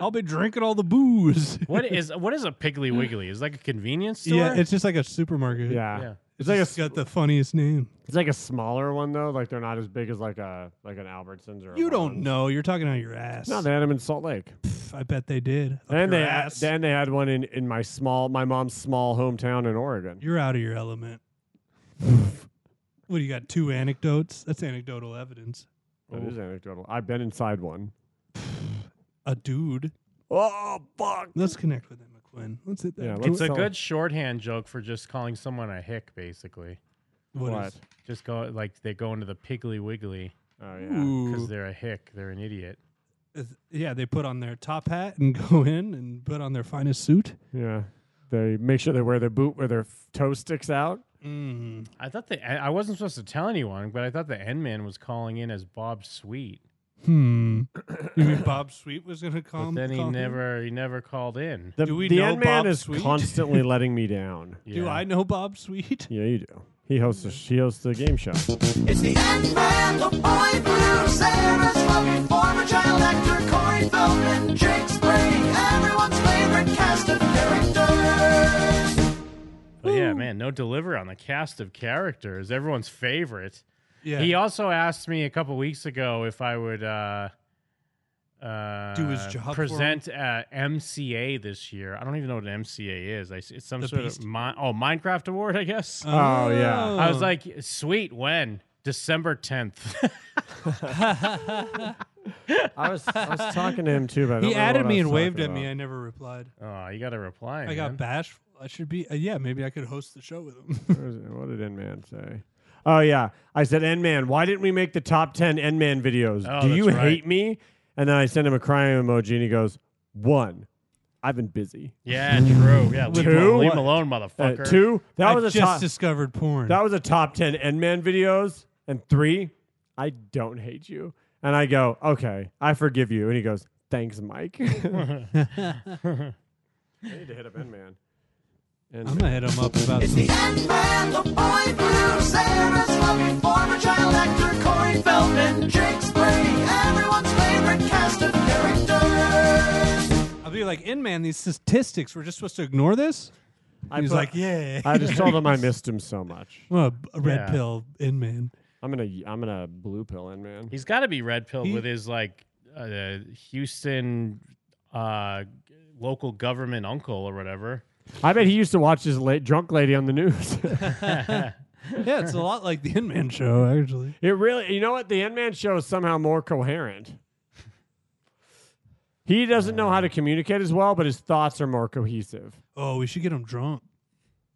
Speaker 5: I'll be drinking all the booze.
Speaker 6: What is what is
Speaker 5: *laughs*
Speaker 6: a Piggly Wiggly? Is it like a convenience store?
Speaker 5: Yeah, it's just like a supermarket.
Speaker 4: Yeah.
Speaker 6: Yeah.
Speaker 5: It's like it's got the funniest name.
Speaker 4: it's like a smaller one though. Like they're not as big as like a like an Albertsons or. a
Speaker 5: You don't
Speaker 4: Lon's.
Speaker 5: know. You're talking out your ass.
Speaker 4: No, they had them in Salt Lake.
Speaker 5: Pff, I bet they did. Up
Speaker 4: Then
Speaker 5: your
Speaker 4: they
Speaker 5: ass.
Speaker 4: then they had one in, in my small my mom's small hometown in Oregon.
Speaker 5: You're out of your element. what do you got? Two anecdotes? That's anecdotal evidence.
Speaker 4: That
Speaker 5: Oh.
Speaker 4: is anecdotal. I've been inside one.
Speaker 5: A dude.
Speaker 4: Oh fuck.
Speaker 5: Let's connect with Emma Quinn. Let's hit that.
Speaker 4: Yeah,
Speaker 6: It's
Speaker 4: let's
Speaker 6: a
Speaker 4: tell-
Speaker 6: good shorthand joke for just calling someone a hick, basically.
Speaker 5: What is-
Speaker 6: Just go like they go into the Piggly Wiggly.
Speaker 4: Oh
Speaker 5: Ooh.
Speaker 6: because they're a hick. They're an idiot.
Speaker 5: is- yeah, they put on their top hat and *laughs* go in and put on their finest suit.
Speaker 4: Yeah. They make sure they wear their boot where their f- toe sticks out.
Speaker 5: Mm.
Speaker 6: Mm-hmm. I thought that I I wasn't supposed to tell anyone, but I thought the N man was calling in as Bob Sweet,
Speaker 5: Hmm. *clears throat* you mean Bob Sweet was going to call
Speaker 6: but
Speaker 5: him?
Speaker 6: then he
Speaker 5: call him?
Speaker 6: never he never called in.
Speaker 4: The,
Speaker 5: Do we
Speaker 4: the
Speaker 5: know
Speaker 4: end man
Speaker 5: Bob
Speaker 4: is
Speaker 5: Sweet?
Speaker 6: *laughs*
Speaker 4: constantly letting me down.
Speaker 5: Do I know Bob Sweet?
Speaker 4: Yeah, you do. He hosts a, he hosts the game show.
Speaker 14: It's the Ant-Man, the boy blue, Sarah's mummy, former child actor Corey Feldman, Jake Spring, everyone's favorite cast of characters.
Speaker 6: But yeah, man, no deliver on the cast of characters, everyone's favorite.
Speaker 5: Yeah.
Speaker 6: He also asked me a couple weeks ago if I would uh, uh,
Speaker 5: Do his job for him?
Speaker 6: Present at MCA this year. I don't even know what an MCA is. I, s- it's some
Speaker 5: The
Speaker 6: sort
Speaker 5: Beast?
Speaker 6: of mi- oh Minecraft award, I guess.
Speaker 4: Oh, yeah.
Speaker 6: I was like, sweet. When December tenth.
Speaker 4: *laughs* I was I was talking to him too, but I don't
Speaker 5: *laughs* he
Speaker 4: remember
Speaker 5: added
Speaker 4: what
Speaker 5: me
Speaker 4: I was
Speaker 5: and waved
Speaker 4: talking
Speaker 5: at me.
Speaker 4: about.
Speaker 5: I never replied.
Speaker 6: oh, you got to reply.
Speaker 5: I got
Speaker 6: man.
Speaker 5: bashful. I should be. Uh, yeah, maybe I could host the show with him.
Speaker 4: Where is it? what did N Man say? Oh yeah, I said N Man. Why didn't we make the top ten N Man videos?
Speaker 6: Oh,
Speaker 4: Do
Speaker 6: that's
Speaker 4: you
Speaker 6: right.
Speaker 4: hate me? And then I send him a crying emoji, and he goes, "One, I've been busy.
Speaker 6: Yeah, true. Yeah, leave, him
Speaker 4: Two?
Speaker 6: alone- leave him alone,
Speaker 4: Uh,
Speaker 6: motherfucker.
Speaker 4: two, that
Speaker 5: I
Speaker 4: was a
Speaker 5: just
Speaker 4: top.
Speaker 5: discovered porn.
Speaker 4: that was a top ten N Man videos. And three, I don't hate you. And I go, okay, I forgive you. And he goes, thanks, Mike. I need to hit up N Man.
Speaker 5: *laughs* I'm gonna hit him up about
Speaker 14: It's the Ant-Man, the boy blue, Sarah's mummy, former child actor Corey Feldman, Jake Spring, everyone's favorite cast of characters.
Speaker 5: I'll be like, in man, these statistics. We're just supposed to ignore this.
Speaker 4: I
Speaker 5: He's
Speaker 4: put-
Speaker 5: like, yeah.
Speaker 4: I just told
Speaker 5: *laughs*
Speaker 4: him I missed him so much.
Speaker 5: Well, b- a red
Speaker 6: Yeah.
Speaker 5: pill in man.
Speaker 4: I'm gonna I'm gonna blue pill in man.
Speaker 6: He's got to be red pilled
Speaker 5: He-
Speaker 6: with his like uh, Houston uh, local government uncle or whatever. *laughs*
Speaker 4: I bet he used to watch his la- drunk lady on the news.
Speaker 5: *laughs*
Speaker 4: *laughs*
Speaker 5: Yeah, it's a lot like the in man show actually.
Speaker 4: it really, you know what? The End Man show is somehow more coherent. He doesn't know how to communicate as well, but his thoughts are more cohesive.
Speaker 5: Oh, we should get him drunk.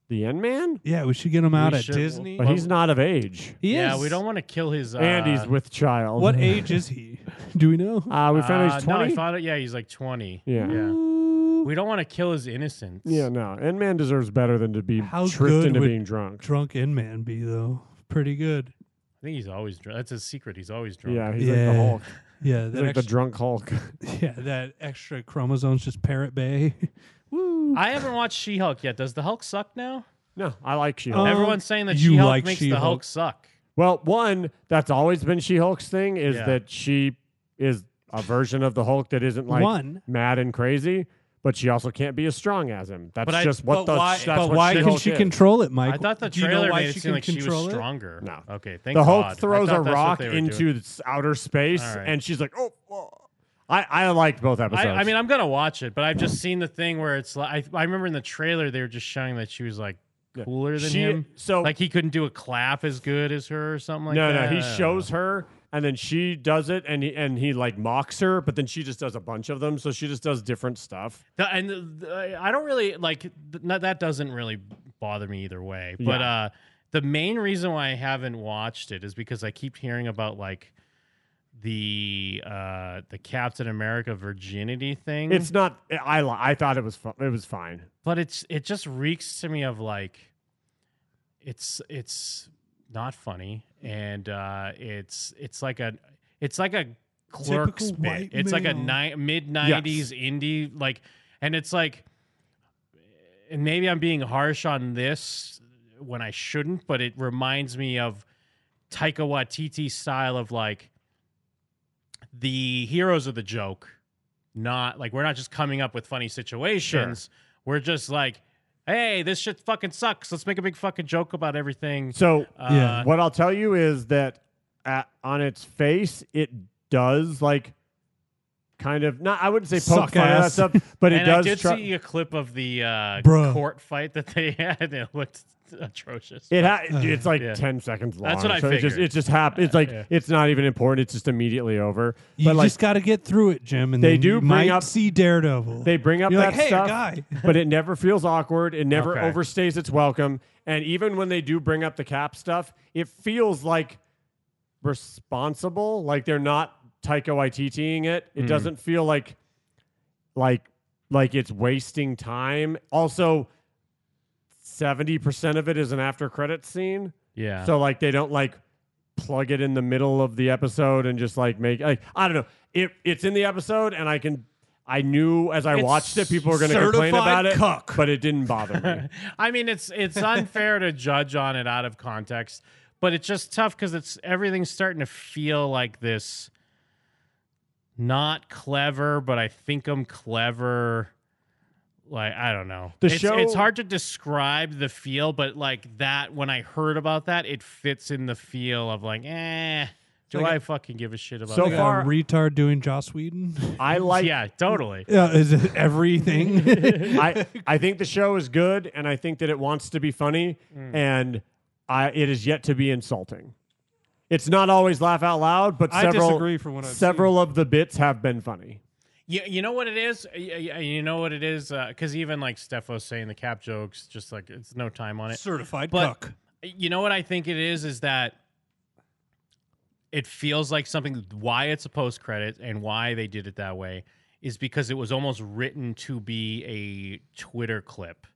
Speaker 4: The End Man,
Speaker 5: Yeah, we should get him out
Speaker 6: We
Speaker 5: at
Speaker 6: should-
Speaker 5: Disney.
Speaker 4: but he's not of age,
Speaker 5: He
Speaker 6: Yeah,
Speaker 5: is.
Speaker 6: we don't want to kill his. Uh,
Speaker 4: and he's with child. *laughs*
Speaker 5: What age is he? Do we know?
Speaker 4: Uh, we found out
Speaker 6: uh,
Speaker 4: he's
Speaker 6: No, I
Speaker 4: twenty.
Speaker 6: found out. Yeah, he's like twenty.
Speaker 4: Yeah.
Speaker 6: We don't want to kill his innocence.
Speaker 4: yeah, no. End Man deserves better than to be
Speaker 5: How
Speaker 4: tricked
Speaker 5: good
Speaker 4: into
Speaker 5: would
Speaker 4: being drunk.
Speaker 5: Drunk in man be though. Pretty good.
Speaker 6: I think he's always drunk. That's his secret. He's always drunk.
Speaker 4: Yeah, he's like
Speaker 5: Yeah.
Speaker 4: the Hulk.
Speaker 5: Yeah,
Speaker 4: He's
Speaker 5: that
Speaker 4: like the
Speaker 5: extra,
Speaker 4: drunk Hulk. *laughs*
Speaker 5: *laughs* yeah, that extra chromosomes just parrot bay. Woo.
Speaker 6: I haven't watched She-Hulk yet. Does the Hulk suck now?
Speaker 4: no, I like she.
Speaker 5: Um,
Speaker 6: Everyone's saying that
Speaker 5: you
Speaker 6: She-Hulk
Speaker 5: like
Speaker 6: makes the
Speaker 5: She-Hulk.
Speaker 6: Hulk suck.
Speaker 4: Well, one that's always been She-Hulk's thing is
Speaker 6: Yeah.
Speaker 4: that she is a version of the Hulk that isn't like
Speaker 5: One.
Speaker 4: mad and crazy, but she also can't be as strong as him. That's
Speaker 6: But I-
Speaker 4: just
Speaker 5: but
Speaker 4: what the
Speaker 5: why,
Speaker 4: that's
Speaker 5: but
Speaker 4: what
Speaker 5: why can
Speaker 4: She-Hulk
Speaker 5: she
Speaker 4: is.
Speaker 5: control it, Mike?
Speaker 6: I thought the
Speaker 5: Do you know
Speaker 6: trailer
Speaker 5: why
Speaker 6: made it
Speaker 5: she
Speaker 6: seem
Speaker 5: can
Speaker 6: like she was
Speaker 5: control it?
Speaker 6: stronger.
Speaker 4: No.
Speaker 6: Okay. Thank
Speaker 4: The
Speaker 6: God.
Speaker 4: Hulk
Speaker 6: I
Speaker 4: throws
Speaker 6: thought
Speaker 4: a
Speaker 6: that's what
Speaker 4: rock
Speaker 6: they were doing.
Speaker 4: into s- outer space,
Speaker 6: All right.
Speaker 4: and she's like, "Oh." oh." I I liked both episodes.
Speaker 6: I, I mean, I'm gonna watch it, but I've just seen the thing where it's like I, I remember in the trailer they were just showing that she was like
Speaker 4: Yeah.
Speaker 6: cooler than
Speaker 4: She-
Speaker 6: him,
Speaker 4: so-
Speaker 6: like he couldn't do a clap as good as her or something like
Speaker 4: no,
Speaker 6: that.
Speaker 4: no, he shows her and then she does it, and he, and he like mocks her, but then she just does a bunch of them, so she just does different stuff.
Speaker 6: The- and uh, I don't really like th- no, that. Doesn't really bother me either way. But
Speaker 4: Yeah.
Speaker 6: uh, the main reason why I haven't watched it is because I keep hearing about like the uh, the Captain America virginity thing.
Speaker 4: It's not. I li- I thought it was fu- it was fine.
Speaker 6: but it's it just reeks to me of like it's it's not funny and uh it's it's like a it's like a clerk's
Speaker 2: Typical
Speaker 6: bit
Speaker 2: white
Speaker 6: it's like a
Speaker 2: male.
Speaker 6: ni- mid 90s indie like and it's like and maybe i'm being harsh on this when i shouldn't but it reminds me of taika waititi style of like the heroes of the joke not like we're not just coming up with funny situations we're just like hey this shit fucking sucks let's make a big fucking joke about everything
Speaker 4: So
Speaker 6: Uh,
Speaker 4: what I'll tell you is that at, on its face, it does like kind of not. I wouldn't say poke
Speaker 6: Suck
Speaker 4: fun at that
Speaker 6: ass.
Speaker 4: stuff, but it
Speaker 6: and
Speaker 4: does.
Speaker 6: I did
Speaker 4: try-
Speaker 6: see a clip of the uh,
Speaker 4: Bruh.
Speaker 6: court fight that they *laughs* had. and It looked atrocious.
Speaker 4: It ha-
Speaker 6: Uh,
Speaker 4: it's like
Speaker 6: yeah.
Speaker 4: ten seconds long.
Speaker 6: That's what I
Speaker 4: so
Speaker 6: figured.
Speaker 4: It just, it just hap- It's like
Speaker 6: yeah.
Speaker 4: it's not even important. It's just immediately over.
Speaker 2: You
Speaker 4: but like
Speaker 2: just got to get through it, Jim. And
Speaker 4: they
Speaker 2: then
Speaker 4: do
Speaker 2: you
Speaker 4: bring
Speaker 2: might
Speaker 4: up-
Speaker 2: see Daredevil.
Speaker 4: they bring up
Speaker 2: You're
Speaker 4: that
Speaker 2: like, hey, a
Speaker 4: stuff,
Speaker 2: guy.
Speaker 4: *laughs* but it never feels awkward. It never
Speaker 2: Okay.
Speaker 4: overstays its welcome. And even when they do bring up the cap stuff, it feels like responsible. Like they're not Taika Waititiing it. It
Speaker 2: Mm.
Speaker 4: doesn't feel like like like it's wasting time. Also, seventy percent of it is an after credit scene.
Speaker 6: Yeah.
Speaker 4: So like they don't like plug it in the middle of the episode and just like make like I don't know. It it's in the episode and I can I knew as I
Speaker 6: It's
Speaker 4: watched it people were going to complain
Speaker 6: certified
Speaker 4: about it,
Speaker 6: cuck.
Speaker 4: but it didn't bother
Speaker 6: *laughs*
Speaker 4: me.
Speaker 6: I mean, it's
Speaker 4: *laughs*
Speaker 6: it's unfair to judge on it out of context, but it's just tough because it's everything's starting to feel like this. Not clever, but I think I'm clever. Like I don't know.
Speaker 4: The
Speaker 6: it's,
Speaker 4: show-
Speaker 6: it's hard to describe the feel, but like that when I heard about that, it fits in the feel of like, eh, do
Speaker 2: Like
Speaker 6: I
Speaker 2: a-
Speaker 6: fucking give a shit about
Speaker 2: like
Speaker 6: that?
Speaker 2: a retard doing Joss Whedon.
Speaker 4: I like
Speaker 6: yeah,
Speaker 5: *laughs*
Speaker 6: totally.
Speaker 2: Yeah, is it
Speaker 6: *laughs*
Speaker 2: everything?
Speaker 4: *laughs* I I think the show is good and I think that it wants to be funny
Speaker 2: Mm.
Speaker 4: and I it is yet to be insulting. It's not always laugh out loud, but
Speaker 2: I
Speaker 4: several
Speaker 2: disagree from what I've
Speaker 4: several of the bits have been funny.
Speaker 6: You, you know what it is? Y- y- You know what it is? Because even like Steph was saying, the cap jokes, just like it's no time on it.
Speaker 2: Certified
Speaker 6: but
Speaker 2: cuck.
Speaker 6: You know what I think it is? Is that it feels like something, why it's a post credit and why they did it that way is because it was almost written to be a Twitter clip.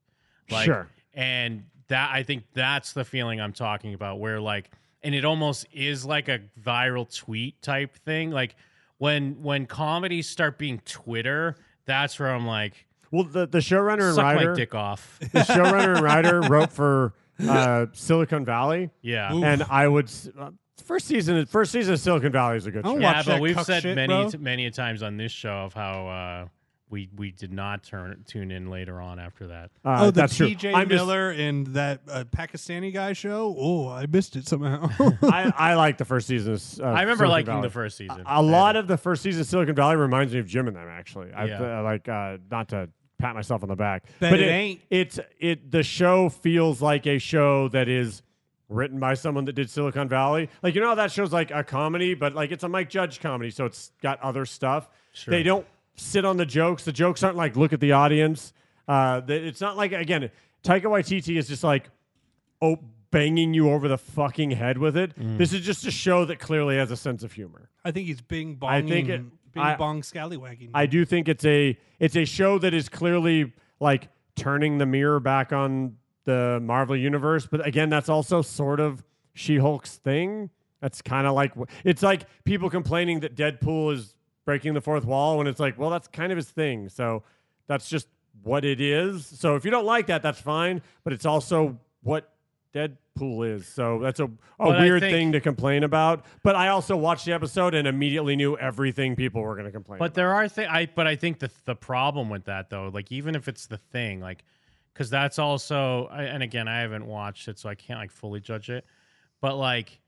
Speaker 4: Sure.
Speaker 6: And that, I think that's the feeling I'm talking about where like, and it almost is like a viral tweet type thing. Like, when when comedies start being Twitter, that's where I'm like,
Speaker 4: Well, the, the showrunner and
Speaker 6: Suck my
Speaker 4: writer
Speaker 6: dick off.
Speaker 4: *laughs* The showrunner
Speaker 6: *laughs*
Speaker 4: and writer wrote for uh, Silicon Valley.
Speaker 6: Yeah. Oof.
Speaker 4: and I would s- uh, first season. First season of Silicon Valley is a good.
Speaker 2: I'll
Speaker 4: show.
Speaker 2: watch
Speaker 6: yeah, but
Speaker 2: that
Speaker 6: we've
Speaker 2: cuck
Speaker 6: said
Speaker 2: shit,
Speaker 6: many
Speaker 2: bro.
Speaker 6: t- many a times on this show of how uh, we we did not turn tune in later on after that.
Speaker 4: Uh,
Speaker 2: oh, the
Speaker 4: that's true.
Speaker 2: T.J.
Speaker 4: I'm just-
Speaker 2: Miller and that uh, Pakistani guy show. Oh, I missed it somehow.
Speaker 4: *laughs*
Speaker 2: *laughs*
Speaker 4: I, I like the first season. Of, uh,
Speaker 6: I remember
Speaker 4: Silicon
Speaker 6: liking
Speaker 4: Valley.
Speaker 6: the first season.
Speaker 4: A, a lot of the first season of Silicon Valley reminds me of Jim and them. Actually, I
Speaker 6: Yeah.
Speaker 4: uh, like uh, not to pat myself on the back,
Speaker 2: But it ain't.
Speaker 4: It's it. The show feels like a show that is written by someone that did Silicon Valley. Like you know how that show's like a comedy, but like it's a Mike Judge comedy, so it's got other stuff.
Speaker 6: Sure.
Speaker 4: They don't sit on the jokes. The jokes aren't like look at the audience. Uh, th- it's not like again, Taika Waititi is just like oh banging you over the fucking head with it. This is just a show that clearly has a sense of humor.
Speaker 2: I think he's Bing Bong.
Speaker 4: I think it-
Speaker 2: Bing
Speaker 4: I-
Speaker 2: Bong scallywagging.
Speaker 4: I do think it's a it's a show that is clearly like turning the mirror back on the Marvel universe, but again, that's also sort of She-Hulk's thing. That's kind of like wh- it's like people complaining that Deadpool is breaking the fourth wall when it's like, well, that's kind of his thing. So that's just what it is. So if you don't like that, that's fine, but it's also what Deadpool is. So that's a, a
Speaker 6: But I
Speaker 4: weird
Speaker 6: think-
Speaker 4: thing to complain about. But I also watched the episode and immediately knew everything people were going to complain
Speaker 6: But there are things. I but I think the the problem with that though, like even if it's the thing, like because that's also. I, and again, I haven't watched it, so I can't like fully judge it. But like,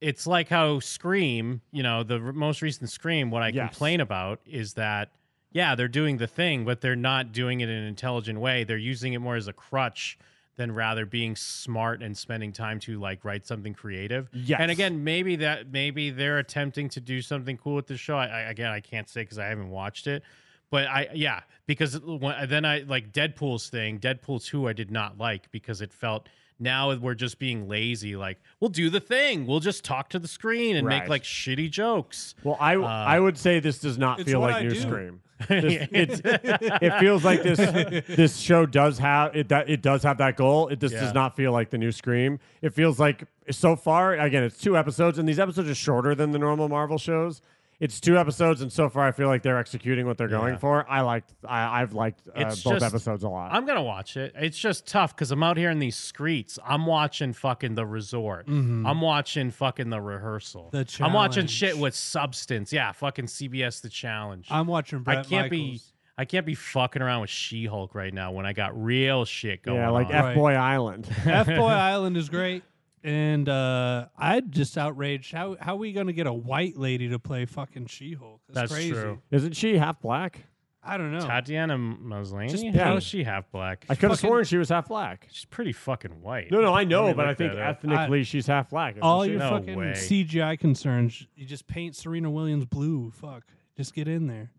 Speaker 6: it's like how Scream. You know, the r- most recent Scream. What I
Speaker 4: Yes.
Speaker 6: complain about is that yeah, they're doing the thing, but they're not doing it in an intelligent way. They're using it more as a crutch than rather being smart and spending time to like write something creative.
Speaker 4: Yes.
Speaker 6: And again, maybe that maybe they're attempting to do something cool with the show. I, I again, I can't say because I haven't watched it, but I yeah because when, then I like Deadpool's thing. Deadpool two I did not like because it felt now we're just being lazy. Like we'll do the thing. We'll just talk to the screen and
Speaker 4: Right.
Speaker 6: make like shitty jokes.
Speaker 4: Well, I I would say this does not
Speaker 6: It's
Speaker 4: feel
Speaker 6: what I
Speaker 4: like New
Speaker 6: do. *laughs*
Speaker 4: Scream. This- it's- it feels like this this show does have it that it does have that goal. It just
Speaker 6: Yeah.
Speaker 4: does not feel like the new Scream. It feels like so far again it's two episodes and these episodes are shorter than the normal Marvel shows. It's two episodes and so far I feel like they're executing what they're going
Speaker 6: Yeah.
Speaker 4: for. I liked I, I've liked uh, both
Speaker 6: It's just-
Speaker 4: episodes a lot.
Speaker 6: I'm gonna watch it. It's just tough because I'm out here in these streets. I'm watching fucking the resort.
Speaker 4: Mhm.
Speaker 6: I'm watching fucking the rehearsal.
Speaker 2: The
Speaker 6: I'm watching
Speaker 2: Challenge.
Speaker 6: shit with substance. Yeah, fucking CBS the challenge.
Speaker 2: I'm watching
Speaker 6: I
Speaker 2: Bret
Speaker 6: can't be.
Speaker 2: Michaels.
Speaker 6: I can't be fucking around with She Hulk right now when I got real shit going.
Speaker 4: yeah, like
Speaker 6: on.
Speaker 4: F Boy Island.
Speaker 2: F
Speaker 4: *laughs*
Speaker 2: Boy Island is great. And uh, I'm just outraged. How how we gonna get a white lady to play fucking She Hulk?
Speaker 6: That's
Speaker 2: crazy.
Speaker 6: true.
Speaker 4: Isn't she half black?
Speaker 2: I don't know.
Speaker 6: Tatiana Maslany.
Speaker 2: Just
Speaker 6: How
Speaker 2: pay-
Speaker 6: is she half black?
Speaker 4: I could have sworn she was half black.
Speaker 6: She's pretty fucking white.
Speaker 4: No, no, I know,
Speaker 6: Let me
Speaker 4: but I
Speaker 6: look
Speaker 4: think
Speaker 6: that up.
Speaker 4: ethnically she's half black. isn't
Speaker 2: All
Speaker 4: she?
Speaker 2: your fucking
Speaker 6: way.
Speaker 2: CGI concerns, you just paint Serena Williams blue. Fuck, just get in there.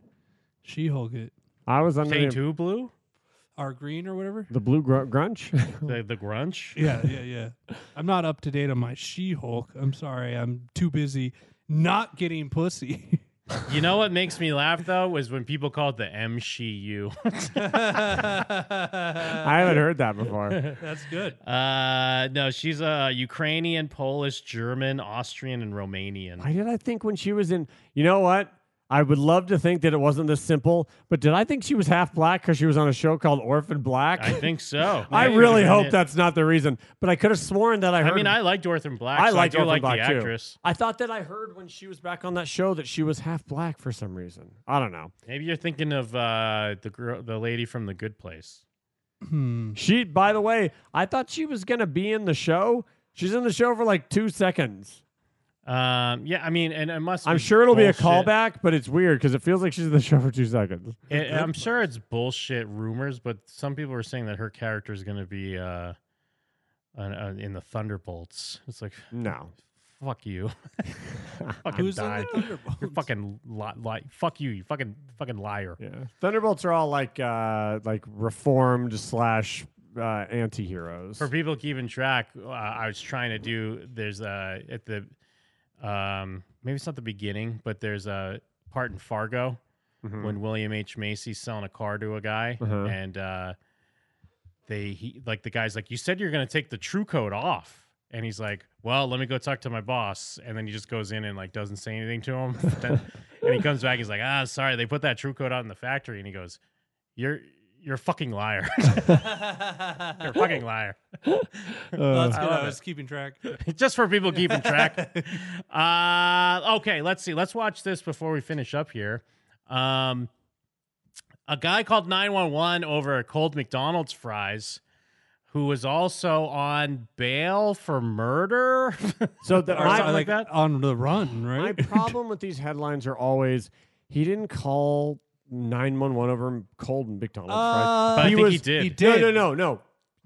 Speaker 2: She Hulk it
Speaker 4: I was under
Speaker 6: K
Speaker 4: the,
Speaker 6: two blue.
Speaker 2: or green or whatever.
Speaker 4: the blue gr- grunch.
Speaker 6: The, the
Speaker 4: *laughs*
Speaker 6: grunge.
Speaker 2: Yeah, yeah, yeah. I'm not up to date on my She Hulk. I'm sorry. I'm too busy not getting pussy. *laughs*
Speaker 6: You know what makes me laugh though is when people call it
Speaker 2: *laughs*
Speaker 6: the *laughs* MCU.
Speaker 4: I haven't heard that before.
Speaker 2: That's good.
Speaker 6: Uh, no, she's a uh, Ukrainian, Polish, German, Austrian, and Romanian.
Speaker 4: Why did I think when she was in? You know what? I would love to think that it wasn't this simple, but did I think she was half black because she was on a show called Orphan Black?
Speaker 6: I think so.
Speaker 4: *laughs* I
Speaker 6: Maybe
Speaker 4: really
Speaker 6: that's
Speaker 4: hope
Speaker 6: it.
Speaker 4: that's not the reason, but I could have sworn that I
Speaker 6: I,
Speaker 4: heard.
Speaker 6: mean, I liked Orphan Black.
Speaker 4: I
Speaker 6: so
Speaker 4: liked
Speaker 6: I do
Speaker 4: Orphan
Speaker 6: like
Speaker 4: Black,
Speaker 6: the
Speaker 4: too.
Speaker 6: actress.
Speaker 4: I thought that I heard when she was back on that show that she was half black for some reason. I don't know.
Speaker 6: Maybe you're thinking of uh, the girl, the lady from The Good Place.
Speaker 4: She, by the way, I thought she was gonna be in the show. She's in the show for like two seconds.
Speaker 6: Um, yeah, I mean, and it must.
Speaker 4: I'm
Speaker 6: be
Speaker 4: sure it'll
Speaker 6: bullshit.
Speaker 4: be a callback, but it's weird because it feels like she's in the show for two seconds.
Speaker 6: It- I'm sure it's bullshit rumors, but some people are saying that her character is going to be uh, an, uh, in the Thunderbolts. It's like
Speaker 4: no,
Speaker 6: fuck you, *laughs* fucking
Speaker 4: Who's in the
Speaker 6: die. You're fucking li- li- fuck you, you fucking fucking liar.
Speaker 4: Yeah. Thunderbolts are all like uh like reformed slash uh anti heroes.
Speaker 6: For people keeping track, uh, I was trying to do. There's uh, at the, um, maybe it's not the beginning, but there's a part in Fargo
Speaker 4: Mhm.
Speaker 6: when William H Macy's selling a car to a guy,
Speaker 4: Uh-huh.
Speaker 6: and uh, they he like the guy's like, "You said you're gonna take the true coat off," and he's like, "Well, let me go talk to my boss," and then he just goes in and like doesn't say anything to him, *laughs* Then- and he comes back. He's like, "Ah, sorry, they put that true coat out in the factory," and he goes, "You're." You're a fucking liar. *laughs* You're a fucking liar.
Speaker 2: Well, that's
Speaker 6: I
Speaker 2: good. I,
Speaker 6: love
Speaker 2: was
Speaker 6: it.
Speaker 2: keeping track.
Speaker 6: *laughs* Just for people keeping
Speaker 4: *laughs*
Speaker 6: track. Uh, okay, let's see. Let's watch this before we finish up here. Um, a guy called 911 over cold McDonald's fries who was also on bail for
Speaker 4: *laughs*
Speaker 6: murder.
Speaker 4: So the-
Speaker 6: or
Speaker 4: my-
Speaker 6: something like
Speaker 4: like,
Speaker 6: that.
Speaker 2: on the run,
Speaker 4: My
Speaker 2: right?
Speaker 4: problem with these headlines are always he didn't call nine one one over cold and McDonald's
Speaker 2: Uh,
Speaker 4: fries.
Speaker 2: But I
Speaker 4: he
Speaker 2: think he
Speaker 4: was-
Speaker 2: did. He
Speaker 4: No,
Speaker 2: did.
Speaker 4: no, no, no.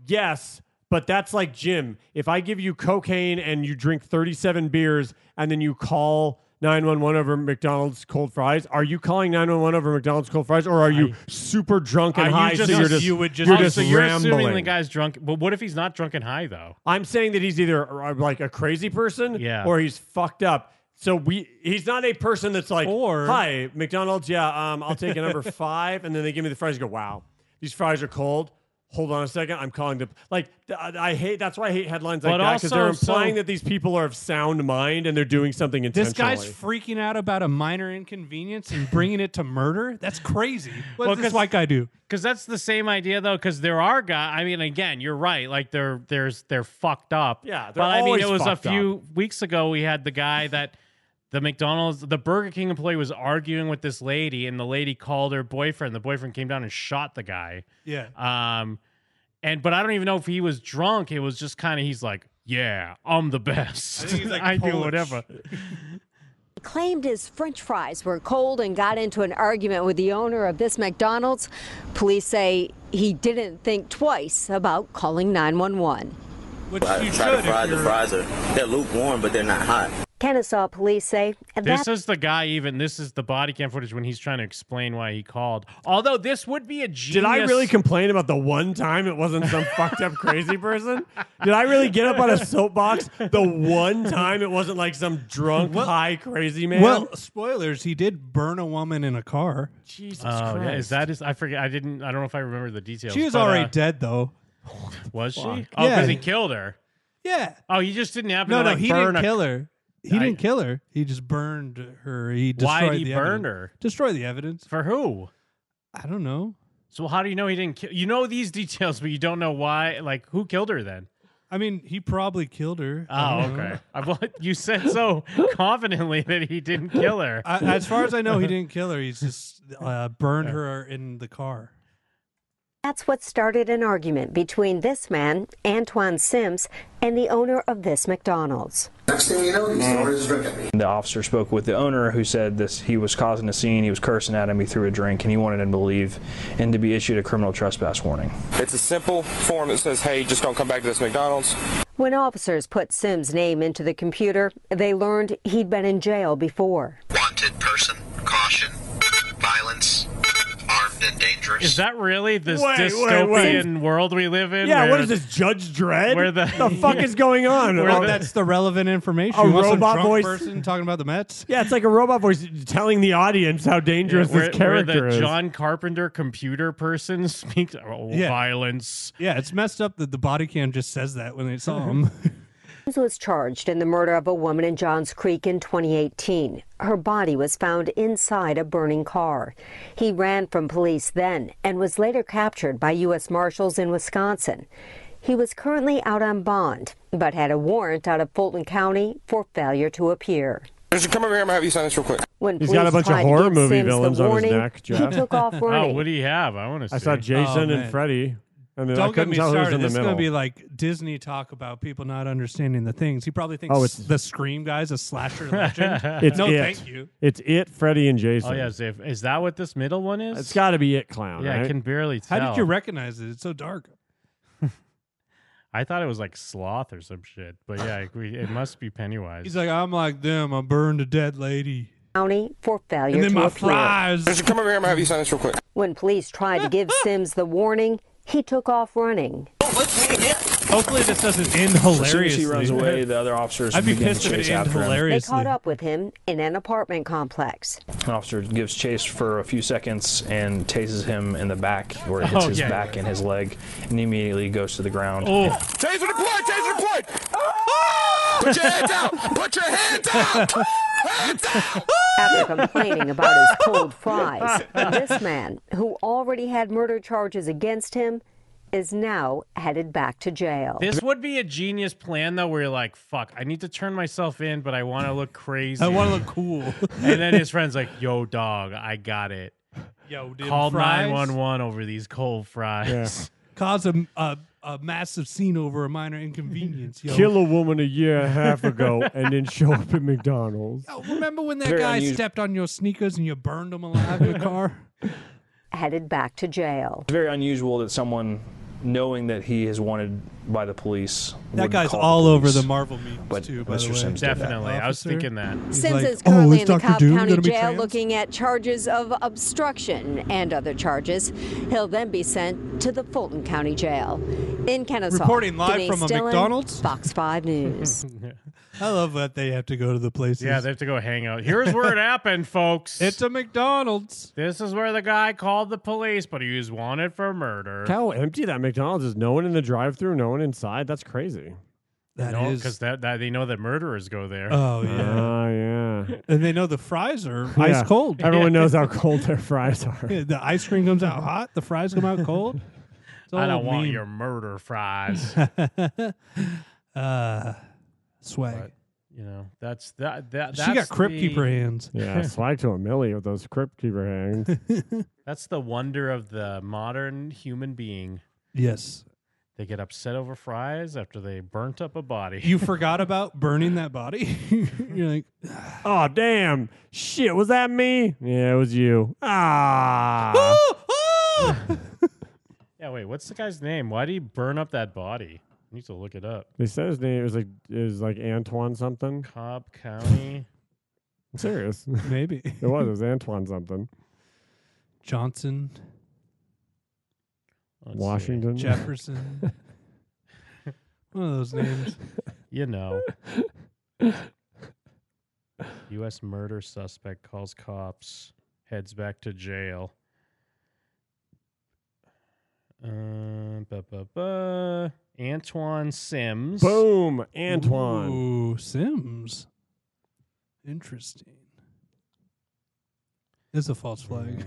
Speaker 4: Yes, but that's like Jim. If I give you cocaine and you drink thirty seven beers and then you call. 911 over McDonald's cold fries. Are you calling 911 over McDonald's cold fries or are you super drunk and
Speaker 6: Are you
Speaker 4: high
Speaker 6: just-
Speaker 4: so you're just
Speaker 6: you would just-
Speaker 4: you're
Speaker 6: Oh,
Speaker 4: just
Speaker 6: so you're
Speaker 4: rambling?
Speaker 6: assuming the guy's drunk. But what if he's not drunk and high though?
Speaker 4: I'm saying that he's either uh, like a crazy person,
Speaker 6: Yeah.
Speaker 4: or he's fucked up. So we, he's not a person that's like,
Speaker 2: Or-
Speaker 4: hi McDonald's, yeah, um, I'll take a number *laughs* five, and then they give me the fries. You go, wow, these fries are cold. Hold on a second, I'm calling the like. th- uh, I I hate that's why I hate headlines like
Speaker 2: But
Speaker 4: that because
Speaker 2: also,
Speaker 4: they're
Speaker 2: so-
Speaker 4: implying that these people are of sound mind and they're doing something
Speaker 2: This
Speaker 4: intentionally.
Speaker 2: guy's freaking out about a minor inconvenience and bringing it to murder. That's crazy. What
Speaker 6: Well,
Speaker 2: does this
Speaker 6: 'cause-
Speaker 2: white guy do?
Speaker 6: Because that's the same idea though. Because there are guys. I mean, again, you're right. Like they're there's they're fucked up.
Speaker 4: Yeah, they're
Speaker 6: but I mean,
Speaker 4: always
Speaker 6: it was a
Speaker 4: fucked up.
Speaker 6: few weeks ago we had the guy that the McDonald's, the Burger King employee was arguing with this lady, and the lady called her boyfriend. The boyfriend came down and shot the guy.
Speaker 2: Yeah.
Speaker 6: Um, and but I don't even know if he was drunk. It was just kind of he's like, yeah, I'm the best. *laughs* I,
Speaker 2: think he's, like,
Speaker 6: do
Speaker 2: Polish.
Speaker 6: whatever.
Speaker 7: claimed his french fries were cold and got into an argument with the owner of this McDonald's. Police say
Speaker 23: he didn't think twice about calling 911.
Speaker 7: Which you try to fry the fries are they're lukewarm, but they're not hot.
Speaker 23: Kennesaw police say
Speaker 6: This
Speaker 23: that
Speaker 6: is the guy. Even this is the body cam footage when he's trying to explain why he called. Although this would be a genius.
Speaker 4: Did I really complain about the one time it
Speaker 6: *laughs*
Speaker 4: wasn't some fucked up crazy person? Did I really get up on a soapbox the one time it wasn't like some drunk, high, crazy man?
Speaker 5: Well, spoilers. He did burn a woman in a car.
Speaker 6: Jesus Oh, yeah, is that is I forget. I didn't. I don't know if I remember the details.
Speaker 5: She was
Speaker 6: but,
Speaker 5: already
Speaker 6: uh,
Speaker 5: dead
Speaker 6: *laughs*
Speaker 5: though.
Speaker 6: Was she? Oh,
Speaker 5: Fuck.
Speaker 6: because
Speaker 5: Yeah.
Speaker 6: he killed her.
Speaker 5: Yeah.
Speaker 6: Oh, he just didn't happen.
Speaker 5: No,
Speaker 6: to,
Speaker 5: no,
Speaker 6: like,
Speaker 5: he
Speaker 6: burn
Speaker 5: didn't
Speaker 6: a-
Speaker 5: kill her. He
Speaker 6: I-
Speaker 5: didn't kill her. He just burned her. He
Speaker 6: Why'd
Speaker 5: destroyed
Speaker 6: he
Speaker 5: the
Speaker 6: burn
Speaker 5: evidence.
Speaker 6: her?
Speaker 5: Destroy the evidence
Speaker 6: for who?
Speaker 5: I don't know.
Speaker 6: So how do you know he didn't kill? You know these details, but you don't know why. Like who killed her then?
Speaker 5: I mean, he probably killed her.
Speaker 6: Oh,
Speaker 5: I don't know.
Speaker 6: okay. I, well, you said
Speaker 5: *laughs*
Speaker 6: so confidently that he didn't kill her.
Speaker 5: I, as far as I know, he didn't kill her. He's just uh, burned her in the car.
Speaker 12: That's what started an argument between this man, Antoine Sims, and the owner of this McDonald's.
Speaker 2: Next thing you know, he's
Speaker 24: Mm.
Speaker 2: throwing his drink at me.
Speaker 24: The officer spoke with the owner who said this he was causing a scene, he was cursing at him, he threw a drink, and he wanted him to leave and to be issued a criminal trespass warning.
Speaker 14: It's a simple form that says, hey, just don't come back to this McDonald's.
Speaker 12: When officers put Sims' name into the computer, they learned he'd been in jail before.
Speaker 25: Wanted person, caution, violence, armed and dangerous.
Speaker 6: Is that really this
Speaker 25: Wait, wait, wait.
Speaker 6: dystopian world we live in?
Speaker 4: yeah, what
Speaker 6: where-
Speaker 4: is this, Judge Dredd?
Speaker 6: where the-
Speaker 4: the
Speaker 6: *laughs*
Speaker 4: fuck is going on?
Speaker 6: Where
Speaker 4: All
Speaker 6: the-
Speaker 5: Oh,
Speaker 4: that-
Speaker 5: That's the relevant information.
Speaker 4: A
Speaker 5: You want some
Speaker 4: robot
Speaker 5: drunk
Speaker 4: voice-
Speaker 5: person talking about the Mets.
Speaker 4: yeah, it's like a robot voice telling the audience how dangerous
Speaker 6: where,
Speaker 4: this
Speaker 6: where
Speaker 4: character
Speaker 6: the
Speaker 4: is.
Speaker 6: John Carpenter computer person *laughs* speaks oh,
Speaker 5: Yeah.
Speaker 6: violence.
Speaker 5: Yeah, it's messed up that the body cam just says that when they
Speaker 6: *laughs*
Speaker 5: saw him.
Speaker 12: Sims was charged in the murder of a woman in Johns Creek in 2018. Her body was found inside a burning car. He ran from police then and was later captured by U.S. Marshals in Wisconsin. He was currently out on bond, but had a warrant out of Fulton County for failure to appear.
Speaker 14: Just come over here. I'm gonna have you sign this real quick.
Speaker 12: When
Speaker 4: He's got a
Speaker 12: police
Speaker 4: bunch of
Speaker 12: tried to
Speaker 4: horror
Speaker 12: give
Speaker 4: movie
Speaker 12: Sims the
Speaker 4: villains on his
Speaker 12: warning,
Speaker 4: neck, Jeff.
Speaker 12: He took off Oh,
Speaker 6: Oh,
Speaker 12: running.
Speaker 6: what do you have? I want to.
Speaker 4: I saw Jason and Freddy. I mean, I
Speaker 5: Don't get
Speaker 4: couldn't
Speaker 5: me
Speaker 4: tell who was
Speaker 5: started.
Speaker 4: in the
Speaker 5: This is
Speaker 4: middle.
Speaker 5: gonna be like Disney talk about people not understanding the things. He probably thinks
Speaker 4: Oh,
Speaker 5: oh,
Speaker 4: it's-
Speaker 5: the Scream guy's a slasher
Speaker 4: *laughs*
Speaker 5: legend.
Speaker 4: It's
Speaker 5: no,
Speaker 4: it.
Speaker 5: thank you.
Speaker 4: It's it, Freddy and Jason.
Speaker 6: Oh yeah, is, if- is that what this middle one is?
Speaker 4: It's got to be it, clown.
Speaker 6: Yeah, I
Speaker 4: right?
Speaker 6: can barely
Speaker 5: How
Speaker 6: tell.
Speaker 5: did you recognize it? It's so dark.
Speaker 6: I thought it was like sloth or some shit, but yeah, it, we- it must be Pennywise.
Speaker 5: He's like, I'm like them. I burned a dead lady.
Speaker 12: County for failure
Speaker 5: And then
Speaker 12: to
Speaker 5: my
Speaker 12: appear.
Speaker 5: fries.
Speaker 14: Just come over here. I'm gonna have you sign this real quick.
Speaker 12: When police tried
Speaker 5: *laughs*
Speaker 12: to give Sims the warning, he took off running.
Speaker 5: Hopefully this doesn't end
Speaker 24: As soon as
Speaker 5: hilariously.
Speaker 24: he runs
Speaker 5: *laughs*
Speaker 24: away, the other officers
Speaker 5: I'd be
Speaker 24: begin
Speaker 5: pissed
Speaker 24: to
Speaker 5: if it
Speaker 24: chase
Speaker 5: ended
Speaker 24: after him.
Speaker 12: They caught up with him in an apartment complex.
Speaker 24: An officer gives chase for a few seconds and tases him in the back, where it hits
Speaker 14: Oh,
Speaker 24: his
Speaker 14: yeah.
Speaker 24: back and his leg, and he immediately goes to the ground.
Speaker 5: Oh.
Speaker 14: Taser deployed. Taser deployed.
Speaker 12: Ah!
Speaker 14: Put your hands out. Put your hands
Speaker 12: *laughs*
Speaker 14: out. Hands out.
Speaker 12: After complaining about his cold
Speaker 14: *laughs*
Speaker 12: fries, this man, who already had murder charges against him, is now headed back to jail.
Speaker 6: This would be a genius plan though, where you're like, "Fuck, I need to turn myself in, but I want to look crazy.
Speaker 5: I want to look cool.
Speaker 6: *laughs* And then his friend's like, "Yo, dog, I got it.
Speaker 5: Yo, them
Speaker 6: Call
Speaker 5: fries?
Speaker 6: nine one one over these cold fries.
Speaker 5: cause a, a a massive scene over a minor inconvenience. Yo.
Speaker 4: Kill a woman a year and a half ago and then show up at McDonald's.
Speaker 5: Oh, remember when that
Speaker 4: Very
Speaker 5: guy
Speaker 4: unusual.
Speaker 5: stepped on your sneakers and you burned him alive in the car?
Speaker 12: Headed back to jail.
Speaker 24: It's very unusual that someone knowing that he is wanted by the police.
Speaker 5: That
Speaker 24: would
Speaker 5: guy's
Speaker 24: call
Speaker 5: all
Speaker 24: the
Speaker 5: over
Speaker 24: police.
Speaker 5: the Marvel memes
Speaker 24: but
Speaker 5: too. By
Speaker 24: Mr.
Speaker 5: the way.
Speaker 24: Sims did that.
Speaker 6: *laughs* Definitely, I was thinking that.
Speaker 12: Sims is
Speaker 5: "Oh,
Speaker 12: currently
Speaker 5: is
Speaker 12: in the
Speaker 5: Dr.
Speaker 12: Cobb
Speaker 5: Doom
Speaker 12: County
Speaker 5: gonna be
Speaker 12: Jail
Speaker 5: trans?"
Speaker 12: looking at charges of obstruction and other charges. He'll then be sent to the Fulton County Jail. In Kennesaw,
Speaker 5: Reporting live
Speaker 12: Denise
Speaker 5: from a
Speaker 12: Dillon,
Speaker 5: McDonald's?
Speaker 12: Fox
Speaker 5: *laughs*
Speaker 12: 5 News.
Speaker 5: I love that they have to go to the places.
Speaker 6: Yeah, they have to go hang out. Here's where it happened, folks. It's
Speaker 5: a McDonald's.
Speaker 6: This is where the guy called the police, but he was wanted for murder.
Speaker 5: e-
Speaker 4: How empty that McDonald's is. No one in the drive through no one inside. That's crazy.
Speaker 5: That
Speaker 6: no,
Speaker 5: is-
Speaker 6: because that, that they know that murderers go there. Uh,
Speaker 5: Oh yeah.
Speaker 4: Oh, yeah.
Speaker 5: *laughs* and they know the fries are
Speaker 4: Yeah.
Speaker 5: ice cold. *laughs*
Speaker 4: Everyone knows how cold their fries are.
Speaker 5: Yeah, *laughs* the ice cream comes out hot. The fries come
Speaker 24: *laughs*
Speaker 5: out cold. It's
Speaker 6: I don't
Speaker 5: old
Speaker 6: want
Speaker 5: meme.
Speaker 6: your murder fries.
Speaker 5: *laughs* uh, swag.
Speaker 6: you know, that's that. that
Speaker 5: She got
Speaker 6: that's
Speaker 5: Crypt
Speaker 6: the-
Speaker 5: Keeper hands. *laughs*
Speaker 4: Yeah, slag to a millie with those Crypt Keeper hands.
Speaker 6: That's the wonder of the modern human being.
Speaker 5: Yes.
Speaker 6: They get upset over fries after they burnt up a body. *laughs*
Speaker 5: You forgot about burning that body. *laughs* You're like, "Ah."
Speaker 4: oh damn, shit, was
Speaker 6: *laughs*
Speaker 4: that
Speaker 5: Ah.
Speaker 4: me? Yeah, it was you. Ah.
Speaker 6: yeah, What's the guy's name? Why did he burn up that body? I need to look it up.
Speaker 4: They said his name it was like it was like Antoine something.
Speaker 6: Cobb County.
Speaker 4: I'm serious.
Speaker 5: Maybe.
Speaker 4: *laughs* it
Speaker 5: *laughs*
Speaker 4: was. It was Antoine something.
Speaker 5: Johnson,
Speaker 6: Let's see.
Speaker 4: Washington. *laughs*
Speaker 5: Jefferson. *laughs* One of those names. *laughs*
Speaker 6: You know. U.S. murder suspect calls cops, heads back to jail. Uh, ba, ba, ba. Antoine Sims.
Speaker 4: Boom. Antoine.
Speaker 5: Ooh, Sims. Interesting. It's a false flag.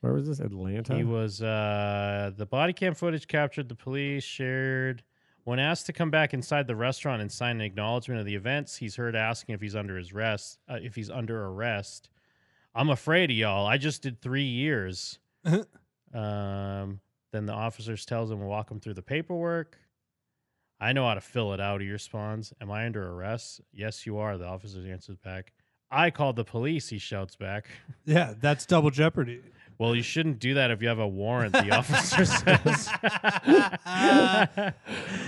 Speaker 4: Where was this? Atlanta.
Speaker 6: He was uh the body cam footage captured the police shared when asked to come back inside the restaurant and sign an acknowledgement of the events, he's heard asking if he's under his arrest, uh, if he's under arrest. I'm afraid of y'all. I just did 3 years. um then the officers tells him walk him through the paperwork. I know how to fill it out. He responds, "Am I under arrest?" "Yes, you are." The officer answers back. "I called the police," he shouts back.
Speaker 5: *laughs*
Speaker 6: *laughs*
Speaker 5: yeah, that's double jeopardy. *laughs*
Speaker 6: Well, you shouldn't do that if you have a warrant, the
Speaker 4: *laughs*
Speaker 6: officer says.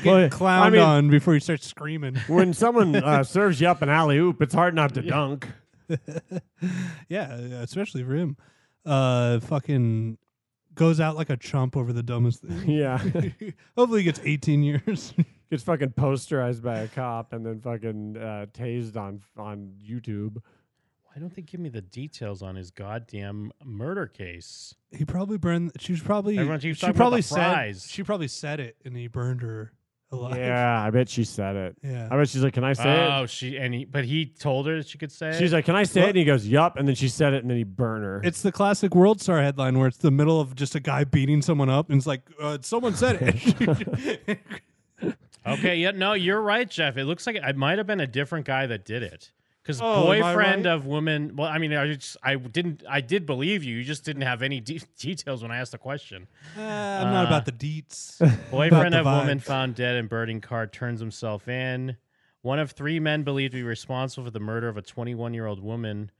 Speaker 5: Get clowned
Speaker 4: I mean-
Speaker 5: on before you start screaming.
Speaker 4: *laughs* when someone uh, serves you up an alley oop, it's hard not
Speaker 5: *laughs*
Speaker 4: to dunk.
Speaker 5: yeah, especially for him. Uh, fucking goes out like a chump over the dumbest thing.
Speaker 4: *laughs* Yeah.
Speaker 5: Hopefully, he gets 18 years.
Speaker 4: *laughs* Gets fucking posterized by a cop and then fucking uh, tased on on YouTube.
Speaker 6: Why don't they give me the details on his goddamn murder case?
Speaker 5: *laughs* he probably burned. She was probably.
Speaker 6: Everyone keeps
Speaker 5: she
Speaker 6: talking about
Speaker 5: probably
Speaker 6: the fries.
Speaker 5: said. She probably said it, and he burned her alive.
Speaker 4: Yeah, I bet she said it.
Speaker 5: Yeah.
Speaker 4: I bet she's like, "Can I say
Speaker 6: oh, she and he, but he told her that she could say.
Speaker 4: it?" She's
Speaker 6: it?
Speaker 4: like, "Can I say it?" And he goes, "Yup." And then she said it, and then he burned her.
Speaker 5: It's the classic World Star headline where it's the middle of just a guy beating someone up, and it's like uh, someone said it.
Speaker 6: *laughs* okay, yeah, no, you're right, Jeff. It looks like it, might have been a different guy that did it. Because
Speaker 4: Oh, am I
Speaker 6: boyfriend
Speaker 4: right?
Speaker 6: of woman. Well, I mean, I just I didn't I did believe you. You just didn't have any de- *laughs* details when I asked the question.
Speaker 5: Uh, I'm not
Speaker 6: Uh,
Speaker 5: about the deets.
Speaker 6: Boyfriend
Speaker 5: About
Speaker 6: of
Speaker 5: the
Speaker 6: woman
Speaker 5: vibe.
Speaker 6: found dead in burning car turns himself in. One of three men believed to be responsible for the murder of a 21 year old woman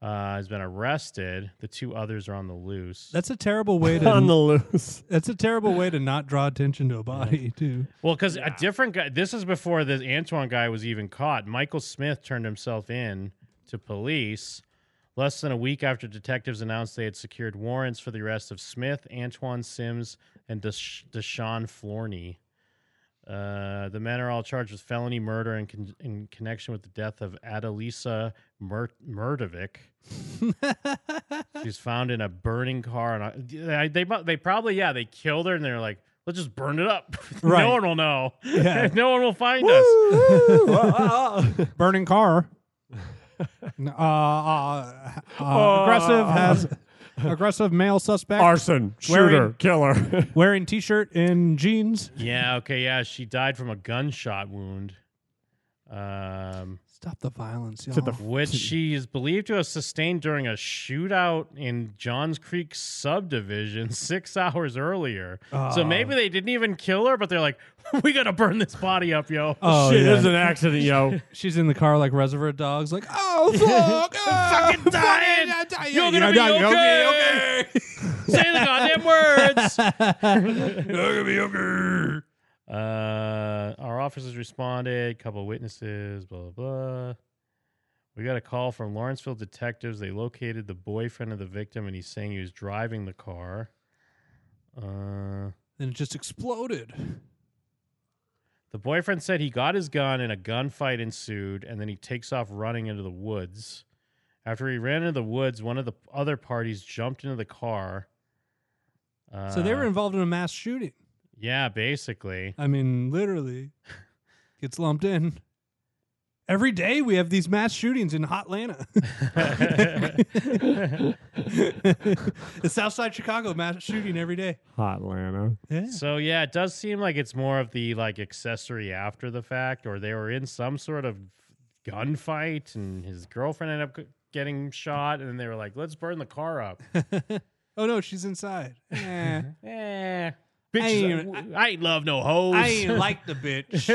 Speaker 6: uh, has been arrested. The two others are on the loose.
Speaker 5: That's a terrible way to
Speaker 4: *laughs* on the loose.
Speaker 5: That's a terrible way to not draw attention to a body,
Speaker 4: *laughs*
Speaker 5: too.
Speaker 6: Well, because a different guy. This is before the Antoine guy was even caught. Michael Smith turned himself in to police less than a week after detectives announced they had secured warrants for the arrest of Smith, Antoine Sims, and Desha- Deshaun Florney. Uh, the men are all charged with felony murder in, con- in connection with the death of Adelisa Mur- Murdovic. She's found in a burning car, and I, they, they they probably yeah they killed her, and they're like, let's just burn it up. *laughs*
Speaker 5: Right.
Speaker 6: no one will know.
Speaker 5: Yeah.
Speaker 6: *laughs* no one will find us.
Speaker 4: uh,
Speaker 5: *laughs* Burning
Speaker 4: *laughs*
Speaker 5: car. N- Uh, uh, uh, aggressive has aggressive male suspect.
Speaker 4: uh. Arson, shooter,
Speaker 5: Wearing-
Speaker 4: killer. *laughs*
Speaker 5: Wearing t-shirt and jeans.
Speaker 6: Yeah. Okay. Yeah. She died from a gunshot wound. Um,
Speaker 5: Stop the violence, y'all.
Speaker 6: which she is believed to have sustained during a shootout in Johns Creek subdivision *laughs* six hours earlier. so
Speaker 5: Oh.
Speaker 6: maybe they didn't even kill her, but they're like, *laughs* we gotta burn this body up, yo.
Speaker 5: Oh,
Speaker 4: Shit,
Speaker 5: yeah.
Speaker 4: this is an accident, yo.
Speaker 5: *laughs* She's in the car like Reservoir Dogs, like, oh
Speaker 12: *laughs*
Speaker 5: fuck, ah, fucking
Speaker 6: dying.
Speaker 5: I'm dying.
Speaker 6: You're gonna be okay.
Speaker 5: *laughs*
Speaker 6: Say the goddamn words.
Speaker 5: You're gonna be okay.
Speaker 6: Uh, our officers responded. Couple witnesses. Blah blah. blah. We got a call from Lawrenceville detectives. They located the boyfriend of the victim, and he's saying he was driving the car. Uh,
Speaker 5: Then it just exploded.
Speaker 6: the boyfriend said he got his gun, and a gunfight ensued. And then he takes off running into the woods. After he ran into the woods, one of the other parties jumped into the car. Uh,
Speaker 5: so they were involved in a mass shooting.
Speaker 6: yeah, basically.
Speaker 5: I mean, literally, gets lumped in. Every day we have these mass shootings in
Speaker 6: *laughs*
Speaker 5: Hotlanta. it's Southside Chicago mass shooting every day.
Speaker 4: Hot Lana.
Speaker 5: Yeah.
Speaker 6: So yeah, it does seem like it's more of the like accessory after the fact, or they were in some sort of gunfight, and his girlfriend ended up g- getting shot, and then they were like, "Let's burn the car up."
Speaker 5: *laughs* Oh no, she's
Speaker 6: *laughs*
Speaker 5: inside. *laughs* Eh.
Speaker 6: eh,
Speaker 5: I
Speaker 6: bitch, I,
Speaker 5: ain't-
Speaker 6: ain't, love no hoes. *laughs*
Speaker 5: I ain't like the bitch.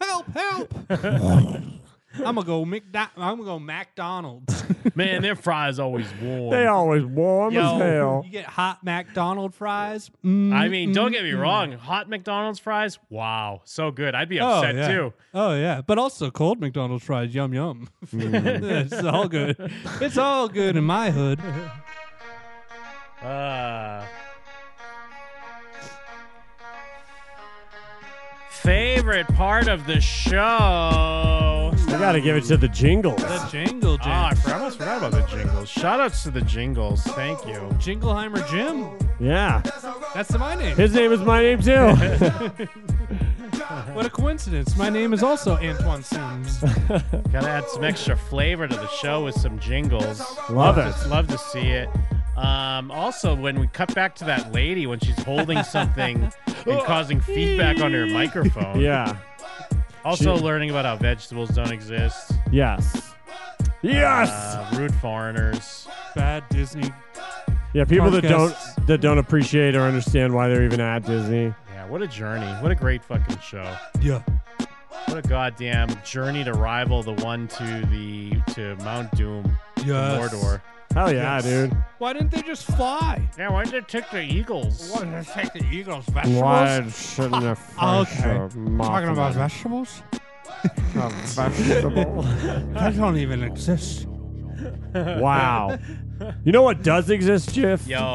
Speaker 5: help! Help!
Speaker 2: I'm gonna go McDo- I'm gonna go McDonald's.
Speaker 6: Man, their fries always warm.
Speaker 4: They always warm
Speaker 6: Yo.
Speaker 4: as hell.
Speaker 2: You get hot McDonald fries.
Speaker 6: I mean, don't
Speaker 2: mm,
Speaker 6: get me
Speaker 2: mm.
Speaker 6: wrong. Hot McDonald's fries, wow, so good. I'd be upset
Speaker 2: oh, yeah.
Speaker 6: too.
Speaker 2: Oh yeah, but also cold McDonald's fries, yum yum. *laughs*
Speaker 6: Mm.
Speaker 2: it's all good. It's all good in my hood.
Speaker 6: Uh, favorite part of the show.
Speaker 4: We gotta give it to the jingles.
Speaker 2: The jingle,
Speaker 6: Oh, I for- almost forgot about the jingles. Shout outs to the jingles. Thank you.
Speaker 2: Jingleheimer Jim.
Speaker 4: Yeah.
Speaker 2: That's my name.
Speaker 4: His name is my
Speaker 5: *laughs*
Speaker 4: name too.
Speaker 2: What a coincidence. My name is also Antoine
Speaker 6: *laughs*
Speaker 2: Sims.
Speaker 6: Gotta add some extra flavor to the show with some jingles.
Speaker 4: Love
Speaker 6: to-
Speaker 4: it.
Speaker 6: love to see it. Um, also, when we cut back to that lady when she's holding
Speaker 4: *laughs*
Speaker 6: something and causing feedback on her microphone.
Speaker 4: yeah.
Speaker 6: Also,
Speaker 4: She-
Speaker 6: learning about how vegetables don't exist.
Speaker 4: Yes. Yes.
Speaker 6: Uh, rude foreigners.
Speaker 2: Bad Disney.
Speaker 4: yeah, people that don't
Speaker 2: podcasts.
Speaker 4: that don't appreciate or understand why they're even at Disney.
Speaker 6: Yeah, what a journey. What a great fucking show.
Speaker 2: Yeah.
Speaker 6: What a goddamn journey to rival the one to the to Mount Doom, to
Speaker 2: Yes.
Speaker 6: Mordor.
Speaker 4: Hell yeah, dude.
Speaker 2: Why didn't they just fly?
Speaker 6: Yeah, why did they take the eagles?
Speaker 2: Why did they take the eagles?
Speaker 4: *laughs* Why
Speaker 2: *laughs*
Speaker 4: shouldn't a fresh
Speaker 2: Okay. Talking about vegetables?
Speaker 6: Oh,
Speaker 4: vegetable?
Speaker 2: *laughs* That don't even exist.
Speaker 5: *laughs*
Speaker 4: wow. You know what does exist, Jeff?
Speaker 6: Yo.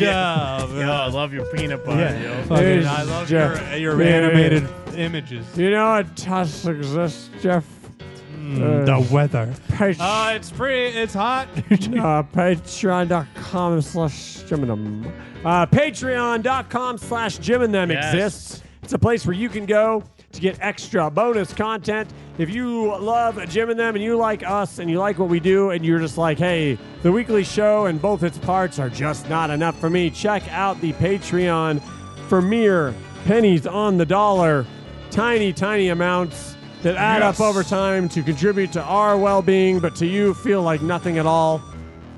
Speaker 6: *laughs* Yo, I love your peanut butter, yo.
Speaker 2: Fucking,
Speaker 4: There's
Speaker 2: I love
Speaker 4: Jeff.
Speaker 2: your, your
Speaker 4: Yeah, yeah, yeah.
Speaker 2: animated images.
Speaker 4: You know what does exist, Jeff?
Speaker 2: Mm,
Speaker 4: Uh,
Speaker 2: the weather.
Speaker 4: Patr-
Speaker 2: Uh, it's pretty. It's hot.
Speaker 4: *laughs* uh, patreon.com slash Jim and them. Uh, patreon.com slash Jim and them
Speaker 6: Yes.
Speaker 4: exists. It's a place where you can go to get extra bonus content. If you love Jim and them and you like us and you like what we do and you're just like, hey, the weekly show and both its parts are just not enough for me, check out the Patreon for mere pennies on the dollar, tiny, tiny amounts that add
Speaker 6: Yes.
Speaker 4: up over time to contribute to our well-being, but to you feel like nothing at all.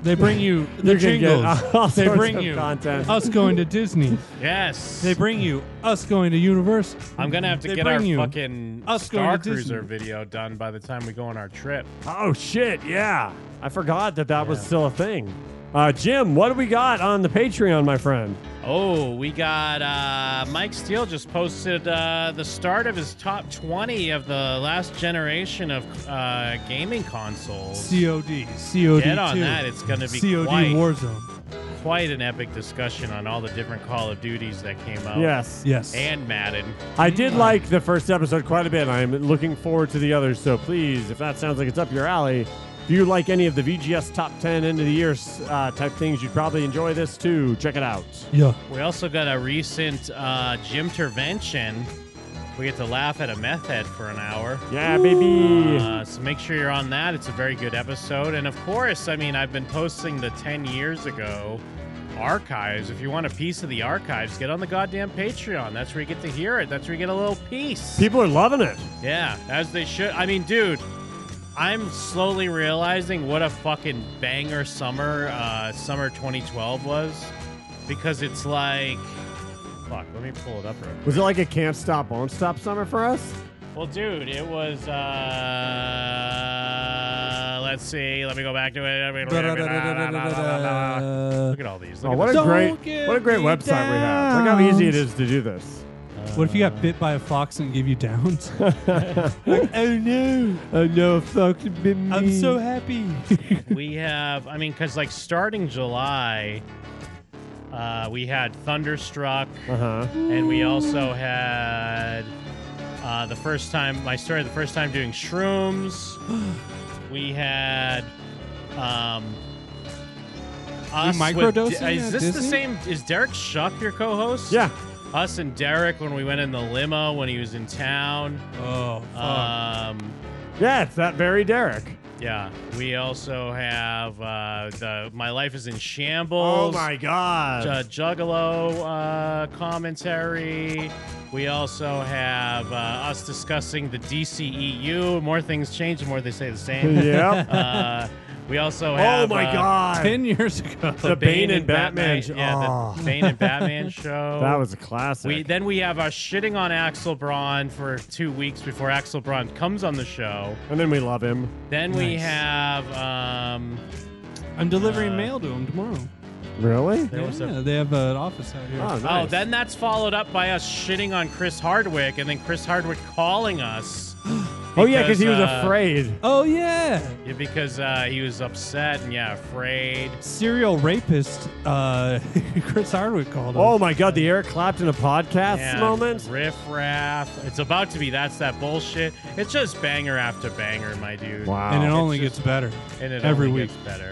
Speaker 2: They bring
Speaker 4: *laughs*
Speaker 2: you
Speaker 4: You're
Speaker 2: the
Speaker 4: gonna get
Speaker 2: jingles.
Speaker 4: *laughs* all
Speaker 2: They
Speaker 4: sorts
Speaker 2: bring
Speaker 4: of
Speaker 2: you
Speaker 4: content.
Speaker 2: us going to Disney.
Speaker 6: *laughs* Yes.
Speaker 2: They bring you us going to Universal.
Speaker 6: I'm gonna have to
Speaker 2: They
Speaker 6: get our
Speaker 2: bring you
Speaker 6: fucking
Speaker 2: us going to
Speaker 6: Star
Speaker 2: Disney.
Speaker 6: Cruiser video done by the time we go on our trip.
Speaker 4: Oh shit! Yeah, I forgot that that was still a thing. Uh, Jim, what do we got on the Patreon, my friend?
Speaker 6: Oh, we got uh, Mike Steele just posted uh, the start of his top 20 of the last generation of uh, gaming consoles.
Speaker 2: COD. COD.
Speaker 6: Get on
Speaker 2: two.
Speaker 6: that. It's gonna be
Speaker 2: COD
Speaker 6: quite-
Speaker 2: Warzone.
Speaker 6: Quite an epic discussion on all the different Call of Duties that came
Speaker 2: Oh.
Speaker 6: out.
Speaker 4: Yes.
Speaker 2: Yes.
Speaker 6: And Madden.
Speaker 4: I did like the first episode quite a bit. I'm looking forward to the others. So please, if that sounds like it's up your alley, if you like any of the VGS top ten end of the year uh, type things, you'd probably enjoy this too. Check it out.
Speaker 2: Yeah.
Speaker 6: We also got a recent uh, gym intervention. We get to laugh at a meth head for an hour.
Speaker 4: Yeah, baby.
Speaker 6: Uh, so make sure you're on that. It's a very good episode. And of course, I mean, I've been posting the 10 years ago archives. If you want a piece of the archives, get on the goddamn Patreon. That's where you get to hear it. That's where you get a little piece.
Speaker 4: People are loving it.
Speaker 6: Yeah, as they should. I mean, dude, I'm slowly realizing what a fucking banger summer, uh, summer 2012 was because it's like. Fuck, let me pull it up real quick.
Speaker 4: Was it like a can't stop, won't stop summer for us?
Speaker 6: Well, dude, it was. Uh, let's see. Let me go back to it. Look at all these. Look
Speaker 4: Oh,
Speaker 6: at
Speaker 4: what a
Speaker 6: this.
Speaker 2: Don't
Speaker 4: great,
Speaker 2: get
Speaker 4: what a great
Speaker 2: me
Speaker 4: website we have. Look how easy it
Speaker 2: downs.
Speaker 4: is to do this.
Speaker 2: What if you got bit by a fox and gave you
Speaker 4: *laughs*
Speaker 2: downs? oh no!
Speaker 4: Oh no, fuck been
Speaker 2: I'm so happy.
Speaker 6: *laughs* we have i mean because like starting july uh, we had thunderstruck
Speaker 4: Uh-huh.
Speaker 6: and we also had uh, the first time i started the first time doing
Speaker 2: *gasps*
Speaker 6: shrooms we had um us with-
Speaker 2: microdosing
Speaker 6: is
Speaker 2: at
Speaker 6: this the
Speaker 2: Disney?
Speaker 6: same is derek shuck your co-host
Speaker 4: Yeah.
Speaker 6: us and derek when we went in the limo when he was in town
Speaker 2: Oh, fuck.
Speaker 6: um
Speaker 4: Yeah, it's that very Derek.
Speaker 6: yeah, we also have uh, the "My Life Is in
Speaker 4: Oh
Speaker 6: Shambles."
Speaker 4: my god.
Speaker 6: uh, Juggalo uh, commentary. We also have uh, us E
Speaker 4: *laughs*
Speaker 6: discussing the DCEU. More things change, the more they say the same.
Speaker 4: Yep.
Speaker 6: Uh, We also
Speaker 4: Oh
Speaker 6: have.
Speaker 4: my
Speaker 6: uh,
Speaker 4: God.
Speaker 5: 10 years ago.
Speaker 6: The Bane and Batman.
Speaker 4: sh-
Speaker 6: yeah,
Speaker 4: oh.
Speaker 6: the Bane
Speaker 4: *laughs*
Speaker 6: and Batman show.
Speaker 4: That was a classic.
Speaker 6: We then we have us shitting on Axel Braun for two weeks before Axel Braun comes on the show.
Speaker 4: and then we love him.
Speaker 6: Then we have. Um,
Speaker 5: I'm delivering
Speaker 6: uh,
Speaker 5: mail to him tomorrow.
Speaker 4: Really?
Speaker 6: There was a-
Speaker 5: Yeah, they have an office out here.
Speaker 6: Oh, then that's followed up by us shitting on Chris Hardwick, and then Chris Hardwick calling us.
Speaker 4: *gasps* Oh, yeah, 'cause he was
Speaker 6: uh,
Speaker 4: afraid.
Speaker 5: Oh yeah.
Speaker 6: Yeah, because uh, he was upset and yeah, afraid.
Speaker 5: Serial rapist uh, *laughs* Chris Hardwick called him.
Speaker 4: Oh my God, the Eric Clapton of podcasts
Speaker 6: And
Speaker 4: moment.
Speaker 6: Riff raff. It's about to be that's that bullshit. It's just banger after banger, my dude.
Speaker 5: Wow. And it
Speaker 6: It's
Speaker 5: only gets better
Speaker 6: And it
Speaker 5: every
Speaker 6: only
Speaker 5: week.
Speaker 6: gets better.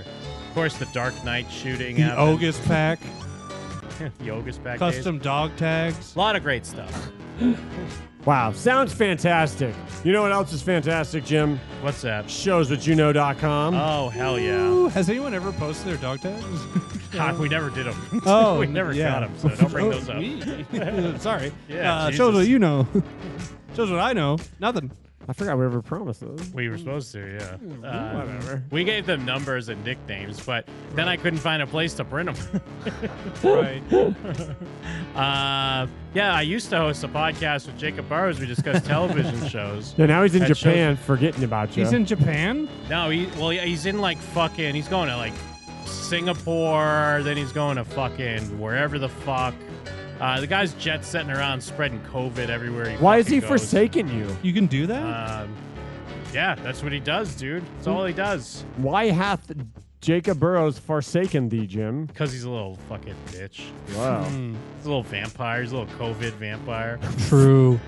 Speaker 6: Of course, the Dark Knight shooting.
Speaker 5: The
Speaker 6: happened.
Speaker 5: Ogus pack,
Speaker 6: *laughs* the Ogus pack. days.
Speaker 5: custom dog tags.
Speaker 6: A lot of great stuff. *laughs*
Speaker 4: Wow, sounds fantastic. You know what else is fantastic, Jim?
Speaker 6: What's that?
Speaker 4: Showswhatyouknow.com.
Speaker 6: Oh hell
Speaker 5: Ooh, *laughs*
Speaker 6: yeah!
Speaker 5: has anyone ever posted their dog
Speaker 6: *laughs*
Speaker 5: tags?
Speaker 6: God, we never did them. *laughs*
Speaker 5: Oh,
Speaker 6: we never
Speaker 5: yeah.
Speaker 6: got them, so don't bring
Speaker 5: Oh,
Speaker 6: those up.
Speaker 5: me. *laughs* Sorry.
Speaker 6: *laughs* Yeah,
Speaker 5: Uh,
Speaker 6: Jesus.
Speaker 5: shows what you know. *laughs* shows what I know. Nothing. Hmm,
Speaker 4: I forgot we ever promised those.
Speaker 6: We were supposed to, yeah. Uh,
Speaker 4: whatever.
Speaker 6: We gave them numbers and nicknames, but then I couldn't find a place to print *laughs* them.
Speaker 5: Right.
Speaker 6: *laughs* uh, yeah, I used to host a podcast with Jacob Burrows. We
Speaker 4: *laughs*
Speaker 6: discussed television shows.
Speaker 4: Yeah, now he's in
Speaker 6: That shows-
Speaker 4: Japan, forgetting about you.
Speaker 5: He's in Japan.
Speaker 6: No, he well, yeah, he's in like fucking. He's going to like Singapore. Then he's going to fucking wherever the fuck. Uh, the guy's jet setting around, spreading COVID everywhere. He
Speaker 4: Why is
Speaker 6: fucking
Speaker 4: he
Speaker 6: goes.
Speaker 4: forsaking you?
Speaker 5: You can do that.
Speaker 6: Um, yeah, that's what he does, dude. That's all he does.
Speaker 4: Why hath Jacob Burrows forsaken thee, Jim?
Speaker 6: Because he's a little fucking bitch. Hmm.
Speaker 4: Wow.
Speaker 6: He's a little vampire. He's a little COVID
Speaker 4: *laughs*
Speaker 6: vampire.
Speaker 5: True.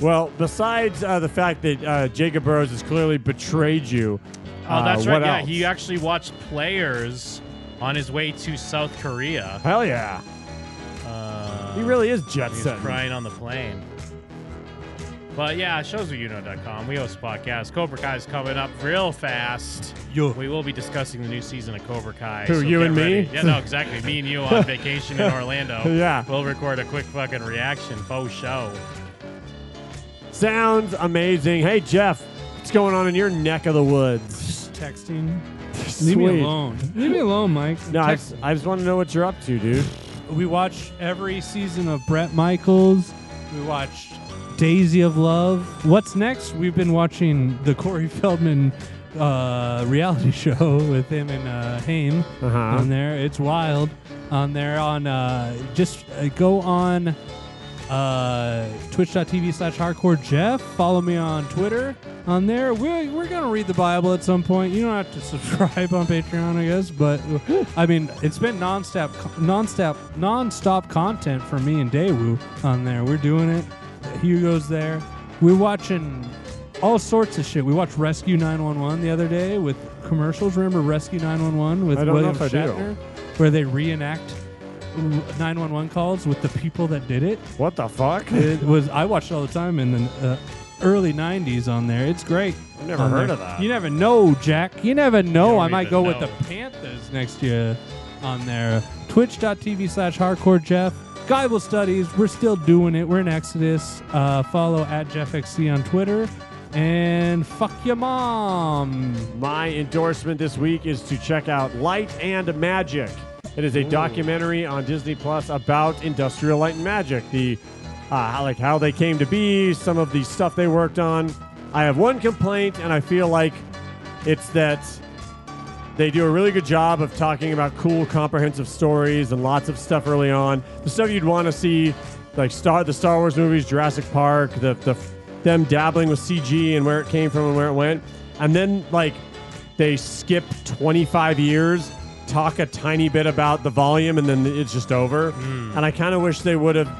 Speaker 4: Well, besides uh, the fact that uh, Jacob Burrows has clearly betrayed you,
Speaker 6: Oh, that's
Speaker 4: uh,
Speaker 6: right.
Speaker 4: what
Speaker 6: Yeah,
Speaker 4: else?
Speaker 6: he actually watched Players on his way to South Korea.
Speaker 4: Hell yeah.
Speaker 6: Uh,
Speaker 4: He really is jet
Speaker 6: He's
Speaker 4: setting.
Speaker 6: crying on the plane. But yeah, showswhatyouknow.com. We host podcasts. Cobra Kai's coming up real fast.
Speaker 5: Yo.
Speaker 6: We will be discussing the new season of Cobra Kai.
Speaker 4: Who,
Speaker 6: so
Speaker 4: you
Speaker 6: get
Speaker 4: and me?
Speaker 6: ready. Yeah,
Speaker 4: *laughs*
Speaker 6: no, exactly. Me and you on vacation in Orlando.
Speaker 4: Yeah.
Speaker 6: We'll record a quick fucking reaction faux show.
Speaker 4: Sounds amazing. Hey, Jeff, what's going on in your neck of the woods?
Speaker 5: Texting. Leave me
Speaker 4: Sweet.
Speaker 5: alone. Leave me alone, Mike.
Speaker 4: No, I
Speaker 5: Text-
Speaker 4: just, I just want to know what you're up to, dude.
Speaker 5: we watch every season of Brett Michaels. We watched Daisy of Love. What's next? We've been watching the Corey *laughs* Feldman uh, reality *laughs* show with him and uh, Haim
Speaker 4: Uh-huh.
Speaker 5: on there. It's wild on there. On uh, just uh, go on uh, twitch.tv slash hardcore Jeff. Follow me on Twitter on there. We're, we're going to read the Bible at some point. You don't have to *laughs* subscribe on Patreon, I guess, but I mean, it's been nonstop, nonstop, nonstop content for me and Daewoo on there. We're doing it. Hugo's there. We're watching all sorts of shit. We watched Rescue 911 the other day with commercials. Remember Rescue 911 with
Speaker 4: I don't know
Speaker 5: William
Speaker 4: if I do.
Speaker 5: Shatner, where they reenact 911 calls with the people that did it
Speaker 4: What the fuck?
Speaker 5: it was I watched it all the time in the uh, early '90s on there. It's great.
Speaker 4: I've never
Speaker 5: on
Speaker 4: heard
Speaker 5: there.
Speaker 4: of that.
Speaker 5: You never know, Jack. You never know.
Speaker 6: don't
Speaker 5: Oh, I might
Speaker 6: even
Speaker 5: go with
Speaker 6: know.
Speaker 5: the *laughs* Panthers next year on there. Twitch.tv slash hardcore Jeff. Bible studies. We're still doing it. We're in Exodus. Uh, follow at JeffXC on Twitter. And fuck your mom.
Speaker 4: My endorsement this week is to check out Light and Magic. It is a documentary on Disney Plus about industrial light and magic, the uh, how- like how they came to be, some of the stuff they worked on. I have one complaint, and I feel like it's that they do a really good job of talking about cool, comprehensive stories and lots of stuff early on. The stuff you'd want to see, like Star, the Star Wars movies, Jurassic Park, the, the them dabbling with CG and where it came from and where it went, and then like they skip 25 years, talk a tiny bit about the volume, and then it's just over.
Speaker 5: Hmm.
Speaker 4: And I kind of wish they would have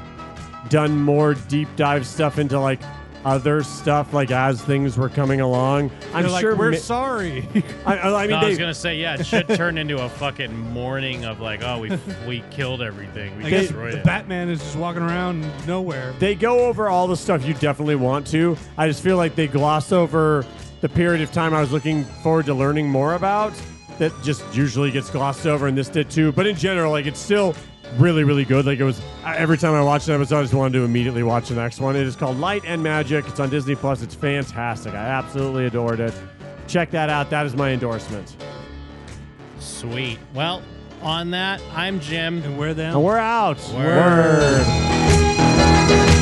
Speaker 4: done more deep dive stuff into like other stuff, like as things were coming along. I'm
Speaker 5: They're like,
Speaker 4: sure
Speaker 5: we're
Speaker 4: mi-
Speaker 5: sorry.
Speaker 4: *laughs* I, I mean,
Speaker 6: No, I
Speaker 4: they,
Speaker 6: was gonna say, yeah, it should
Speaker 4: *laughs*
Speaker 6: turn into a fucking morning of like, oh, we we killed everything, we
Speaker 5: I guess
Speaker 6: destroyed
Speaker 5: the
Speaker 6: it.
Speaker 5: Batman is just walking around nowhere.
Speaker 4: they go over all the stuff you definitely want to. I just feel like they gloss over the period of time I was looking forward to learning more about that just usually gets glossed over, and this did too. But in general, like it's still really, really good. Like it was I- every time I watched an episode, I just wanted to immediately watch the next one. It is called Light and Magic. It's on Disney Plus. It's fantastic. I absolutely adored it. Check that out. That is my endorsement.
Speaker 6: Sweet. Well, on that, I'm Jim. And
Speaker 2: we're them.
Speaker 4: And we're out.
Speaker 6: Word.
Speaker 4: Word.